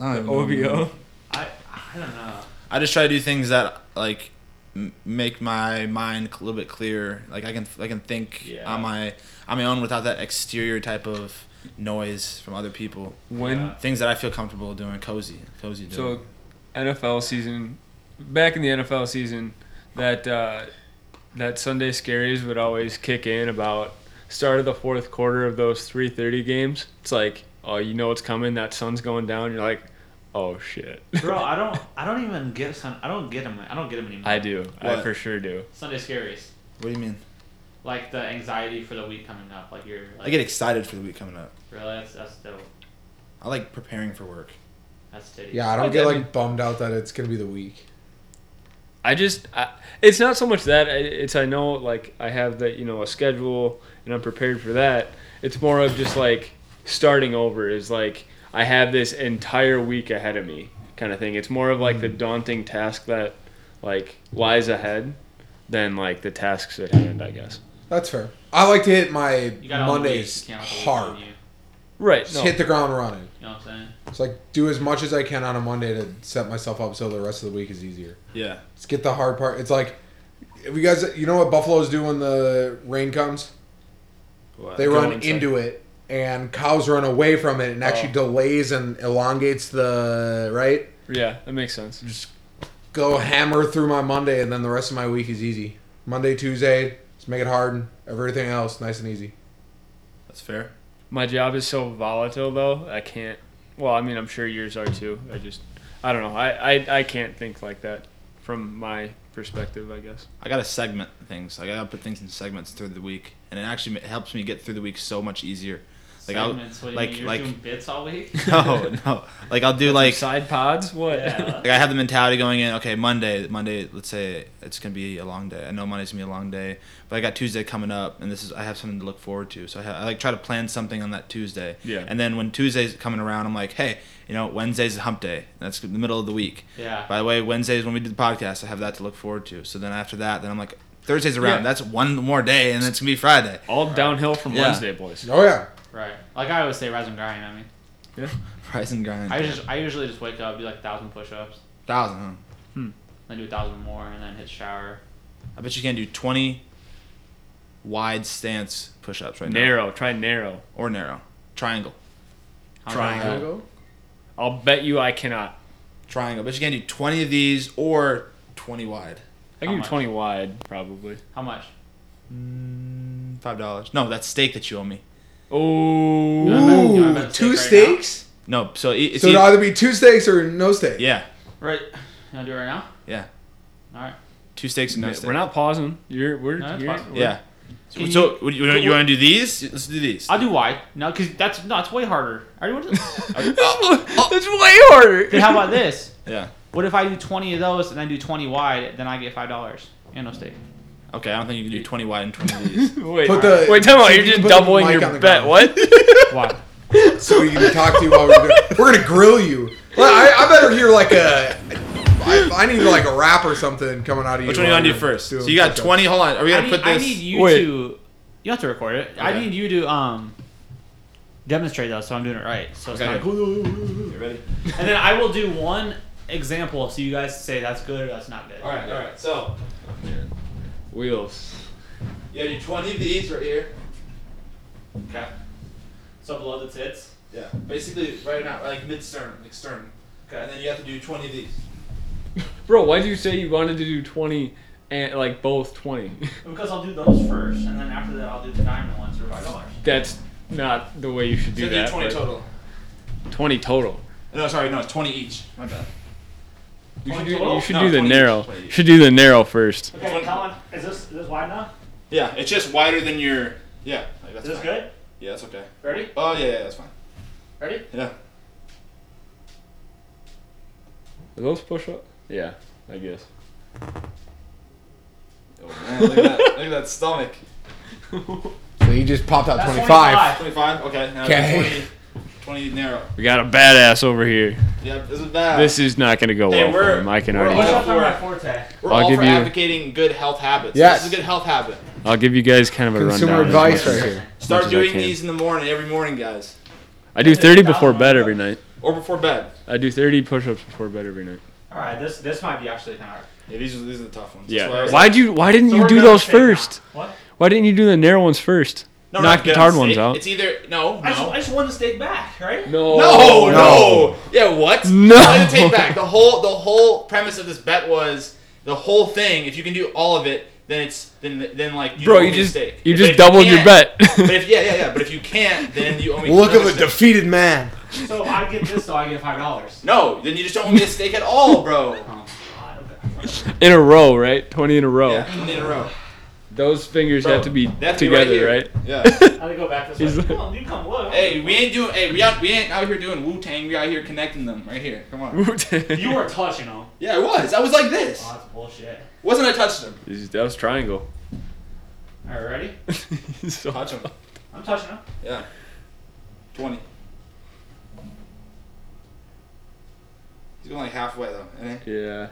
[SPEAKER 4] OVO.
[SPEAKER 3] I I don't know.
[SPEAKER 5] I just try to do things that like m- make my mind a little bit clearer. Like I can I can think
[SPEAKER 3] Yeah.
[SPEAKER 5] on my on my own without that exterior type of noise from other people.
[SPEAKER 4] When
[SPEAKER 3] Yeah.
[SPEAKER 5] Things that I feel comfortable doing, cozy, cozy doing.
[SPEAKER 4] So, NFL season, back in the NFL season, that uh, that Sunday scaries would always kick in about start of the fourth quarter of those three thirty games. It's like, oh, you know what's coming. That sun's going down. You're like, oh shit.
[SPEAKER 3] Bro, I don't. I don't even get some. I don't get them. I don't get them anymore.
[SPEAKER 4] I do. I
[SPEAKER 5] What?
[SPEAKER 4] for sure do.
[SPEAKER 3] Sunday scaries,
[SPEAKER 5] what do you mean?
[SPEAKER 3] like the anxiety for the week coming up. Like you're. Like,
[SPEAKER 5] I get excited for the week coming up.
[SPEAKER 3] Really, that's that's dope.
[SPEAKER 5] I like preparing for work.
[SPEAKER 3] That's titty.
[SPEAKER 2] Yeah, I don't get like bummed out that it's gonna be the week.
[SPEAKER 4] I just, I, it's not so much that I- it's I know like I have that you know a schedule and I'm prepared for that. It's more of just like starting over is like I have this entire week ahead of me kind of thing. It's more of like the
[SPEAKER 2] Mm.
[SPEAKER 4] daunting task that like lies ahead than like the tasks at hand, I guess.
[SPEAKER 2] That's fair. I like to hit my
[SPEAKER 3] You got
[SPEAKER 2] Mondays hard.
[SPEAKER 3] You, you
[SPEAKER 4] Right.
[SPEAKER 2] Just hit the ground running.
[SPEAKER 3] know what I'm saying?
[SPEAKER 2] It's like do as much as I can on a Monday to set myself up so the rest of the week is easier.
[SPEAKER 5] Yeah.
[SPEAKER 2] Let's get the hard part. It's like if you guys you know what Buffaloes do when the rain comes? They
[SPEAKER 4] Uh, Go
[SPEAKER 2] run
[SPEAKER 4] inside. Oh.
[SPEAKER 2] into it and cows run away from it and actually delays and elongates the right?
[SPEAKER 4] yeah, that makes sense.
[SPEAKER 2] Go hammer through my Monday and then the rest of my week is easy. Monday, Tuesday, just make it hard and everything else nice and easy.
[SPEAKER 5] That's fair.
[SPEAKER 4] My job is so volatile though. I can't. Well, I mean, I'm sure yours are too. I just, I don't know. I, I, I can't think like that from my perspective. I guess.
[SPEAKER 5] I gotta segment things. I gotta put things in segments through the week, and it actually helps me get through the week so much easier. Like I'll-
[SPEAKER 3] Segments, what do you
[SPEAKER 5] like-
[SPEAKER 3] mean? You're
[SPEAKER 5] like-
[SPEAKER 3] doing bits all week.
[SPEAKER 5] No, no. Like I'll do like
[SPEAKER 4] side pods. What?
[SPEAKER 3] Yeah.
[SPEAKER 5] like I have the mentality going in. Okay, Monday, Monday. Let's say it's gonna be a long day. I know Monday's gonna be a long day, but I got Tuesday coming up, and this is I have something to look forward to. So I, have, I like try to plan something on that Tuesday.
[SPEAKER 4] Yeah.
[SPEAKER 5] And then when Tuesday's coming around, I'm like, hey, you know, Wednesday's a hump day. That's the middle of the week.
[SPEAKER 3] Yeah.
[SPEAKER 5] By the way, Wednesday's when we do the podcast. I have that to look forward to. So then after that, then I'm like, Thursday's around.
[SPEAKER 4] Yeah.
[SPEAKER 5] That's one more day, and then it's gonna be Friday.
[SPEAKER 4] All downhill from
[SPEAKER 5] Yeah.
[SPEAKER 4] Wednesday, boys.
[SPEAKER 2] Oh yeah.
[SPEAKER 3] Right. Like I always say, rise and grind. I mean,
[SPEAKER 5] Rise and grind.
[SPEAKER 3] I just I usually just wake up, do like thousand push-ups,
[SPEAKER 5] thousand. Huh?
[SPEAKER 3] then do a thousand more, and then hit shower.
[SPEAKER 5] I bet you can do twenty wide stance push-ups right now,
[SPEAKER 4] Narrow. Try narrow.
[SPEAKER 5] or narrow, triangle.
[SPEAKER 3] How
[SPEAKER 5] Triangle.
[SPEAKER 3] many-
[SPEAKER 4] I'll bet you I cannot.
[SPEAKER 5] triangle, but you can do 20 of these or 20 wide.
[SPEAKER 3] How
[SPEAKER 4] I can do
[SPEAKER 3] much?
[SPEAKER 4] twenty wide probably.
[SPEAKER 3] How much?
[SPEAKER 5] Five dollars. No, that's steak that you owe me.
[SPEAKER 4] Oh.
[SPEAKER 3] I'm at- I'm
[SPEAKER 2] Ooh,
[SPEAKER 3] at
[SPEAKER 2] two
[SPEAKER 3] steak right now.
[SPEAKER 2] steaks?
[SPEAKER 5] No, so it- it's
[SPEAKER 2] so it'd
[SPEAKER 5] either-
[SPEAKER 2] either be two steaks or no steak.
[SPEAKER 5] yeah,
[SPEAKER 3] Right. You wanna do it right now?
[SPEAKER 5] yeah,
[SPEAKER 3] All right.
[SPEAKER 5] two steaks and no steak.
[SPEAKER 4] We're not pausing. You're we're
[SPEAKER 3] No, it's
[SPEAKER 4] you're,
[SPEAKER 3] possible.
[SPEAKER 4] we're-
[SPEAKER 5] yeah, So,
[SPEAKER 3] Can
[SPEAKER 5] so what do you, you want to do these? Let's do these.
[SPEAKER 3] I'll do wide. No, because that's no, it's way harder. I already went to-
[SPEAKER 4] It's way harder.
[SPEAKER 3] Then how about this?
[SPEAKER 5] yeah.
[SPEAKER 3] What if I do twenty of those and then do twenty wide? Then I get five dollars and no steak.
[SPEAKER 5] Okay, I don't think you can do 20 wide and 20 of these.
[SPEAKER 4] Wait,
[SPEAKER 2] Put the-
[SPEAKER 4] wait, time out.
[SPEAKER 2] so
[SPEAKER 4] You're
[SPEAKER 2] you
[SPEAKER 4] just
[SPEAKER 2] put the
[SPEAKER 4] doubling
[SPEAKER 2] mic
[SPEAKER 4] your
[SPEAKER 2] on the
[SPEAKER 4] bet.
[SPEAKER 2] ground.
[SPEAKER 4] What?
[SPEAKER 3] Why?
[SPEAKER 2] so we can talk to you while we're doing. We're gonna grill you. Well, I, I better hear like a. I, I need like a rap or something coming out of you.
[SPEAKER 5] Which one do you
[SPEAKER 2] while
[SPEAKER 5] want to do
[SPEAKER 2] we're
[SPEAKER 5] first? So
[SPEAKER 2] doing
[SPEAKER 5] you got
[SPEAKER 2] push-ups.
[SPEAKER 5] 20. Hold on. Are we
[SPEAKER 3] I
[SPEAKER 5] going to
[SPEAKER 3] need,
[SPEAKER 5] put
[SPEAKER 3] I
[SPEAKER 5] this?
[SPEAKER 3] need you
[SPEAKER 4] Wait.
[SPEAKER 3] to. You have to record it. I
[SPEAKER 5] Okay.
[SPEAKER 3] need you to um demonstrate those, so I'm doing it right. So it's
[SPEAKER 5] Okay.
[SPEAKER 3] not.
[SPEAKER 5] You ready?
[SPEAKER 3] And then I will do one example, so you guys say that's good or that's not good.
[SPEAKER 5] All right, all right. So
[SPEAKER 4] Wheels.
[SPEAKER 5] you gotta do 20 of these right here.
[SPEAKER 3] Okay. So below the tits.
[SPEAKER 5] Yeah. Basically, right now, like mid stern, like stern. Okay. And then you have to do 20 of these.
[SPEAKER 4] Bro, why'd you say you wanted to do 20 and like both 20?
[SPEAKER 3] Because I'll do those first, and then after that I'll do the diamond ones for five dollars.
[SPEAKER 4] That's not the way you should do
[SPEAKER 5] So do
[SPEAKER 4] that.
[SPEAKER 5] 20
[SPEAKER 4] but-
[SPEAKER 5] total.
[SPEAKER 4] 20 total.
[SPEAKER 5] No, sorry, no, it's 20 each. My bad.
[SPEAKER 4] You should
[SPEAKER 3] 20
[SPEAKER 4] do,
[SPEAKER 3] total?
[SPEAKER 4] you should
[SPEAKER 5] No,
[SPEAKER 4] do the
[SPEAKER 5] 20
[SPEAKER 4] narrow.
[SPEAKER 5] each.
[SPEAKER 4] You should do the narrow first.
[SPEAKER 5] Twenty.
[SPEAKER 3] Colin, is this is this wide enough?
[SPEAKER 5] Yeah, it's just wider than your. Yeah, like, that's fine.
[SPEAKER 3] good?
[SPEAKER 5] Yeah, that's okay.
[SPEAKER 3] Ready?
[SPEAKER 5] Oh yeah, yeah, that's fine.
[SPEAKER 3] Ready?
[SPEAKER 5] Yeah.
[SPEAKER 4] Are those push up? Yeah, I guess.
[SPEAKER 5] Oh man, look at that, look at that stomach.
[SPEAKER 2] So you just popped out twenty five.
[SPEAKER 5] 25. Okay. Now
[SPEAKER 2] Okay.
[SPEAKER 5] 20, 20 narrow.
[SPEAKER 4] We got a badass over here.
[SPEAKER 5] Yeah, this is bad.
[SPEAKER 4] This is not going to go
[SPEAKER 5] Hey,
[SPEAKER 4] well for
[SPEAKER 5] we're-
[SPEAKER 4] him. I can
[SPEAKER 5] we're
[SPEAKER 4] already.
[SPEAKER 5] all-
[SPEAKER 3] Push-ups
[SPEAKER 5] Yeah.
[SPEAKER 3] are my forte.
[SPEAKER 5] We're
[SPEAKER 4] I'll
[SPEAKER 5] all
[SPEAKER 4] give
[SPEAKER 5] for
[SPEAKER 4] you-
[SPEAKER 5] advocating good health habits.
[SPEAKER 2] Yes.
[SPEAKER 5] This is a good health habit.
[SPEAKER 4] I'll give you guys kind of a
[SPEAKER 2] Consumer
[SPEAKER 4] rundown. as
[SPEAKER 2] advice
[SPEAKER 4] much as-
[SPEAKER 2] right here.
[SPEAKER 4] much
[SPEAKER 5] Start
[SPEAKER 4] as I
[SPEAKER 5] doing
[SPEAKER 4] can.
[SPEAKER 5] these in the morning, every morning, guys,
[SPEAKER 4] I do 30 before bed every night.
[SPEAKER 5] or before bed.
[SPEAKER 4] I do 30 push ups before bed every night.
[SPEAKER 3] All right, this this might be actually kind of hard.
[SPEAKER 5] Yeah, these are these are the tough ones. That's why I
[SPEAKER 4] Yeah.
[SPEAKER 5] was
[SPEAKER 4] Why'd you, why didn't
[SPEAKER 3] So
[SPEAKER 4] you
[SPEAKER 3] we're
[SPEAKER 4] do
[SPEAKER 3] gonna
[SPEAKER 4] those
[SPEAKER 3] say now-
[SPEAKER 4] first?
[SPEAKER 3] What?
[SPEAKER 4] Why didn't you do the narrow ones first?
[SPEAKER 5] No,
[SPEAKER 4] Knock
[SPEAKER 5] no,
[SPEAKER 4] the
[SPEAKER 5] get
[SPEAKER 4] hard
[SPEAKER 5] on
[SPEAKER 4] ones
[SPEAKER 5] steak.
[SPEAKER 4] out.
[SPEAKER 5] It's either no,
[SPEAKER 3] I, just,
[SPEAKER 5] no.
[SPEAKER 3] I just won the steak back, right?
[SPEAKER 5] No, no,
[SPEAKER 2] No.
[SPEAKER 5] Yeah, what?
[SPEAKER 4] No.
[SPEAKER 5] Play the tape back. The whole the whole premise of this bet was the whole thing. If you can do all of it, then it's then then like you
[SPEAKER 4] Bro,
[SPEAKER 5] owe
[SPEAKER 4] you
[SPEAKER 5] me a
[SPEAKER 4] just
[SPEAKER 5] steak.
[SPEAKER 4] you
[SPEAKER 5] But
[SPEAKER 4] just
[SPEAKER 5] if
[SPEAKER 4] doubled your
[SPEAKER 5] can't-
[SPEAKER 4] bet.
[SPEAKER 5] but if yeah yeah yeah, but if you can't, then you owe me.
[SPEAKER 2] Look
[SPEAKER 5] another
[SPEAKER 2] of a
[SPEAKER 5] steak.
[SPEAKER 2] defeated man.
[SPEAKER 3] So I get this, so I get five dollars.
[SPEAKER 5] No, then you just don't owe me a steak at all, bro.
[SPEAKER 3] Ah,
[SPEAKER 4] in a row, right? Twenty in a row.
[SPEAKER 5] Yeah, one in a row.
[SPEAKER 4] Those fingers
[SPEAKER 5] Bro,
[SPEAKER 4] have to be
[SPEAKER 5] they have to be right
[SPEAKER 4] together,
[SPEAKER 5] here.
[SPEAKER 4] right?
[SPEAKER 5] Yeah.
[SPEAKER 3] I go back this
[SPEAKER 4] He's
[SPEAKER 3] way.
[SPEAKER 4] like-
[SPEAKER 3] Come on, you come look.
[SPEAKER 5] hey, we ain't doing. Hey, we out. We ain't out here doing Wu Tang. We out here connecting them right here. Come on.
[SPEAKER 3] you were touching them.
[SPEAKER 5] Yeah, I was. I was like this.
[SPEAKER 3] Oh, that's bullshit.
[SPEAKER 5] Wasn't I touched him?
[SPEAKER 4] This is- that was triangle.
[SPEAKER 3] All right, ready?
[SPEAKER 4] So-
[SPEAKER 5] Touch him.
[SPEAKER 3] I'm touching them.
[SPEAKER 5] Yeah. Twenty. He's going like halfway though. ain't he?
[SPEAKER 4] yeah,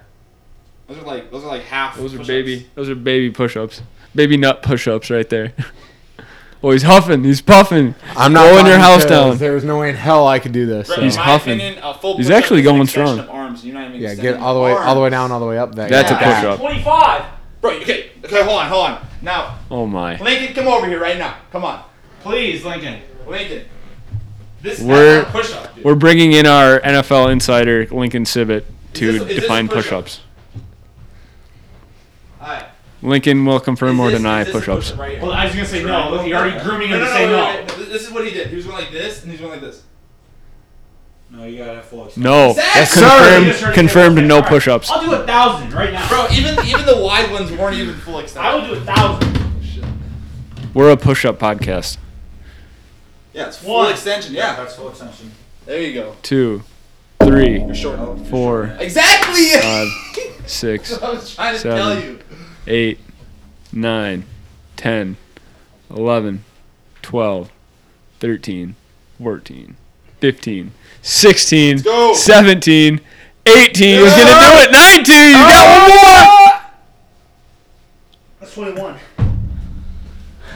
[SPEAKER 5] Those are like those are like half.
[SPEAKER 4] those are
[SPEAKER 5] push-ups.
[SPEAKER 4] baby. Those are baby push-ups. Baby nut push-ups right there. oh, he's huffing. He's puffing.
[SPEAKER 2] I'm not
[SPEAKER 4] Blowing your
[SPEAKER 2] lying
[SPEAKER 4] house
[SPEAKER 2] because
[SPEAKER 4] down.
[SPEAKER 2] There was no way in hell I could do this.
[SPEAKER 5] Bro,
[SPEAKER 2] so-
[SPEAKER 5] in
[SPEAKER 4] He's
[SPEAKER 5] my
[SPEAKER 4] huffing.
[SPEAKER 5] Opinion, a full
[SPEAKER 4] He's
[SPEAKER 5] push-up
[SPEAKER 4] actually
[SPEAKER 5] is an
[SPEAKER 4] going
[SPEAKER 5] extension
[SPEAKER 4] strong.
[SPEAKER 5] Of arms. You're not even
[SPEAKER 2] Yeah, get
[SPEAKER 5] extending
[SPEAKER 2] all the way, all the way
[SPEAKER 5] arms.
[SPEAKER 2] down, all the way up. That
[SPEAKER 4] That's a
[SPEAKER 2] yeah.
[SPEAKER 4] push-up.
[SPEAKER 3] Twenty-five.
[SPEAKER 5] Bro, you- okay, okay, hold on, hold on. Now,
[SPEAKER 4] Oh my.
[SPEAKER 5] Lincoln, come over here right now. Come on,
[SPEAKER 3] Please, Lincoln.
[SPEAKER 5] Lincoln. This
[SPEAKER 4] We're-
[SPEAKER 5] is not a push-up, dude.
[SPEAKER 4] We're bringing in our NFL insider Lincoln Sibbett to
[SPEAKER 5] this- is this a
[SPEAKER 4] define
[SPEAKER 5] push-up?
[SPEAKER 4] push-ups.
[SPEAKER 5] All right.
[SPEAKER 4] Lincoln will confirm
[SPEAKER 5] Is
[SPEAKER 4] or
[SPEAKER 5] this-
[SPEAKER 4] deny
[SPEAKER 5] is this a
[SPEAKER 4] push-ups.
[SPEAKER 5] push-up right here?
[SPEAKER 3] Well, I was gonna say no. Look, you're already grooming
[SPEAKER 5] No,
[SPEAKER 3] him
[SPEAKER 5] no,
[SPEAKER 3] to
[SPEAKER 5] no,
[SPEAKER 3] say
[SPEAKER 5] wait,
[SPEAKER 3] no.
[SPEAKER 5] wait, wait. This is what he did. He was going like this, and he was going like this.
[SPEAKER 7] No, you gotta have full extension.
[SPEAKER 4] No,
[SPEAKER 5] That's
[SPEAKER 3] You just heard
[SPEAKER 4] confirmed.
[SPEAKER 3] it
[SPEAKER 4] Confirmed.
[SPEAKER 3] say,
[SPEAKER 4] No
[SPEAKER 3] "All right,
[SPEAKER 4] push-ups.
[SPEAKER 3] I'll do a thousand right now.
[SPEAKER 5] Bro, even even the wide ones weren't even full extension.
[SPEAKER 3] I will do a thousand.
[SPEAKER 4] We're a push-up podcast.
[SPEAKER 5] Yeah, it's full
[SPEAKER 3] One.
[SPEAKER 5] extension. Yeah.
[SPEAKER 7] That's full extension.
[SPEAKER 5] There you go.
[SPEAKER 4] Two, three,
[SPEAKER 5] You're short.
[SPEAKER 4] Oh, four,
[SPEAKER 5] Exactly.
[SPEAKER 4] five, six,
[SPEAKER 5] I was trying to
[SPEAKER 4] seven.
[SPEAKER 5] tell you.
[SPEAKER 4] eight, nine, ten, eleven, twelve, thirteen, fourteen, fifteen, sixteen,
[SPEAKER 5] go.
[SPEAKER 4] seventeen, eighteen. He's gonna do it. Nineteen. You got one more.
[SPEAKER 3] That's twenty-one.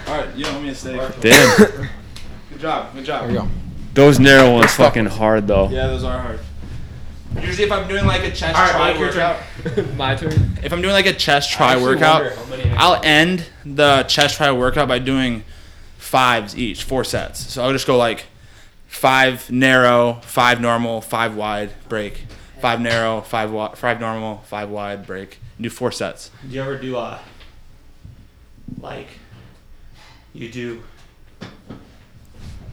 [SPEAKER 5] All right, you don't owe me a steak.
[SPEAKER 4] Damn,
[SPEAKER 5] Good job. Good
[SPEAKER 2] There you go.
[SPEAKER 5] job.
[SPEAKER 4] those narrow ones fucking hard though.
[SPEAKER 5] Yeah, those are hard. Usually, if I'm doing like a chest
[SPEAKER 3] All right,
[SPEAKER 5] try
[SPEAKER 3] Mike, your turn.
[SPEAKER 5] workout,
[SPEAKER 4] My turn.
[SPEAKER 5] if I'm doing like a chest try workout, I'll end the chest try workout by doing fives each, four sets. So I'll just go like five narrow, five normal, five wide, break. Five narrow, five wide, five normal, five wide, break. And do four sets.
[SPEAKER 3] Do you ever do uh like you do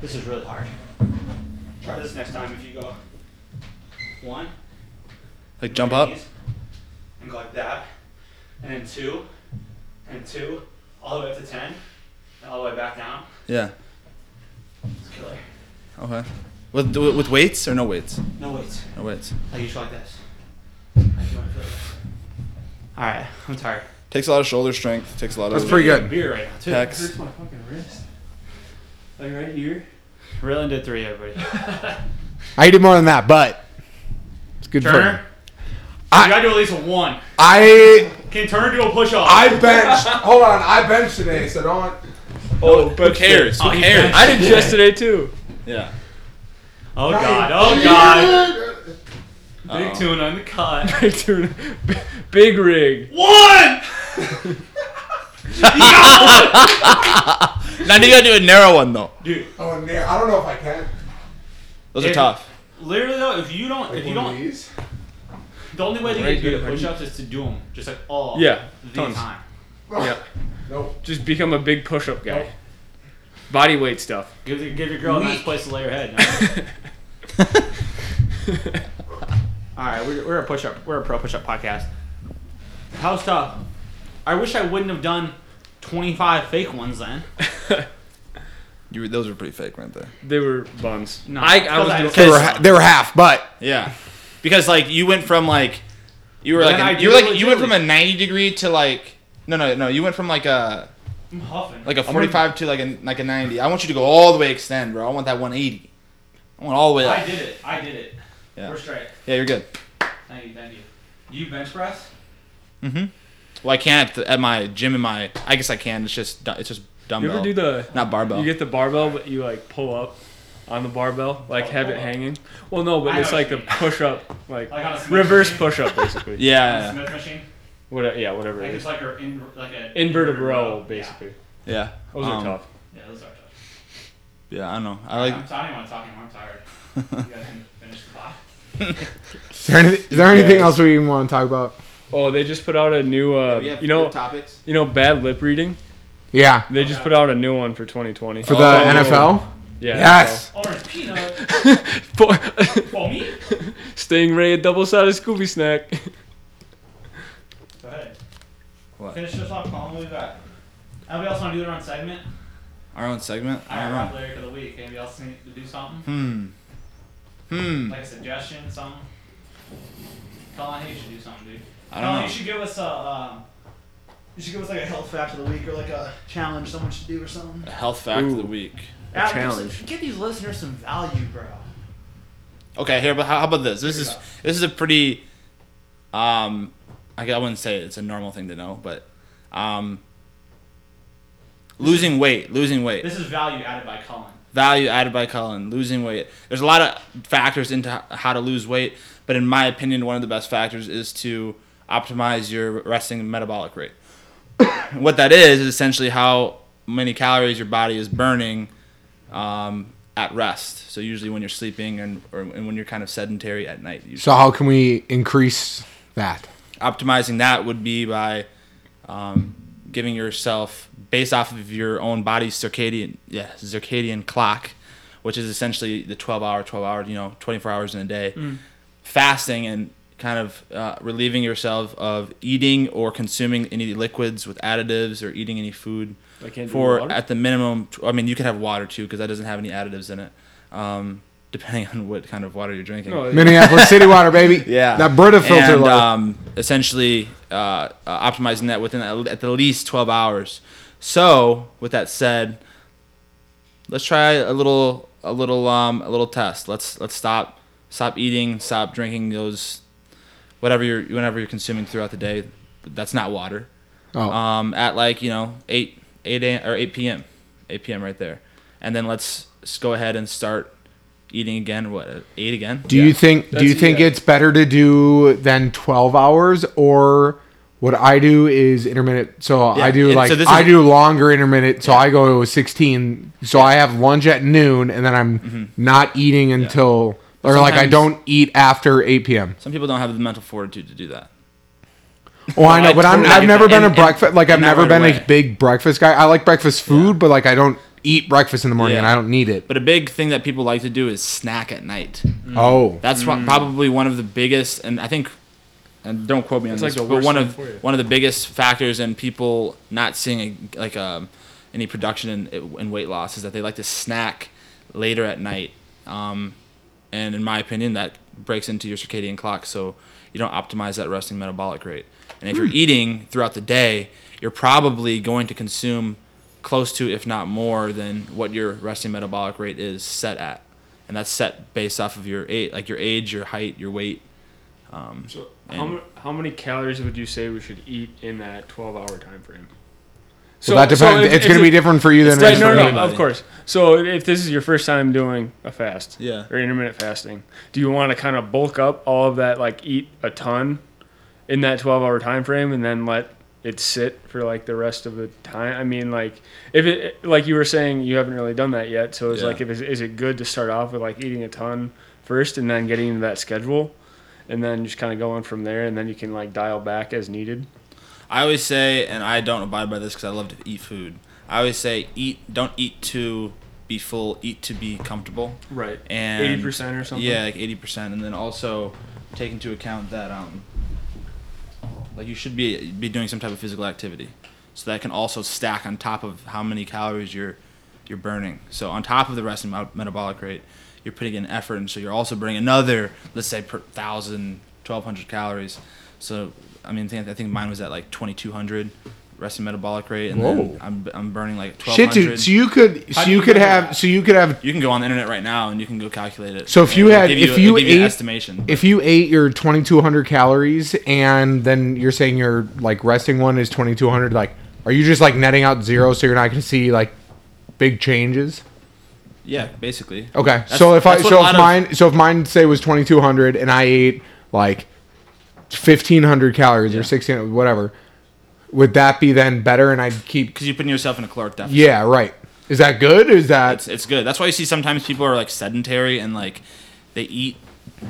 [SPEAKER 3] this is really hard. Try this next time if you go one
[SPEAKER 5] Like jump up.
[SPEAKER 3] knees, and go like that. And then two and two all the way up to ten all the way back down.
[SPEAKER 5] Yeah.
[SPEAKER 3] It's killer.
[SPEAKER 5] Okay. With with weights or no weights?
[SPEAKER 3] No weights.
[SPEAKER 5] No weights.
[SPEAKER 3] I usually like this. I do wanna feel this. All right, I'm tired.
[SPEAKER 5] Takes a lot of shoulder strength. Takes a lot
[SPEAKER 2] That's
[SPEAKER 5] of.
[SPEAKER 2] pretty good.
[SPEAKER 3] Beer right now too.
[SPEAKER 5] Pecs.
[SPEAKER 3] Hurts my fucking wrist. Like right here. Rail into three, everybody.
[SPEAKER 2] I did more than that, but it's good for
[SPEAKER 3] Turner,
[SPEAKER 2] I-
[SPEAKER 3] you gotta do at least one.
[SPEAKER 2] I
[SPEAKER 3] Can Turner do a push up?
[SPEAKER 2] I benched. hold on, I benched today, so don't.
[SPEAKER 4] Oh, but
[SPEAKER 5] cares? Who
[SPEAKER 3] Oh, he
[SPEAKER 5] cares?
[SPEAKER 4] I did just today too.
[SPEAKER 5] Yeah.
[SPEAKER 3] oh god, oh god. Big
[SPEAKER 5] Uh-oh.
[SPEAKER 3] tune on the cut.
[SPEAKER 4] Big tuna- b- Big rig.
[SPEAKER 3] One!
[SPEAKER 5] Now you gotta do a narrow one though.
[SPEAKER 3] Dude,
[SPEAKER 2] Oh, man, I don't know if I can.
[SPEAKER 5] Those
[SPEAKER 3] If-
[SPEAKER 5] are tough.
[SPEAKER 3] literally though, if you don't, if you don't,
[SPEAKER 2] these?
[SPEAKER 3] the only way to
[SPEAKER 4] Right
[SPEAKER 3] get good
[SPEAKER 4] here,
[SPEAKER 3] at
[SPEAKER 4] right
[SPEAKER 3] push ups is to do them. Just like all
[SPEAKER 4] Yeah,
[SPEAKER 3] the
[SPEAKER 4] tons.
[SPEAKER 3] time.
[SPEAKER 4] Yeah.
[SPEAKER 2] Nope.
[SPEAKER 4] Just become a big push-up
[SPEAKER 3] Oh.
[SPEAKER 4] guy. Body weight stuff.
[SPEAKER 3] Give, the- give your girl a nice place to lay her head. Alright, we're, we're a push up, we're a pro push up podcast. How's tough? I wish I wouldn't have done 25 fake ones then.
[SPEAKER 5] You were, those were pretty fake right there.
[SPEAKER 4] They were buns.
[SPEAKER 3] No,
[SPEAKER 5] I- I
[SPEAKER 3] because
[SPEAKER 5] was doing-
[SPEAKER 2] They were, ha- they were half, but
[SPEAKER 5] Yeah. Because like you went from like you were
[SPEAKER 3] Then
[SPEAKER 5] like
[SPEAKER 3] I
[SPEAKER 5] an, you were
[SPEAKER 3] do
[SPEAKER 5] like you
[SPEAKER 3] legit-
[SPEAKER 5] went from a 90 degree to like no no no you went from like a
[SPEAKER 3] I'm huffing.
[SPEAKER 5] like a 45 to like a like a 90. I want you to go all the way extend, bro. I want that 180. I want all the way
[SPEAKER 3] I
[SPEAKER 5] up.
[SPEAKER 3] did it. I did it.
[SPEAKER 5] Yeah.
[SPEAKER 3] We're straight.
[SPEAKER 5] Yeah, you're good.
[SPEAKER 3] Thank you. Thank you. You bench press?
[SPEAKER 5] Mhm. Well, I can't at, the- at my gym in my I guess I can. It's just du- it's just
[SPEAKER 4] You
[SPEAKER 5] dumbbell.
[SPEAKER 4] ever do the?
[SPEAKER 5] not barbell.
[SPEAKER 4] You get the barbell, but you like pull up on the barbell, like have it hanging. Well, no, but
[SPEAKER 3] Oh. I
[SPEAKER 4] it's
[SPEAKER 3] know
[SPEAKER 4] like
[SPEAKER 3] what
[SPEAKER 4] the
[SPEAKER 3] you mean.
[SPEAKER 4] push-up, like
[SPEAKER 3] Like on a Smith
[SPEAKER 4] reverse
[SPEAKER 3] machine?
[SPEAKER 4] push-up, basically.
[SPEAKER 5] yeah.
[SPEAKER 3] Smith machine?
[SPEAKER 4] Whatever. Yeah, whatever
[SPEAKER 3] Like
[SPEAKER 4] it
[SPEAKER 3] it's
[SPEAKER 4] is.
[SPEAKER 3] like a in, like a
[SPEAKER 4] Inverted row,
[SPEAKER 3] Yeah.
[SPEAKER 4] basically.
[SPEAKER 5] Yeah.
[SPEAKER 4] Those
[SPEAKER 5] Um,
[SPEAKER 4] are tough.
[SPEAKER 3] Yeah, those are tough.
[SPEAKER 5] Yeah, I don't know. I
[SPEAKER 3] I'm
[SPEAKER 5] like
[SPEAKER 3] sorry, I don't want to talk anymore. I'm tired. You guys can finish the box.
[SPEAKER 2] is there, any, is there anything
[SPEAKER 4] Yes.
[SPEAKER 2] else we even want to talk about?
[SPEAKER 4] Oh, they just put out a new. Uh, you know,
[SPEAKER 8] topics.
[SPEAKER 4] you know, bad lip reading.
[SPEAKER 2] Yeah,
[SPEAKER 4] They just put out a new one for 2020.
[SPEAKER 2] for the
[SPEAKER 5] Oh.
[SPEAKER 2] NFL.
[SPEAKER 4] yeah.
[SPEAKER 2] Yes.
[SPEAKER 3] Orange peanut
[SPEAKER 4] For-
[SPEAKER 3] for me.
[SPEAKER 4] Stingray, a double-sided Scooby snack.
[SPEAKER 3] Go ahead.
[SPEAKER 5] What?
[SPEAKER 3] Finish this off. Colin, we'll be back. Anybody else want to do their own segment?
[SPEAKER 5] our own segment. I don't
[SPEAKER 3] rap
[SPEAKER 5] know.
[SPEAKER 3] lyric of the week. Anybody else need to do something?
[SPEAKER 5] Hmm. Hmm.
[SPEAKER 3] Like a suggestion, something? Colin, hey, you should do something, dude.
[SPEAKER 5] I
[SPEAKER 3] no,
[SPEAKER 5] don't
[SPEAKER 3] you
[SPEAKER 5] know.
[SPEAKER 3] should give us a. Um, you should give us like a health fact of the week or like a challenge someone should do or something.
[SPEAKER 5] A health fact of
[SPEAKER 4] Ooh.
[SPEAKER 5] the week.
[SPEAKER 3] Adam,
[SPEAKER 4] challenge.
[SPEAKER 3] just Give these listeners some value, bro.
[SPEAKER 5] Okay, here. But how, how about this? This is this is a pretty, um, I, gu- I wouldn't say it's a normal thing to know, but, um, losing weight, losing weight,
[SPEAKER 3] This is value added by Colin.
[SPEAKER 5] value added by Colin, losing weight. There's a lot of factors into h- how to lose weight, but in my opinion, one of the best factors is to optimize your resting metabolic rate. what that is is essentially how many calories your body is burning um, at rest. So usually when you're sleeping and or and when you're kind of sedentary at night. Usually.
[SPEAKER 2] So how can we increase that?
[SPEAKER 5] optimizing that would be by um, giving yourself based off of your own body's circadian yeah circadian clock which is essentially the 12 hour 12 hour you know 24 hours in a day
[SPEAKER 4] Mm.
[SPEAKER 5] fasting and kind of uh, relieving yourself of eating or consuming any liquids with additives or eating any food
[SPEAKER 4] I can't do
[SPEAKER 5] for
[SPEAKER 4] water?
[SPEAKER 5] at the minimum tw- i mean you could have water too because that doesn't have any additives in it um, depending on what kind of water you're drinking
[SPEAKER 4] No,
[SPEAKER 2] Minneapolis City Water, baby.
[SPEAKER 5] yeah.
[SPEAKER 2] that Brita filter.
[SPEAKER 5] And,
[SPEAKER 2] level.
[SPEAKER 5] um, essentially uh, uh, optimizing that within at at the least 12 hours. So, with that said, let's try a little a little um, a little test. Let's let's stop stop eating, stop drinking those whatever you're whenever you're consuming throughout the day. That's not water.
[SPEAKER 2] oh,
[SPEAKER 5] Um, at like you know 8 8 a, or 8 p.m. 8 p.m. right there, and then let's s- go ahead and start eating again. What at eight again?
[SPEAKER 2] do you think do you
[SPEAKER 4] That's-
[SPEAKER 2] think
[SPEAKER 4] yeah.
[SPEAKER 2] it's better to do than 12 hours or what I do is intermittent so I
[SPEAKER 5] Yeah,
[SPEAKER 2] do
[SPEAKER 5] and
[SPEAKER 2] like
[SPEAKER 5] so this
[SPEAKER 2] I
[SPEAKER 5] is-
[SPEAKER 2] do longer intermittent so I go to 16 so I have lunch at noon and then I'm not eating until or like I
[SPEAKER 5] Mm-hmm. sometimes-
[SPEAKER 2] don't eat after 8 p.m.
[SPEAKER 5] Some people don't have the mental fortitude to do that.
[SPEAKER 2] Oh, I know,
[SPEAKER 5] I
[SPEAKER 2] but I'm,
[SPEAKER 5] totally
[SPEAKER 2] I've
[SPEAKER 5] get
[SPEAKER 2] never
[SPEAKER 5] that.
[SPEAKER 2] been a
[SPEAKER 5] And-
[SPEAKER 2] breakfast
[SPEAKER 5] and-
[SPEAKER 2] like I've
[SPEAKER 5] and not
[SPEAKER 2] never
[SPEAKER 5] right
[SPEAKER 2] been
[SPEAKER 5] away.
[SPEAKER 2] a big breakfast guy. I like breakfast food, but like I don't eat breakfast in the morning and
[SPEAKER 5] Yeah.
[SPEAKER 2] I don't need it.
[SPEAKER 5] But a big thing that people like to do is snack at night.
[SPEAKER 2] Oh,
[SPEAKER 5] That's wha- probably one of the biggest, and I think, and don't quote me on
[SPEAKER 4] It's
[SPEAKER 5] this,
[SPEAKER 4] like the
[SPEAKER 5] but
[SPEAKER 4] worst
[SPEAKER 5] one
[SPEAKER 4] thing
[SPEAKER 5] of
[SPEAKER 4] for you.
[SPEAKER 5] one of the biggest factors in people not seeing a, like a,
[SPEAKER 9] um, any production in, in weight loss is that they like to snack later at night. Um, and in my opinion, that breaks into your circadian clock, so you don't optimize that resting metabolic rate. And
[SPEAKER 4] Hmm.
[SPEAKER 9] if you're eating throughout the day, you're probably going to consume close to, if not more, than what your resting metabolic rate is set at. And that's set based off of your age, like your age, your height, your weight.
[SPEAKER 4] So
[SPEAKER 9] And-
[SPEAKER 4] how, mu- how many calories would you say we should eat in that 12 hour time frame?
[SPEAKER 2] So that depends.
[SPEAKER 4] if-
[SPEAKER 2] it's
[SPEAKER 4] if
[SPEAKER 2] going to
[SPEAKER 4] it-
[SPEAKER 2] be different for you than it
[SPEAKER 4] Right,
[SPEAKER 2] is
[SPEAKER 4] no,
[SPEAKER 2] for
[SPEAKER 4] no,
[SPEAKER 2] me.
[SPEAKER 4] no, of course. So if this is your first time doing a fast,
[SPEAKER 9] Yeah.
[SPEAKER 4] or intermittent fasting, do you want to kind of bulk up all of that, like eat a ton in that twelve-hour time frame, and then let it sit for like the rest of the time? I mean, like if it, like you were saying, you haven't really done that yet. So it's
[SPEAKER 9] Yeah.
[SPEAKER 4] like, if it's, is it good to start off with like eating a ton first, and then getting into that schedule? And then just kind of going from there, and then you can like dial back as needed.
[SPEAKER 5] I always say, and I don't abide by this because I love to eat food. I always say, eat, don't eat to be full, eat to be comfortable.
[SPEAKER 4] Right.
[SPEAKER 5] And
[SPEAKER 4] eighty percent or something.
[SPEAKER 5] Yeah, like eighty percent, and then also take into account that um, like you should be be doing some type of physical activity, so that can also stack on top of how many calories you're you're burning. So on top of the resting mo- metabolic rate, you're putting in effort, and so you're also burning another, let's say, per thousand, twelve hundred calories. So I mean, I think- I think mine was at like twenty two hundred resting metabolic rate, and
[SPEAKER 2] Whoa.
[SPEAKER 5] then I'm I'm burning like twelve
[SPEAKER 2] Shit,
[SPEAKER 5] hundred.
[SPEAKER 2] dude. So you could, so
[SPEAKER 3] do
[SPEAKER 2] you
[SPEAKER 3] you
[SPEAKER 2] could
[SPEAKER 3] know
[SPEAKER 2] have,
[SPEAKER 3] that?
[SPEAKER 2] so you could have,
[SPEAKER 5] you can go on the internet right now and you can go calculate it.
[SPEAKER 2] So if
[SPEAKER 5] And
[SPEAKER 2] you
[SPEAKER 5] it'll
[SPEAKER 2] had-
[SPEAKER 5] give
[SPEAKER 2] if
[SPEAKER 5] it'll
[SPEAKER 2] you
[SPEAKER 5] give an
[SPEAKER 2] ate-
[SPEAKER 5] estimation,
[SPEAKER 2] if you ate your 2,200 calories and then you're saying your like resting one is 2,200, like, are you just like netting out zero so you're not going to see like big changes?
[SPEAKER 5] yeah, basically.
[SPEAKER 2] Okay, so if I
[SPEAKER 5] that's what
[SPEAKER 2] so
[SPEAKER 5] a lot
[SPEAKER 2] if
[SPEAKER 5] of-
[SPEAKER 2] mine so if mine say was twenty two hundred and I ate like fifteen hundred calories or sixteen whatever, would that be then better? And I'd keep
[SPEAKER 5] because you're putting yourself in a caloric deficit.
[SPEAKER 2] yeah right. Is that good? Is that
[SPEAKER 5] it's, it's good. That's why you see sometimes people are like sedentary and like they eat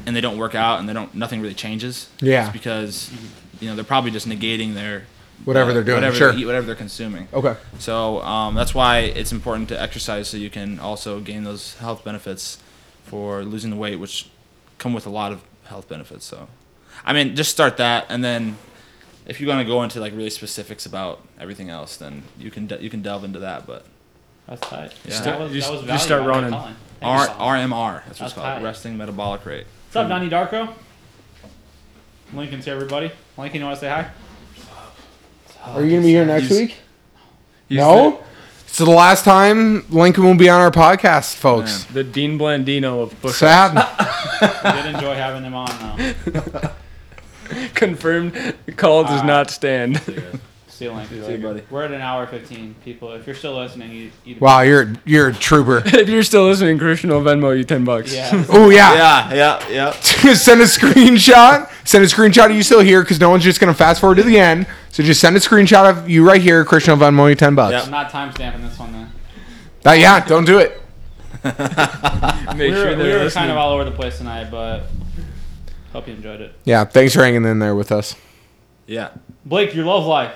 [SPEAKER 5] and they don't work out and they don't nothing really changes.
[SPEAKER 2] Yeah.
[SPEAKER 5] it's because you know they're probably just negating their
[SPEAKER 2] Whatever they're doing,
[SPEAKER 5] uh, whatever
[SPEAKER 2] sure.
[SPEAKER 5] they eat, whatever they're consuming.
[SPEAKER 2] okay?
[SPEAKER 5] So um, that's why it's important to exercise so you can also gain those health benefits for losing the weight, which come with a lot of health benefits. So, I mean, just start that, and then if you're gonna go into like really specifics about everything else, then you can de- you can delve into that. But
[SPEAKER 3] That's tight.
[SPEAKER 5] Yeah.
[SPEAKER 3] That was,
[SPEAKER 4] Just-
[SPEAKER 3] that was
[SPEAKER 4] just
[SPEAKER 3] value.
[SPEAKER 4] start
[SPEAKER 3] I like
[SPEAKER 4] running.
[SPEAKER 3] Colin. Thank you,
[SPEAKER 5] R-
[SPEAKER 3] Colin.
[SPEAKER 5] RMR, that's what
[SPEAKER 3] That's
[SPEAKER 5] it's called,
[SPEAKER 3] high.
[SPEAKER 5] resting metabolic rate.
[SPEAKER 3] What's up, Donnie Darko? Lincoln's here, everybody. Lincoln, you want to say hi?
[SPEAKER 2] Are you gonna be here next
[SPEAKER 4] he's-
[SPEAKER 2] week? No. So the last time Lincoln will be on our podcast, folks.
[SPEAKER 4] The Dean Blandino of push
[SPEAKER 2] Sad.
[SPEAKER 3] We did enjoy having him on, though.
[SPEAKER 4] Confirmed. Call does
[SPEAKER 3] Ah.
[SPEAKER 4] not stand.
[SPEAKER 3] See you, Lincoln.
[SPEAKER 5] you, buddy.
[SPEAKER 3] We're at an hour 15, people. If you're still listening, you, you
[SPEAKER 2] wow, you're you're a trooper.
[SPEAKER 4] if you're still listening, Christian will Venmo you ten bucks.
[SPEAKER 3] Yeah.
[SPEAKER 2] Oh yeah.
[SPEAKER 5] Yeah, yeah, yeah.
[SPEAKER 2] send a screenshot. Send a screenshot of you still here because no one's just gonna fast forward to the end. So just send a screenshot of you right here. Christian will Venmo you ten bucks.
[SPEAKER 3] I'm not time stamping this one, then.
[SPEAKER 2] Uh, yeah, don't do it.
[SPEAKER 4] Make
[SPEAKER 3] We were,
[SPEAKER 4] sure
[SPEAKER 3] we
[SPEAKER 4] they're
[SPEAKER 3] were
[SPEAKER 4] listening.
[SPEAKER 3] kind of all over the place tonight, but hope you enjoyed it.
[SPEAKER 2] Yeah, thanks for hanging in there with us.
[SPEAKER 5] Yeah.
[SPEAKER 3] Blake, your love life.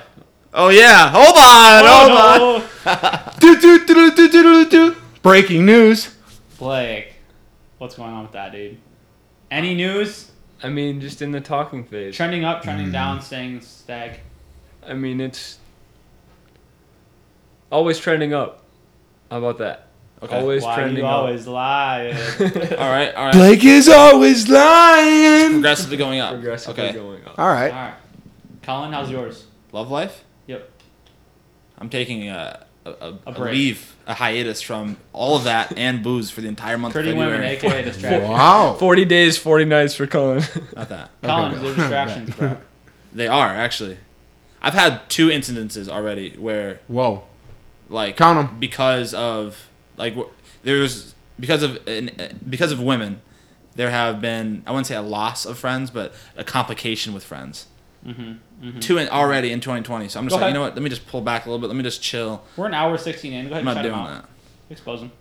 [SPEAKER 5] Oh yeah. Hold on. hold on.
[SPEAKER 3] Oh, no.
[SPEAKER 2] Do, do, do, do, do, do, do, do. Breaking news.
[SPEAKER 3] Blake, what's going on with that, dude? Any news?
[SPEAKER 4] I mean, just in the talking phase.
[SPEAKER 3] Trending up, trending down, staying stag.
[SPEAKER 4] I mean, it's always trending up. How about that?
[SPEAKER 5] Okay.
[SPEAKER 4] Always
[SPEAKER 3] Why
[SPEAKER 4] trending
[SPEAKER 3] you always lie?
[SPEAKER 4] up.
[SPEAKER 5] All right. All right.
[SPEAKER 2] Blake is always lying.
[SPEAKER 5] Progressively going up.
[SPEAKER 4] Progressively
[SPEAKER 5] okay.
[SPEAKER 4] going up.
[SPEAKER 2] All
[SPEAKER 3] All
[SPEAKER 2] right.
[SPEAKER 3] right. Colin, how's yours?
[SPEAKER 5] Love life.
[SPEAKER 3] Yep.
[SPEAKER 5] I'm taking a a, a, a
[SPEAKER 3] break.
[SPEAKER 5] leave, a hiatus from all of that and booze for the entire month.
[SPEAKER 3] Pretty
[SPEAKER 5] of
[SPEAKER 3] women,
[SPEAKER 5] February.
[SPEAKER 3] aka distraction.
[SPEAKER 2] Wow.
[SPEAKER 4] Forty days, forty nights for Colin.
[SPEAKER 5] Not that
[SPEAKER 3] Collins, they're distractions, bro.
[SPEAKER 5] they are actually. I've had two incidences already where
[SPEAKER 2] Whoa.
[SPEAKER 5] like
[SPEAKER 2] Count 'em.
[SPEAKER 5] because of like wh- there's because of an, uh, because of women there have been I wouldn't say a loss of friends but a complication with friends. Two in, already in 2020, so I'm just
[SPEAKER 3] Mm-hmm, Go
[SPEAKER 5] like,
[SPEAKER 3] ahead.
[SPEAKER 5] you know what? Let me just pull back a little bit. Let me just chill.
[SPEAKER 3] We're an hour 16 in. Go ahead
[SPEAKER 5] I'm
[SPEAKER 3] and
[SPEAKER 5] not
[SPEAKER 3] shut them
[SPEAKER 5] doing
[SPEAKER 3] out.
[SPEAKER 5] that.
[SPEAKER 3] Expose them.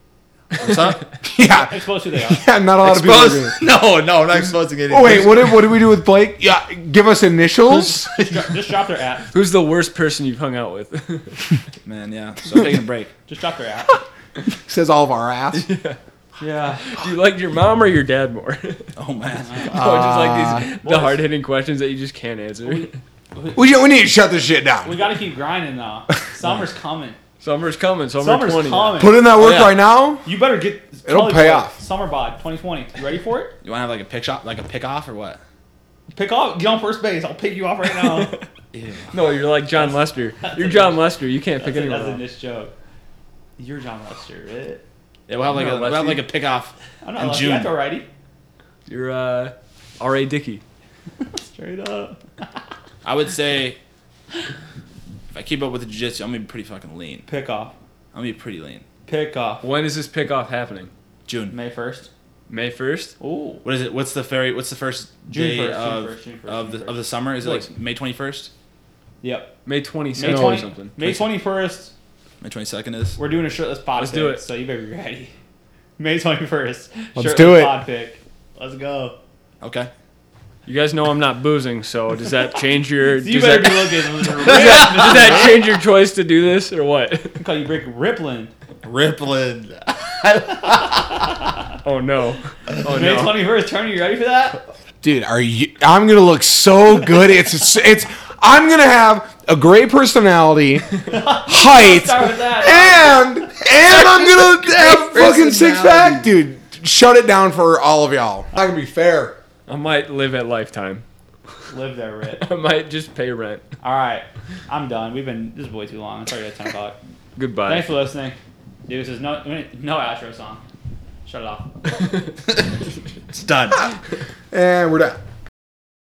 [SPEAKER 5] What's up?
[SPEAKER 2] Yeah.
[SPEAKER 3] Expose who they are.
[SPEAKER 2] Yeah, not a lot of people. Are doing.
[SPEAKER 5] Exposed? No, no, I'm not exposing anything.
[SPEAKER 2] Oh wait, what did what did we do with Blake? Yeah, give us initials.
[SPEAKER 3] Dro- Just drop their app.
[SPEAKER 4] Who's the worst person you've hung out with?
[SPEAKER 5] man, yeah. So I'm taking a break.
[SPEAKER 3] Just drop their app.
[SPEAKER 2] Says all of our ass.
[SPEAKER 3] Yeah.
[SPEAKER 4] Do you like your mom or your dad more? no,
[SPEAKER 5] Oh man.
[SPEAKER 4] just like
[SPEAKER 3] Ah.
[SPEAKER 4] these the
[SPEAKER 3] boys.
[SPEAKER 4] hard hitting questions that you just can't answer.
[SPEAKER 2] We, we need to shut this shit down.
[SPEAKER 3] We gotta keep grinding though. Summer's coming.
[SPEAKER 4] Summer's coming. Summer
[SPEAKER 3] Summer's
[SPEAKER 4] 20.
[SPEAKER 3] coming.
[SPEAKER 2] Put in that work
[SPEAKER 5] Yeah.
[SPEAKER 2] right now.
[SPEAKER 3] you better get.
[SPEAKER 2] It'll
[SPEAKER 3] Probably
[SPEAKER 2] pay
[SPEAKER 3] for
[SPEAKER 2] off.
[SPEAKER 3] Summer bod 2020. You ready for it?
[SPEAKER 5] You want to have like a pick shot, like a pick off or what?
[SPEAKER 3] Pick off. Get on first base. I'll pick you off right now. that's
[SPEAKER 4] No, you're like John Lester. You're John Lester. You can't pick
[SPEAKER 3] a, that's a
[SPEAKER 4] anyone. up.
[SPEAKER 3] niche joke. You're John Lester. eh?
[SPEAKER 5] Yeah, we'll have like
[SPEAKER 4] No,
[SPEAKER 5] a we'll have
[SPEAKER 4] lefty.
[SPEAKER 5] like a pick off.
[SPEAKER 3] I'm not
[SPEAKER 5] In
[SPEAKER 3] lefty.
[SPEAKER 5] June.
[SPEAKER 3] That's alrighty.
[SPEAKER 4] You're uh, R.A. Dickey.
[SPEAKER 3] Straight up.
[SPEAKER 5] I would say if I keep up with the jiu-jitsu, I'm gonna be pretty fucking lean.
[SPEAKER 3] Pick off.
[SPEAKER 5] I'm gonna be pretty lean.
[SPEAKER 3] Pick off.
[SPEAKER 4] When is this pickoff happening?
[SPEAKER 5] June.
[SPEAKER 3] May 1st.
[SPEAKER 4] May 1st?
[SPEAKER 3] Ooh.
[SPEAKER 5] What is it? What's the ferry? What's the first
[SPEAKER 3] June 1st,
[SPEAKER 5] day
[SPEAKER 3] June
[SPEAKER 5] of
[SPEAKER 3] 1st, June 1st,
[SPEAKER 5] of
[SPEAKER 3] June
[SPEAKER 5] the of the summer? Is it
[SPEAKER 4] Boys.
[SPEAKER 5] like May 21st?
[SPEAKER 3] Yep.
[SPEAKER 4] May 26th
[SPEAKER 3] May,
[SPEAKER 4] or
[SPEAKER 3] 20,
[SPEAKER 4] something.
[SPEAKER 3] May 21st.
[SPEAKER 5] May 22nd is.
[SPEAKER 3] We're doing a shirtless pod
[SPEAKER 4] Let's
[SPEAKER 3] pick,
[SPEAKER 4] do it.
[SPEAKER 3] so you better be ready. May 21st. shirtless
[SPEAKER 2] do it.
[SPEAKER 3] pod pick. Let's go.
[SPEAKER 5] Okay.
[SPEAKER 4] You guys know I'm not boozing, so does that change your
[SPEAKER 3] So you
[SPEAKER 4] does
[SPEAKER 3] better
[SPEAKER 4] that,
[SPEAKER 3] be
[SPEAKER 4] does
[SPEAKER 3] looking.
[SPEAKER 4] that change your choice to do this or what?
[SPEAKER 3] I call you Rick Ripland.
[SPEAKER 5] Rippling.
[SPEAKER 4] Oh no. Oh
[SPEAKER 3] May
[SPEAKER 4] no.
[SPEAKER 3] 21st. Tony, you ready for that?
[SPEAKER 2] dude are you i'm gonna look so good it's it's, it's i'm gonna have a great personality height
[SPEAKER 3] Start with that.
[SPEAKER 2] and and i'm gonna have fucking six-pack dude shut it down for all of y'all not gonna be fair
[SPEAKER 4] I might live at lifetime.
[SPEAKER 3] Live there, Rick.
[SPEAKER 4] I might just pay rent.
[SPEAKER 3] All right. I'm done. We've been, this is way too long. It's already at 10 o'clock.
[SPEAKER 4] Goodbye.
[SPEAKER 3] Thanks for listening. Dude, this is no, no outro song. Shut it off.
[SPEAKER 5] It's done.
[SPEAKER 2] and we're done